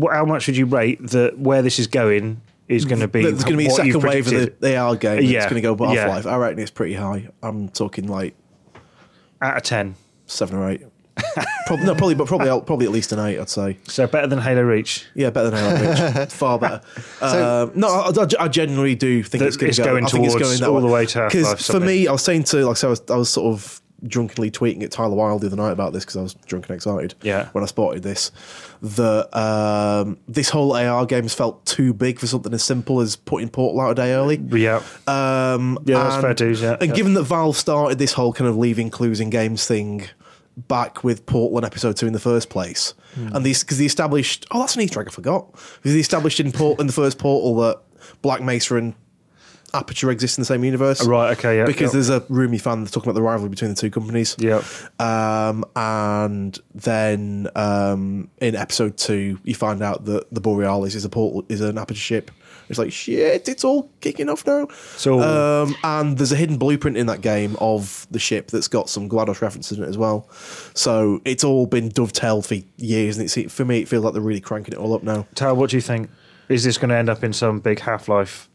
Speaker 1: wh- how much would you rate that where this is going is going to be?
Speaker 3: There's going to be a
Speaker 1: what you've
Speaker 3: second wave of
Speaker 1: predicted
Speaker 3: the AR game.
Speaker 1: Yeah,
Speaker 3: It's going to go above
Speaker 1: yeah.
Speaker 3: life. I reckon it's pretty high. I'm talking like
Speaker 1: out of ten.
Speaker 3: seven or eight. probably, no, probably, but probably, probably at least an eight. I'd say.
Speaker 1: So better than Halo Reach.
Speaker 3: Yeah, better than an average. Far better.
Speaker 2: So-
Speaker 3: um, no, I, I- I genuinely do think
Speaker 1: That
Speaker 3: it's going
Speaker 1: it's
Speaker 3: to go.
Speaker 1: going
Speaker 3: I think it's
Speaker 1: towards
Speaker 3: going that
Speaker 1: all the way to Half-Life
Speaker 3: Because for
Speaker 1: something.
Speaker 3: me, I was saying to like so I was, I was sort of drunkenly tweeting at Tyler Wilde the other night about this because I was drunk and excited.
Speaker 1: Yeah.
Speaker 3: When I spotted this, that um, this whole AR game has felt too big for something as simple as putting Portal out a day early.
Speaker 1: Yeah,
Speaker 3: Um,
Speaker 1: Yeah, that's
Speaker 3: and-
Speaker 1: fair dues, yeah.
Speaker 3: And
Speaker 1: Yeah.
Speaker 3: given that Valve started this whole kind of leaving clues in games thing back with Portland Episode Two in the first place, and these because they established oh that's an Easter egg I forgot because they established in Port in the first Portal that Black Mesa and Aperture exist in the same universe.
Speaker 1: Right, okay, yeah, yeah.
Speaker 3: Because there's a roomy fan that's talking about the rivalry between the two companies.
Speaker 1: Yeah.
Speaker 3: Um, and then um, in episode two, you find out that the Borealis is a portal, is an aperture ship. It's like shit, it's all kicking off now.
Speaker 1: So-
Speaker 3: um, and there's a hidden blueprint in that game of the ship that's got some Glados references in it as well. So it's all been dovetailed for years, and it's for me, it feels like they're really cranking it all up now.
Speaker 1: Tao, what do you think? Is this going to end up in some big Half Life?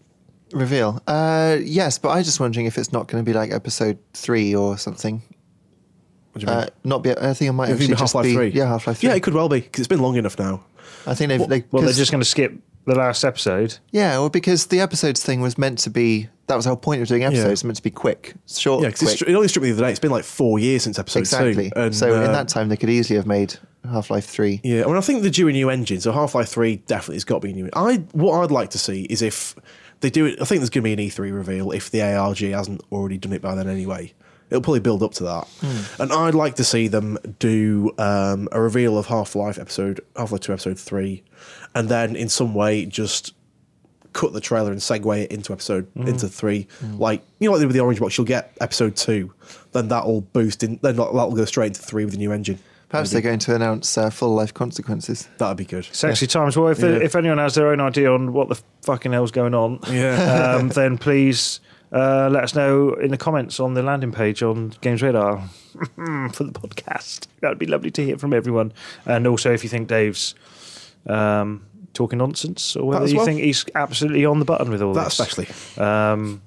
Speaker 2: Reveal. Uh, yes, but I was just wondering if it's not going to be like episode three or something.
Speaker 3: What do you mean?
Speaker 2: Uh, not be. I think it might
Speaker 3: It could be
Speaker 2: actually just
Speaker 3: Half-Life
Speaker 2: be.
Speaker 3: 3.
Speaker 2: Yeah, Half Life Three.
Speaker 3: Yeah, it could well be because it's been long enough now.
Speaker 2: I think they've. they,
Speaker 1: Well, they're
Speaker 2: 'cause-
Speaker 1: just going to skip the last episode.
Speaker 2: Yeah, well, because the episodes thing was meant to be that was the whole point of doing episodes. It's meant to be quick, short,
Speaker 3: Yeah,
Speaker 2: quick.
Speaker 3: because it only struck me the other day. It's been like four years since episode
Speaker 2: exactly.
Speaker 3: two. and,
Speaker 2: so in
Speaker 3: uh,
Speaker 2: that time, they could easily have made Half Life Three.
Speaker 3: Yeah, I mean, I think they're due a new engine, so Half Life Three definitely has got to be a new. I what I'd like to see is if they do it. I think there's going to be an E3 reveal if the ARG hasn't already done it by then anyway. It'll probably build up to that, and I'd like to see them do um, a reveal of Half Life episode Half Life Two episode three, and then in some way just cut the trailer and segue it into episode into three. Like you know, like they did with the orange box, you'll get episode two, then that'll boost in. Then that'll that'll go straight into three with the new engine.
Speaker 2: Perhaps they're going to announce uh, full life consequences.
Speaker 3: That'd be good.
Speaker 1: It's actually times. Well, if,
Speaker 3: Yeah.
Speaker 1: if anyone has their own idea on what the fucking hell's going on,
Speaker 3: Yeah.
Speaker 1: um, then please uh, let us know in the comments on the landing page on Games Radar for the podcast. That would be lovely to hear from everyone. And also, if you think Dave's um, talking nonsense, or whether
Speaker 3: as
Speaker 1: you
Speaker 3: well.
Speaker 1: think he's absolutely on the button with all
Speaker 3: that
Speaker 1: this,
Speaker 3: especially.
Speaker 1: Um,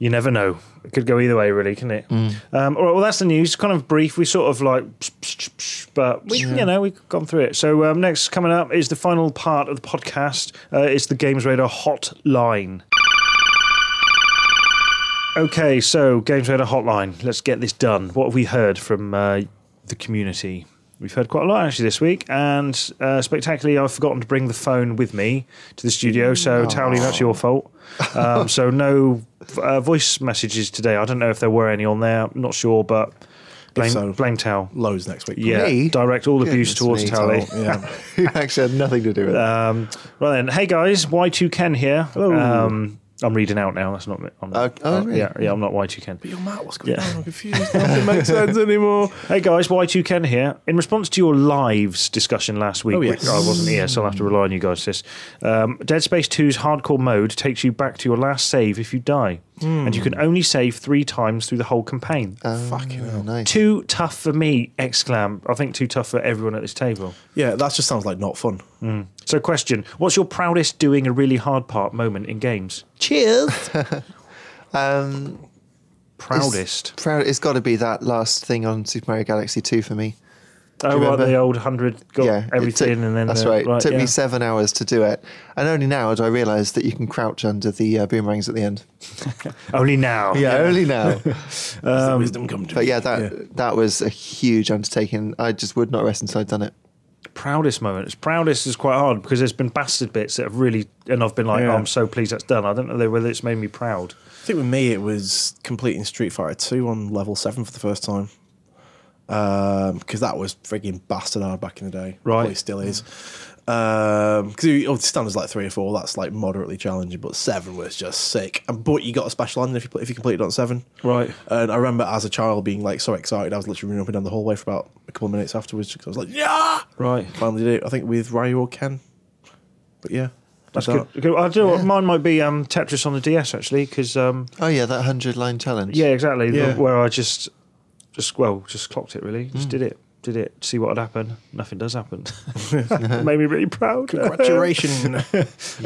Speaker 1: you never know. It could go either way, really, can it? Um, all right. Well, that's the news. Kind of brief. We sort of like, but we, you know, we've gone through it. So um, next coming up is the final part of the podcast. Uh, it's the Games Radar Hotline. Okay, so Games Radar Hotline. Let's get this done. What have we heard from uh, the community? We've heard quite a lot actually this week, and uh, spectacularly, I've forgotten to bring the phone with me to the studio. So,
Speaker 2: Mm.
Speaker 1: Towley, that's your fault. Um, so, no uh, voice messages today. I don't know if there were any on there. I'm not sure, but blame
Speaker 3: so-
Speaker 1: blame Towel.
Speaker 3: Loads next week.
Speaker 1: Yeah,
Speaker 2: Me?
Speaker 1: direct all abuse
Speaker 2: Goodness
Speaker 1: towards
Speaker 2: me,
Speaker 1: Towley.
Speaker 3: probably. Yeah.
Speaker 2: Who actually had nothing to do with it.
Speaker 1: Um, right then, hey guys, Y2 Ken here. Um, I'm reading out now. That's not me. I'm
Speaker 2: Oh,
Speaker 1: not, uh,
Speaker 2: oh, really?
Speaker 1: yeah, yeah, I'm not Y2 Ken.
Speaker 3: Yo, Matt, what's going
Speaker 1: Yeah.
Speaker 3: on? I'm confused. Nothing makes sense anymore.
Speaker 1: Hey guys, Y2 Ken here. In response to your lives discussion last week,
Speaker 3: Oh, yes.
Speaker 1: which I wasn't here, so I'll have to rely on you guys for this. Um, Dead Space 2's hardcore mode takes you back to your last save if you die,
Speaker 3: Hmm.
Speaker 1: and you can only save three times through the whole campaign.
Speaker 3: Fucking
Speaker 2: Oh,
Speaker 3: hell.
Speaker 2: nice.
Speaker 1: too tough for me! Exclam. I think too tough for everyone at this table.
Speaker 3: Yeah, that just sounds like not fun.
Speaker 1: Um, So, question: What's your proudest doing a really hard part moment in games?
Speaker 2: Cheers. um,
Speaker 1: Proudest.
Speaker 2: proud. It's got to be that last thing on Super Mario Galaxy Two for me.
Speaker 1: Oh,
Speaker 2: you
Speaker 1: right, the
Speaker 2: remember?
Speaker 1: old hundred got
Speaker 2: yeah, it
Speaker 1: everything,
Speaker 2: took-
Speaker 1: and then
Speaker 2: that's
Speaker 1: the-
Speaker 2: right. took
Speaker 1: yeah.
Speaker 2: me seven hours to do it, and only now do I realise that you can crouch under the uh, boomerangs at the end.
Speaker 1: Only now.
Speaker 2: Yeah, only now.
Speaker 3: Does the wisdom come to
Speaker 2: but
Speaker 3: me?
Speaker 2: yeah, that that was a huge undertaking. I just would not rest until I'd done it.
Speaker 1: proudest moments. Proudest is quite hard because there's been bastard bits that have really, and I've been like,
Speaker 3: Yeah.
Speaker 1: oh, I'm so pleased that's done. I don't know whether it's made me proud.
Speaker 3: I think with me, it was completing Street Fighter 2 on level 7 for the first time. Because that was frigging bastard hard back in the day.
Speaker 1: Right.
Speaker 3: Probably still is. Because you obviously standards like 3 or 4, that's like moderately challenging, but 7 was just sick. And But you got a special ending if you, pl- if you completed on 7.
Speaker 1: Right.
Speaker 3: And I remember as a child being like so excited, I was literally running up and down the hallway for about a couple of minutes afterwards because I was like, yeah!
Speaker 1: Right.
Speaker 3: Finally did it, I think with Ryu or Ken. But yeah.
Speaker 1: That's
Speaker 3: did that.
Speaker 1: good. Good. I do. know what Mine might be um, Tetris on the DS actually, because um,
Speaker 2: Oh yeah, that hundred line challenge.
Speaker 1: yeah, exactly.
Speaker 3: Yeah. Mm.
Speaker 1: Where I just, just well, just clocked it really. Just did it. Did it. See what would happen. Nothing does happen. made me really proud.
Speaker 3: Congratulations.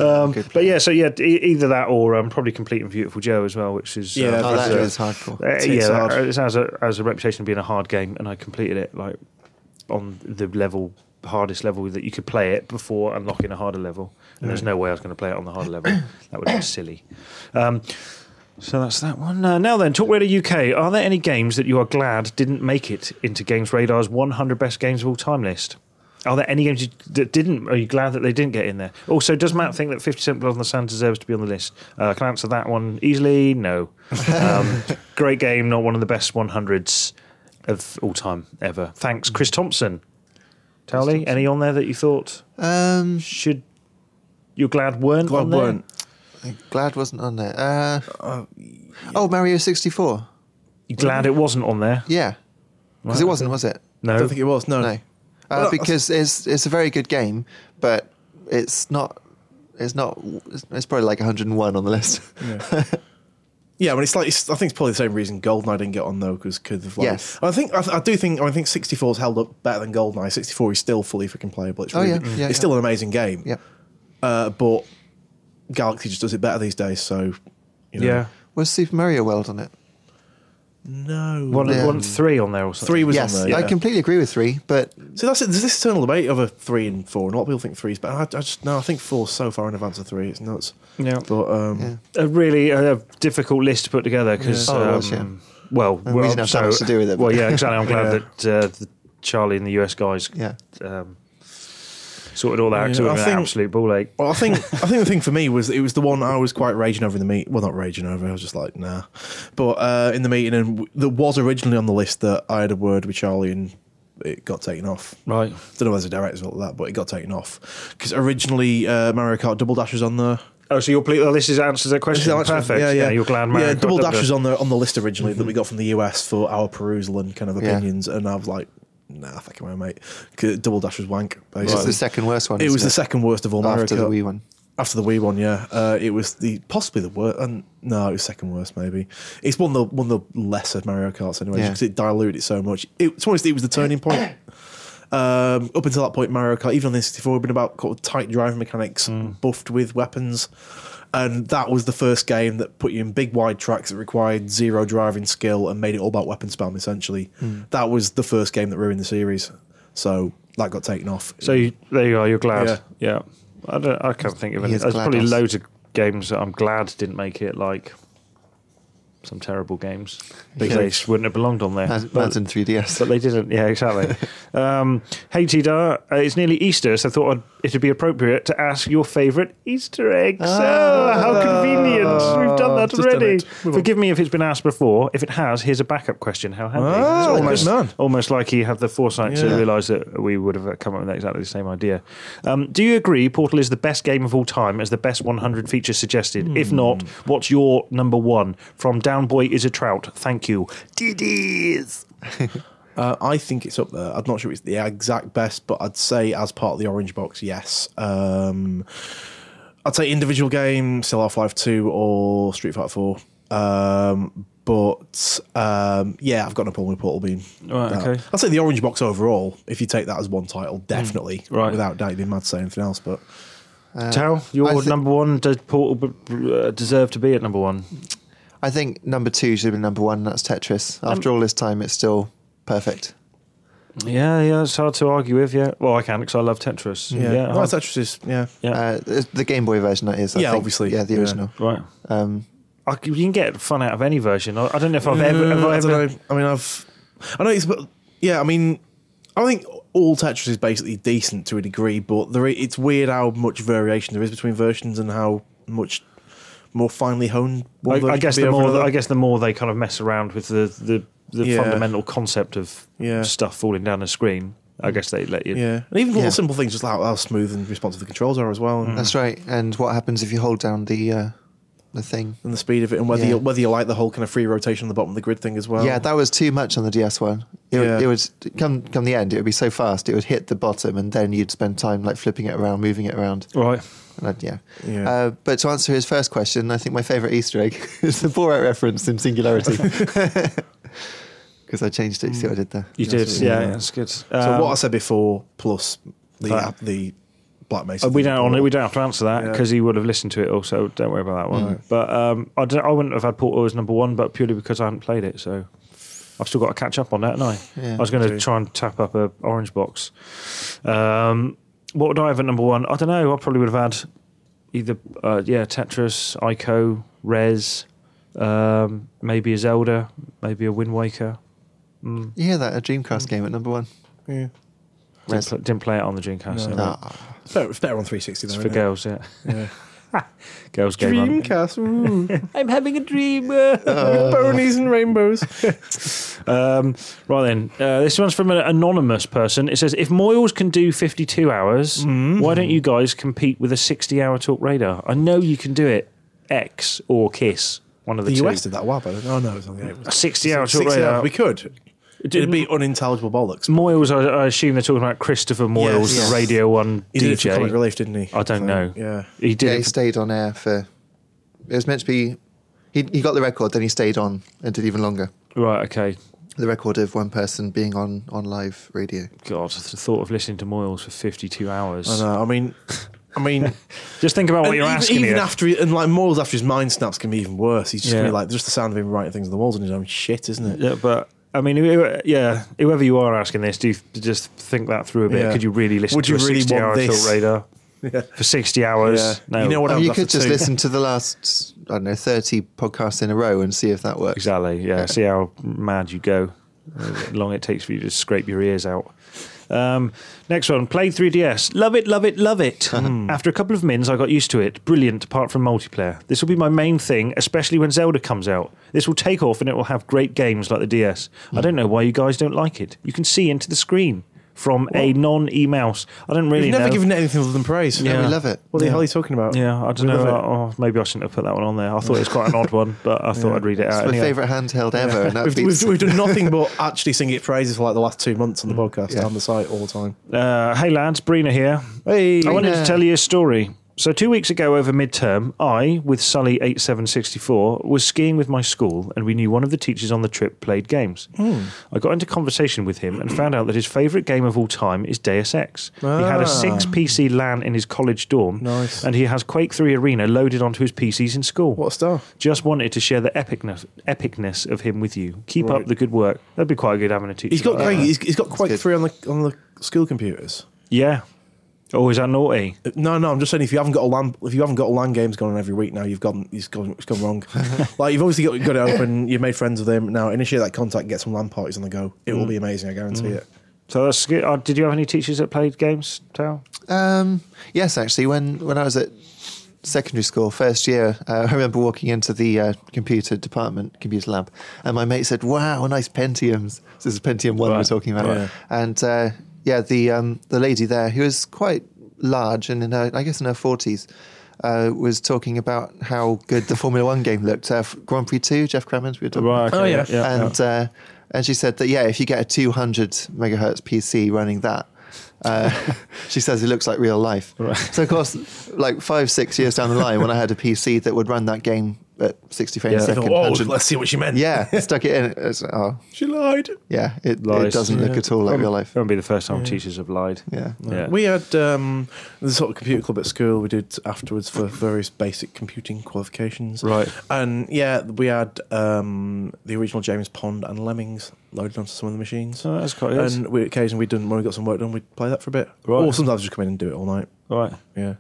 Speaker 1: um, but yeah, so yeah, e- either that or um, probably completing Beautiful Joe as well, which is uh,
Speaker 3: Yeah,
Speaker 2: Oh,
Speaker 1: that's
Speaker 2: that
Speaker 1: a-
Speaker 2: is hardcore.
Speaker 1: Uh,
Speaker 3: It's
Speaker 1: yeah,
Speaker 3: hard.
Speaker 1: that- it has a, has a reputation of being a hard game, and I completed it like on the level hardest level that you could play it before unlocking a harder level. And there's no way I was going to play it on the harder level. That would be silly. Um, so that's that one. Uh, now then, Talk Radio UK. Are there any games that you are glad didn't make it into Games Radar's 100 best games of all time list? Are there any games you, that didn't? Are you glad that they didn't get in there? Also, does Matt think that Fifty Cent Blood on the Sand deserves to be on the list? Uh, can I answer that one easily? No. Um, great game, not one of the best 100s of all time ever. Thanks, Chris Thompson. Tally, any on there that you thought
Speaker 2: Um,
Speaker 1: should you're glad weren't
Speaker 3: Glad
Speaker 1: on there?
Speaker 3: weren't.
Speaker 2: glad wasn't on there. Uh, Oh, Mario sixty four.
Speaker 1: You glad it wasn't on there?
Speaker 2: Yeah, because it wasn't, was it?
Speaker 1: No.
Speaker 3: I don't think it was. No.
Speaker 2: No, uh,
Speaker 3: Well,
Speaker 2: because it's it's a very good game, but it's not. It's not. It's, it's probably like 101 on the list.
Speaker 3: Yeah, I mean, it's like it's, I think it's probably the same reason Goldeneye didn't get on though because because of like,
Speaker 2: Yes.
Speaker 3: I think I, th- I do think I think 64 is held up better than Goldeneye. 64 is still fully freaking playable. It's
Speaker 2: Oh,
Speaker 3: really,
Speaker 2: yeah.
Speaker 3: it's
Speaker 2: Yeah, yeah.
Speaker 3: still an amazing game.
Speaker 2: yeah.
Speaker 3: Uh, but Galaxy just does it better these days. So you know.
Speaker 1: Yeah.
Speaker 2: Was Super Mario World on it?
Speaker 3: No.
Speaker 1: One,
Speaker 2: Yeah.
Speaker 1: one three on there or something.
Speaker 3: Three was
Speaker 2: Yes,
Speaker 3: on there.
Speaker 2: I
Speaker 3: yeah.
Speaker 2: completely agree with three, but
Speaker 3: So that's it. There's this eternal debate of a three and four, and a lot of people think three's better. I, I just no, I think four's so far in advance of three, it's nuts.
Speaker 1: Yeah.
Speaker 3: But um,
Speaker 2: Yeah.
Speaker 1: a really a difficult list to put together because
Speaker 2: Yeah. Oh, it was, yeah.
Speaker 1: well,
Speaker 2: we didn't have that much to do with it,
Speaker 1: Well,
Speaker 2: but-
Speaker 1: yeah, exactly. I'm glad
Speaker 3: Yeah.
Speaker 1: that uh, the Charlie and the US guys
Speaker 2: yeah.
Speaker 1: um, sorted all that out. 'cause it
Speaker 3: Yeah,
Speaker 1: would
Speaker 3: I
Speaker 1: have been an
Speaker 3: think-
Speaker 1: absolute ball ache.
Speaker 3: well, I think I think the thing for me was it was the one I was quite raging over in the meet. Well, not raging over. I was just like nah. But uh, in the meeting, and w- that was originally on the list that I had a word with Charlie, and it got taken off.
Speaker 1: Right.
Speaker 3: don't know whether there's a direct result of that, but it got taken off because originally uh, Mario Kart Double Dash was on there.
Speaker 1: Oh, so your ple- oh, this is answers that question.
Speaker 3: Is that
Speaker 1: Perfect.
Speaker 3: actually-
Speaker 1: Yeah, You're glad. Mario
Speaker 3: yeah,
Speaker 1: got
Speaker 3: Double Dash
Speaker 1: it.
Speaker 3: was on the on the list originally that we got from the US for our perusal and kind of
Speaker 2: Yeah.
Speaker 3: opinions, and I was like, nah, fucking away, mate. 'Cause Double Dash was wank.
Speaker 2: It's
Speaker 3: Basically.
Speaker 2: the second worst one.
Speaker 3: It
Speaker 2: isn't
Speaker 3: was the second worst of all Mario
Speaker 2: after
Speaker 3: Kart.
Speaker 2: the Wii one.
Speaker 3: After the Wii one, yeah, uh, it was the possibly the worst. And no, it was second worst. Maybe it's one of the one of the lesser Mario Karts anyway,
Speaker 2: Yeah.
Speaker 3: because it diluted it so much. It, to be honest, it was the turning point. Um, up until that point, Mario Kart, even on the N64, had been about kind of tight driving mechanics, buffed with weapons, and that was the first game that put you in big wide tracks that required zero driving skill and made it all about weapon spam. Essentially,
Speaker 2: Mm.
Speaker 3: that was the first game that ruined the series. So that got taken off.
Speaker 1: So you, there you are. You're glad. Yeah.
Speaker 3: Yeah.
Speaker 1: I don't. I can't think of any.
Speaker 2: is
Speaker 1: There's
Speaker 2: glad
Speaker 1: probably
Speaker 2: us.
Speaker 1: loads of games that I'm glad didn't make it. Like some terrible games. Big
Speaker 2: Yeah.
Speaker 1: they just wouldn't have belonged on there.
Speaker 2: Mad-
Speaker 1: But-
Speaker 2: Madden 3DS.
Speaker 1: but they didn't. Yeah, exactly. um, hey, Tidar, uh, it's nearly Easter, so I thought I'd, it'd be appropriate to ask your favourite Easter eggs. Oh, how convenient. We've done that
Speaker 3: Ah. Just done
Speaker 1: already.
Speaker 3: it. Move on.
Speaker 1: Forgive me if it's been asked before. If it has, here's a backup question. How handy.
Speaker 3: Ah,
Speaker 1: It's
Speaker 3: good man.
Speaker 1: almost, almost like he had the foresight to
Speaker 3: Yeah.
Speaker 1: realise that we would have come up with exactly the same idea. Um, do you agree Portal is the best game of all time as the best 100 features suggested?
Speaker 3: Hmm.
Speaker 1: If not, what's your number one? From Down Boy is a Trout. Thank you. Diddies.
Speaker 3: Uh, I think it's up there. I'm not sure it's the exact best, but I'd say as part of the orange box, yes. Um, I'd say individual game, still Half Life 2 or Street Fighter 4. Um, but um, yeah, I've got no problem with Portal being.
Speaker 1: Right,
Speaker 3: that.
Speaker 1: okay. Hmm.
Speaker 3: I'd say the orange box overall, if you take that as one title, definitely.
Speaker 1: right.
Speaker 3: Without doubt, you'd be mad to say anything else. But Uh,
Speaker 1: Tao, your
Speaker 2: I thi-
Speaker 1: number one does Portal b- uh, deserve to be at number one?
Speaker 2: I think number two should have been number one. That's Tetris.
Speaker 3: Um,
Speaker 2: After all this time, it's still perfect.
Speaker 1: Yeah, yeah, it's hard to argue with. Yeah, well, I can because I love Tetris. Yeah,
Speaker 3: yeah, no,
Speaker 1: I-
Speaker 3: Tetris is, yeah.
Speaker 1: yeah,
Speaker 2: Uh, it's the Game Boy version, that is. I
Speaker 3: Yeah,
Speaker 2: think.
Speaker 3: obviously.
Speaker 2: Yeah, the
Speaker 3: Yeah.
Speaker 2: original.
Speaker 1: right.
Speaker 2: Um,
Speaker 1: I c you can get fun out of any version. I, I don't know if I've ever. Have
Speaker 3: Uh,
Speaker 1: I
Speaker 3: I,
Speaker 1: ever
Speaker 3: don't know. I mean, I've. I know it's. But yeah, I mean, I think all Tetris is basically decent to a degree, but there, i- it's weird how much variation there is between versions and how much more finely honed.
Speaker 1: I,
Speaker 3: one
Speaker 1: I
Speaker 3: version
Speaker 1: guess
Speaker 3: can be
Speaker 1: the
Speaker 3: over
Speaker 1: more
Speaker 3: another.
Speaker 1: I guess the more they kind of mess around with the the, the
Speaker 3: Yeah.
Speaker 1: fundamental concept of
Speaker 3: Yeah. Mm.
Speaker 1: stuff falling down the screen. I guess they let you.
Speaker 3: Yeah, and even little
Speaker 2: Yeah.
Speaker 3: simple things, just like how smooth and responsive the controls are as well,
Speaker 1: Mm.
Speaker 3: and,
Speaker 2: That's right. And what happens if you hold down the uh, the thing?
Speaker 3: and the speed of it, and whether
Speaker 2: Yeah.
Speaker 3: you, whether you like the whole kind of free rotation on the bottom of the grid thing as well.
Speaker 2: Yeah, that was too much on the DS one. It, would-
Speaker 3: Oh. Yeah.
Speaker 2: it was come come the end. It would be so fast. It would hit the bottom, and then you'd spend time like flipping it around, moving it around.
Speaker 1: Right.
Speaker 2: And I'd- yeah.
Speaker 3: Yeah.
Speaker 2: Uh, but to answer his first question, I think my favourite Easter egg is the Borat reference in Singularity. Because I changed it. You see what I did there?
Speaker 1: You did.
Speaker 3: That's-
Speaker 1: Yeah, Um,
Speaker 3: yeah.
Speaker 1: that's good. So
Speaker 3: So what I said before, plus the
Speaker 1: that-
Speaker 3: app- the Black Mesa.
Speaker 1: Uh, we
Speaker 3: thing
Speaker 1: don't.
Speaker 3: before.
Speaker 1: We don't have to answer that
Speaker 3: Yeah.
Speaker 1: because he would have listened to it. Also, don't worry about that one. But um, I, don't, I wouldn't have had Portal as number one, but purely because I hadn't played it. So I've still got to catch up on that. And I,
Speaker 2: Yeah.
Speaker 1: I was going to try and tap up a orange box. Um, what would I have at number one? I don't know. I probably would have had either uh, yeah Tetris, Ico, Res, um, maybe a Zelda, maybe a Wind Waker.
Speaker 2: You hear that? A Dreamcast game at number one.
Speaker 3: Yeah.
Speaker 1: Didn't,
Speaker 2: Res.
Speaker 1: pl- didn't play it on the Dreamcast. No.
Speaker 2: Ah.
Speaker 3: It's better, it's better on 360
Speaker 1: It's
Speaker 3: though.
Speaker 1: for
Speaker 3: isn't it?
Speaker 1: girls. Yeah,
Speaker 3: Yeah.
Speaker 1: girls game. on.
Speaker 4: I'm having a dream. uh.
Speaker 3: Ponies and rainbows.
Speaker 1: Um, right then, uh, this one's from an anonymous person. It says, "If Moyles can do 52 hours,
Speaker 3: Mm.
Speaker 1: why don't you guys compete with a 60-hour talk radar? I know you can do it. X or Kiss, one of the,
Speaker 3: The
Speaker 1: two.
Speaker 3: US did that a while back. didn't it? Oh no, it was on the
Speaker 1: A 60-hour talk
Speaker 3: 60
Speaker 1: radar.
Speaker 3: hours. We could.
Speaker 1: Did-
Speaker 3: It'd be unintelligible bollocks.
Speaker 1: Moyles, I, I assume they're talking about Christopher Moyles,
Speaker 3: Yes.
Speaker 1: the Radio One
Speaker 3: He did it for
Speaker 1: DJ.
Speaker 3: comic relief, didn't he?
Speaker 1: I don't
Speaker 3: So,
Speaker 1: know.
Speaker 3: Yeah.
Speaker 1: He did.
Speaker 2: Yeah,
Speaker 1: it
Speaker 2: he
Speaker 1: for-
Speaker 2: stayed on air for. It was meant to be. He, he got the record, then he stayed on and did even longer.
Speaker 1: right. Okay.
Speaker 2: The record of one person being on on live radio.
Speaker 1: God, the thought of listening to Moyles for 52 hours.
Speaker 3: I know. I mean, I mean,
Speaker 1: Just think about what
Speaker 3: and
Speaker 1: you're
Speaker 3: even,
Speaker 1: asking
Speaker 3: even
Speaker 1: here.
Speaker 3: after he, and like Moyles after his mind snaps can be even worse. He's just gonna
Speaker 1: Yeah.
Speaker 3: be like just the sound of him writing things on the walls and his own shit, isn't it?
Speaker 1: yeah, but I mean, who- yeah, whoever you are asking this, do you just think that through a bit?
Speaker 3: Yeah.
Speaker 1: Could you really listen
Speaker 3: Would
Speaker 1: to
Speaker 3: you
Speaker 1: a
Speaker 3: really
Speaker 1: 60
Speaker 3: want
Speaker 1: hour
Speaker 3: this?
Speaker 1: tilt radar for 60 hours?
Speaker 3: Yeah.
Speaker 1: No.
Speaker 3: You know what?
Speaker 2: Or
Speaker 3: I
Speaker 2: Oh, you
Speaker 3: was
Speaker 2: could
Speaker 3: after
Speaker 2: just
Speaker 3: two.
Speaker 2: listen to the last, I don't know, 30 podcasts in a row and see if that works.
Speaker 1: Exactly. Yeah. See how mad you go, how long it takes for you to scrape your ears out. Um, next one, play 3DS. Love it, love it, love it. After a couple of mins, I got used to it. Brilliant, apart from multiplayer. This will be my main thing, especially when Zelda comes out. This will take off and it will have great games like the DS. I don't know why you guys don't like it. You can see into the screen from a non e mouse. I don't really
Speaker 3: You've never
Speaker 1: know.
Speaker 3: given it anything other than praise.
Speaker 2: No,
Speaker 1: Yeah.
Speaker 2: we love it.
Speaker 3: What the hell are you talking about?
Speaker 1: yeah, I don't
Speaker 3: We
Speaker 1: know.
Speaker 3: love it.
Speaker 1: Oh, maybe I shouldn't have put that one on there. I thought it was quite an odd one, but I thought I'd read it out.
Speaker 2: It's my
Speaker 1: anyway.
Speaker 2: favourite handheld ever, and that
Speaker 3: We've,
Speaker 2: beats
Speaker 3: we've, we've done nothing but actually sing its praises for like the last two months on the podcast
Speaker 2: Yeah.
Speaker 3: on the site all the time.
Speaker 1: Uh, hey lads, Brina here.
Speaker 3: Hey,
Speaker 1: I wanted to
Speaker 2: Brina.
Speaker 1: tell you a story. So two weeks ago over midterm, I, with Sully 8764, was skiing with my school and we knew one of the teachers on the trip played games.
Speaker 3: Hmm.
Speaker 1: I got into conversation with him and found out that his favourite game of all time is Deus Ex. He had
Speaker 3: Ah.
Speaker 1: a six PC LAN in his college dorm
Speaker 3: Nice.
Speaker 1: and he has Quake 3 Arena loaded onto his PCs in school.
Speaker 3: what a star!
Speaker 1: Just wanted to share the epicness, epicness of him with you. Keep up the good work. That'd be quite good having a teacher.
Speaker 3: He's got
Speaker 1: like that.
Speaker 3: great, he's, he's got Quake
Speaker 2: good.
Speaker 3: three on the on the school computers.
Speaker 1: Yeah. Oh, is that naughty?
Speaker 3: Uh, No, no, I'm just saying if you haven't got a land if you haven't got a land games going on every week now, you've gone it's gone it's gone wrong. like you've obviously got, got it open, you've made friends with them. Now initiate that contact, get some land parties on the go. It will be amazing, I guarantee it.
Speaker 1: So that's good. Uh, did you have any teachers that played games, Tal?
Speaker 2: Um, yes, actually, when, when I was at secondary school, first year, uh, I remember walking into the uh, computer department, computer lab, and my mate said, "Wow, nice Pentiums." So this is Pentium One we're
Speaker 1: Right.
Speaker 2: talking about,
Speaker 3: Yeah.
Speaker 2: and uh, yeah, the um, the lady there who was quite large and in her, I guess, in her forties. Uh, was talking about how good the Formula One game looked. Uh, Grand Prix Two, Jeff Crammond, we were talking about
Speaker 3: Oh, yeah.
Speaker 2: and Uh, and she said that yeah, if you get a 200 megahertz PC running that, uh, she says it looks like real life. So of course, like five six years down the line, when I had a PC that would run that game at 60 frames a
Speaker 3: They
Speaker 2: second,
Speaker 3: thought, "Whoa,
Speaker 2: 100
Speaker 3: let's see what she meant.
Speaker 2: yeah, stuck it in. It was, oh,
Speaker 3: She lied.
Speaker 2: yeah, it, it
Speaker 1: Lies.
Speaker 2: doesn't look
Speaker 3: Yeah.
Speaker 2: at all like real life.
Speaker 1: That would be the first time teachers have lied.
Speaker 2: Yeah.
Speaker 1: Yeah.
Speaker 3: We had um, the sort of computer club at school we did afterwards for various basic computing qualifications.
Speaker 1: Right.
Speaker 3: And yeah, we had um, the original James Pond and Lemmings loaded onto some of the machines.
Speaker 1: So that's quite good.
Speaker 3: and we occasionally we'd done when we got some work done, we'd play that for a bit.
Speaker 1: Right.
Speaker 3: Or sometimes just come in and do it all night.
Speaker 1: right.
Speaker 3: Yeah.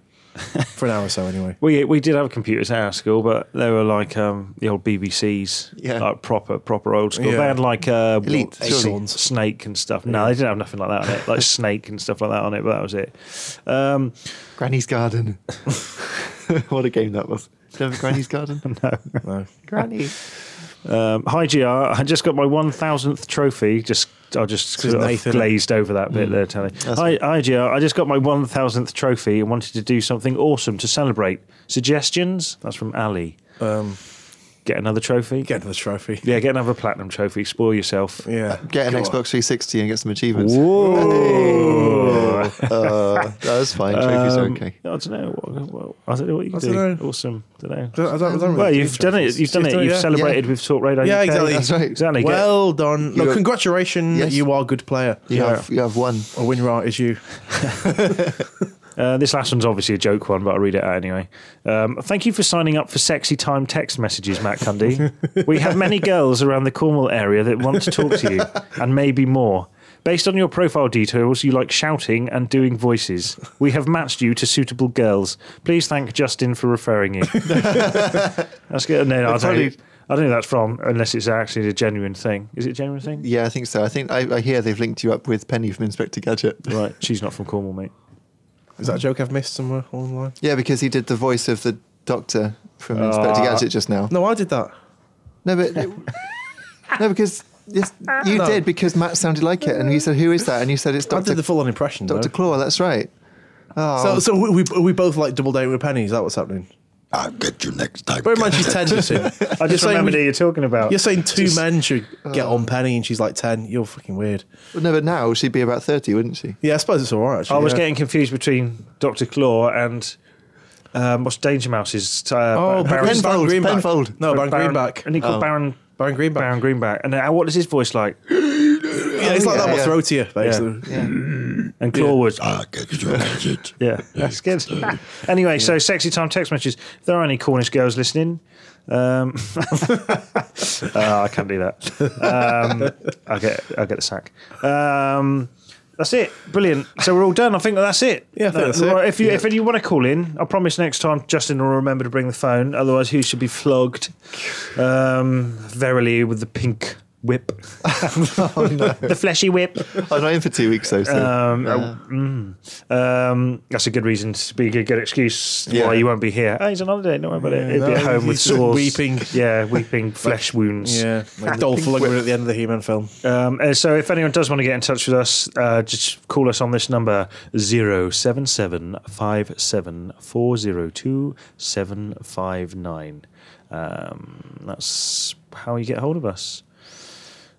Speaker 3: for an hour or so anyway.
Speaker 1: We we did have computers at our school, but they were like um, the old BBCs,
Speaker 2: Yeah.
Speaker 1: like proper proper old school.
Speaker 3: Yeah.
Speaker 1: They had like uh,
Speaker 2: Elite,
Speaker 1: what, Sn-
Speaker 2: surely.
Speaker 1: Snake and stuff. No, they didn't have nothing like that on it, like Snake and stuff like that on it. But that was it. Um,
Speaker 2: Granny's Garden. what a game that was. Remember Granny's Garden?
Speaker 3: No.
Speaker 2: Granny.
Speaker 1: Um, hi GR, I just got my one thousandth trophy. Just I just
Speaker 3: is
Speaker 1: sort of
Speaker 3: Nathan. Mm.
Speaker 1: glazed over that bit there, Tally. Hi, hi GR, I just got my one thousandth trophy and wanted to do something awesome to celebrate. Suggestions? That's from Ali.
Speaker 3: Um,
Speaker 1: Get another trophy.
Speaker 3: get another trophy.
Speaker 1: yeah, get another platinum trophy. Spoil yourself.
Speaker 3: Yeah.
Speaker 2: Uh, Get an
Speaker 3: Go on.
Speaker 2: Xbox 360 and get some achievements.
Speaker 1: Oh. Whoa.
Speaker 2: Uh, that was fine. Trophies are
Speaker 1: Um,
Speaker 2: okay.
Speaker 1: I don't know. What, what, I don't know what you
Speaker 3: I
Speaker 1: do.
Speaker 3: don't know.
Speaker 1: Awesome. Don't know.
Speaker 3: I don't- I don't really
Speaker 1: well,
Speaker 3: do
Speaker 1: you've done it.
Speaker 3: trophies.
Speaker 1: You've done it. You've
Speaker 3: yeah.
Speaker 1: celebrated with Talk Radar.
Speaker 3: Yeah,
Speaker 1: UK.
Speaker 3: exactly.
Speaker 2: That's right.
Speaker 1: Exactly. Get-
Speaker 3: Well done. No,
Speaker 2: You're-
Speaker 3: congratulations.
Speaker 2: Yes.
Speaker 3: You are good player.
Speaker 2: You,
Speaker 1: Yeah.
Speaker 2: have, you have one.
Speaker 3: A win right is you.
Speaker 1: Uh, this last one's obviously a joke one, but I'll read it out anyway. Um, thank you for signing up for sexy time text messages, Matt Cundy. we have many girls around the Cornwall area that want to talk to you, and maybe more. Based on your profile details, you like shouting and doing voices. We have matched you to suitable girls. Please thank Justin for referring you. that's good. No, no, I, don't,
Speaker 2: Probably-
Speaker 1: I don't know who that's from, unless it's actually a genuine thing. Is it a genuine thing?
Speaker 2: Yeah, I think so. I think I, I hear they've linked you up with Penny from Inspector Gadget.
Speaker 1: Right. She's not from Cornwall, mate.
Speaker 3: Is that a joke I've missed somewhere online?
Speaker 2: Yeah, because he did the voice of the Doctor from Inspector
Speaker 1: Ah.
Speaker 2: Gadget just now.
Speaker 3: No, I did that.
Speaker 2: No, but no, because yes, you
Speaker 3: No.
Speaker 2: did because Matt sounded like it, and you said, "Who is that?" And you said, "It's
Speaker 3: I
Speaker 2: Doctor
Speaker 3: did the full on impression.
Speaker 2: Doctor
Speaker 3: though.
Speaker 2: Claw." That's right.
Speaker 3: So,
Speaker 2: Oh,
Speaker 3: so we, we we both like double date with Penny. Is that what's happening?
Speaker 5: I'll get you next time.
Speaker 3: Bear in mind, she's ten. You see.
Speaker 1: I just
Speaker 3: saying
Speaker 1: remembered
Speaker 3: we-
Speaker 1: who you're talking about.
Speaker 3: You're saying two men should get
Speaker 2: Uh.
Speaker 3: on Penny, and she's like ten. You're fucking weird.
Speaker 2: no, but now she'd be about thirty, wouldn't she?
Speaker 3: Yeah, I suppose it's all right. Actually,
Speaker 1: I was
Speaker 3: yeah.
Speaker 1: getting confused between Doctor Claw and um, what's Danger Mouse's uh, Baron-
Speaker 3: oh, Baron, Baron
Speaker 2: Penfold,
Speaker 3: Greenback.
Speaker 2: Penfold.
Speaker 3: No, Baron,
Speaker 1: Baron-
Speaker 3: Greenback.
Speaker 1: and he called
Speaker 2: Oh.
Speaker 1: Baron
Speaker 3: Baron Greenback.
Speaker 1: Baron Greenback. And uh, what is his voice like?
Speaker 3: yeah, it's like
Speaker 2: yeah,
Speaker 3: that. What's
Speaker 2: yeah.
Speaker 3: throat to you, basically?
Speaker 2: Yeah.
Speaker 1: And Claw was,
Speaker 5: I'll get you next time.
Speaker 1: yeah, that's good. anyway, so sexy time text messages. If there are any Cornish girls listening, um, uh, I can't do that. Um, I get, I get the sack. Um, that's it. Brilliant. So we're all done. I think that's it.
Speaker 3: Yeah, I think that's it.
Speaker 1: right, If you
Speaker 3: Yeah.
Speaker 1: if you want to call in, I promise next time Justin will remember to bring the phone. Otherwise, he should be flogged. Um, verily, with the pink whip,
Speaker 3: Oh,
Speaker 1: the fleshy whip.
Speaker 2: I'm not in for two weeks though. So.
Speaker 1: Um, oh, mm. Um, that's a good reason to be a good, good excuse
Speaker 2: Yeah.
Speaker 1: why you won't be here. Oh, he's on holiday. Don't worry about it. He'll be
Speaker 3: no,
Speaker 1: at home with
Speaker 3: he's
Speaker 1: sores,
Speaker 3: weeping.
Speaker 1: Yeah, weeping flesh wounds.
Speaker 3: Yeah, like Dolph Lundgren at the end of the He-Man film.
Speaker 1: Um, and so, if anyone does want to get in touch with us, uh, just call us on this number zero seven seven five seven four zero two seven five nine. Um, that's how you get hold of us.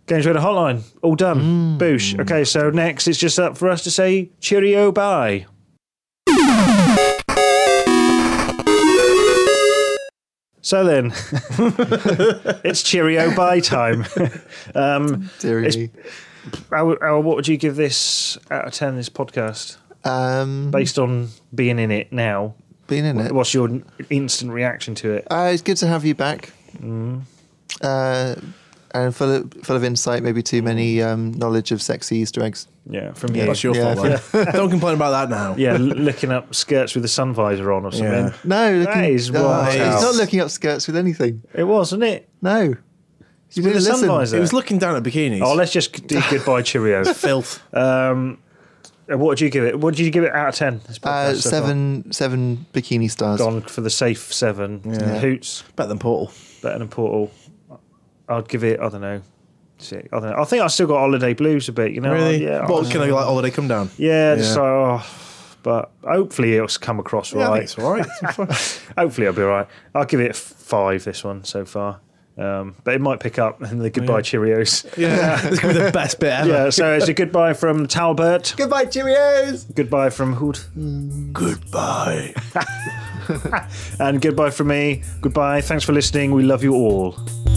Speaker 1: Games Radar Hotline, all done. Boosh. Okay, so next it's just up for us to say cheerio, bye. So then, it's cheerio bye time. um,
Speaker 2: Dearie
Speaker 1: it's-
Speaker 2: me.
Speaker 1: Al, Al, what would you give this out of 10, this podcast,
Speaker 2: Um,
Speaker 1: based on being in it now?
Speaker 2: been in it.
Speaker 1: What's your instant reaction to it?
Speaker 2: Uh, it's good to have you back.
Speaker 1: Mm.
Speaker 2: Uh, and full of, full of insight, maybe too many um, knowledge of sexy Easter eggs.
Speaker 1: Yeah, from you.
Speaker 3: That's your
Speaker 2: Yeah,
Speaker 3: fault. though. Don't complain about that now.
Speaker 1: Yeah, l- looking up skirts with the sun visor on or something.
Speaker 3: Yeah.
Speaker 2: No, looking, uh,
Speaker 1: is wild.
Speaker 2: he's not looking up skirts with anything.
Speaker 1: It was, wasn't it?
Speaker 2: No, you
Speaker 1: With the
Speaker 2: didn't
Speaker 1: sun
Speaker 2: listen.
Speaker 1: visor.
Speaker 3: It was looking down at bikinis.
Speaker 1: oh, let's just do goodbye cheerio.
Speaker 3: filth.
Speaker 1: Um, and what would you give it? What did you give it out of 10? This
Speaker 2: Uh,
Speaker 1: podcast so far?
Speaker 2: seven, seven bikini stars.
Speaker 1: Gone for the safe seven. Hoots,
Speaker 3: Better than Portal.
Speaker 1: better than Portal. I'd give it, I don't know. Six, I don't know. I think I still got holiday blues a bit, you know.
Speaker 3: Really?
Speaker 1: Yeah. I-
Speaker 3: What can I like holiday come down?
Speaker 1: Yeah, just
Speaker 3: Yeah.
Speaker 1: like, oh, but hopefully it'll come across
Speaker 3: Yeah, I think
Speaker 1: right.
Speaker 3: it's all right. It's fine.
Speaker 1: hopefully it'll be all right. I'll give it f- five this one so far, um, but it might pick up in the goodbye Cheerios.
Speaker 3: yeah, it's gonna be the best bit ever.
Speaker 1: Yeah, so it's a goodbye from Talbert.
Speaker 2: Goodbye, Cheerios.
Speaker 1: Goodbye from Hood,
Speaker 3: Goodbye.
Speaker 1: and goodbye from me. Goodbye. Thanks for listening. We love you all.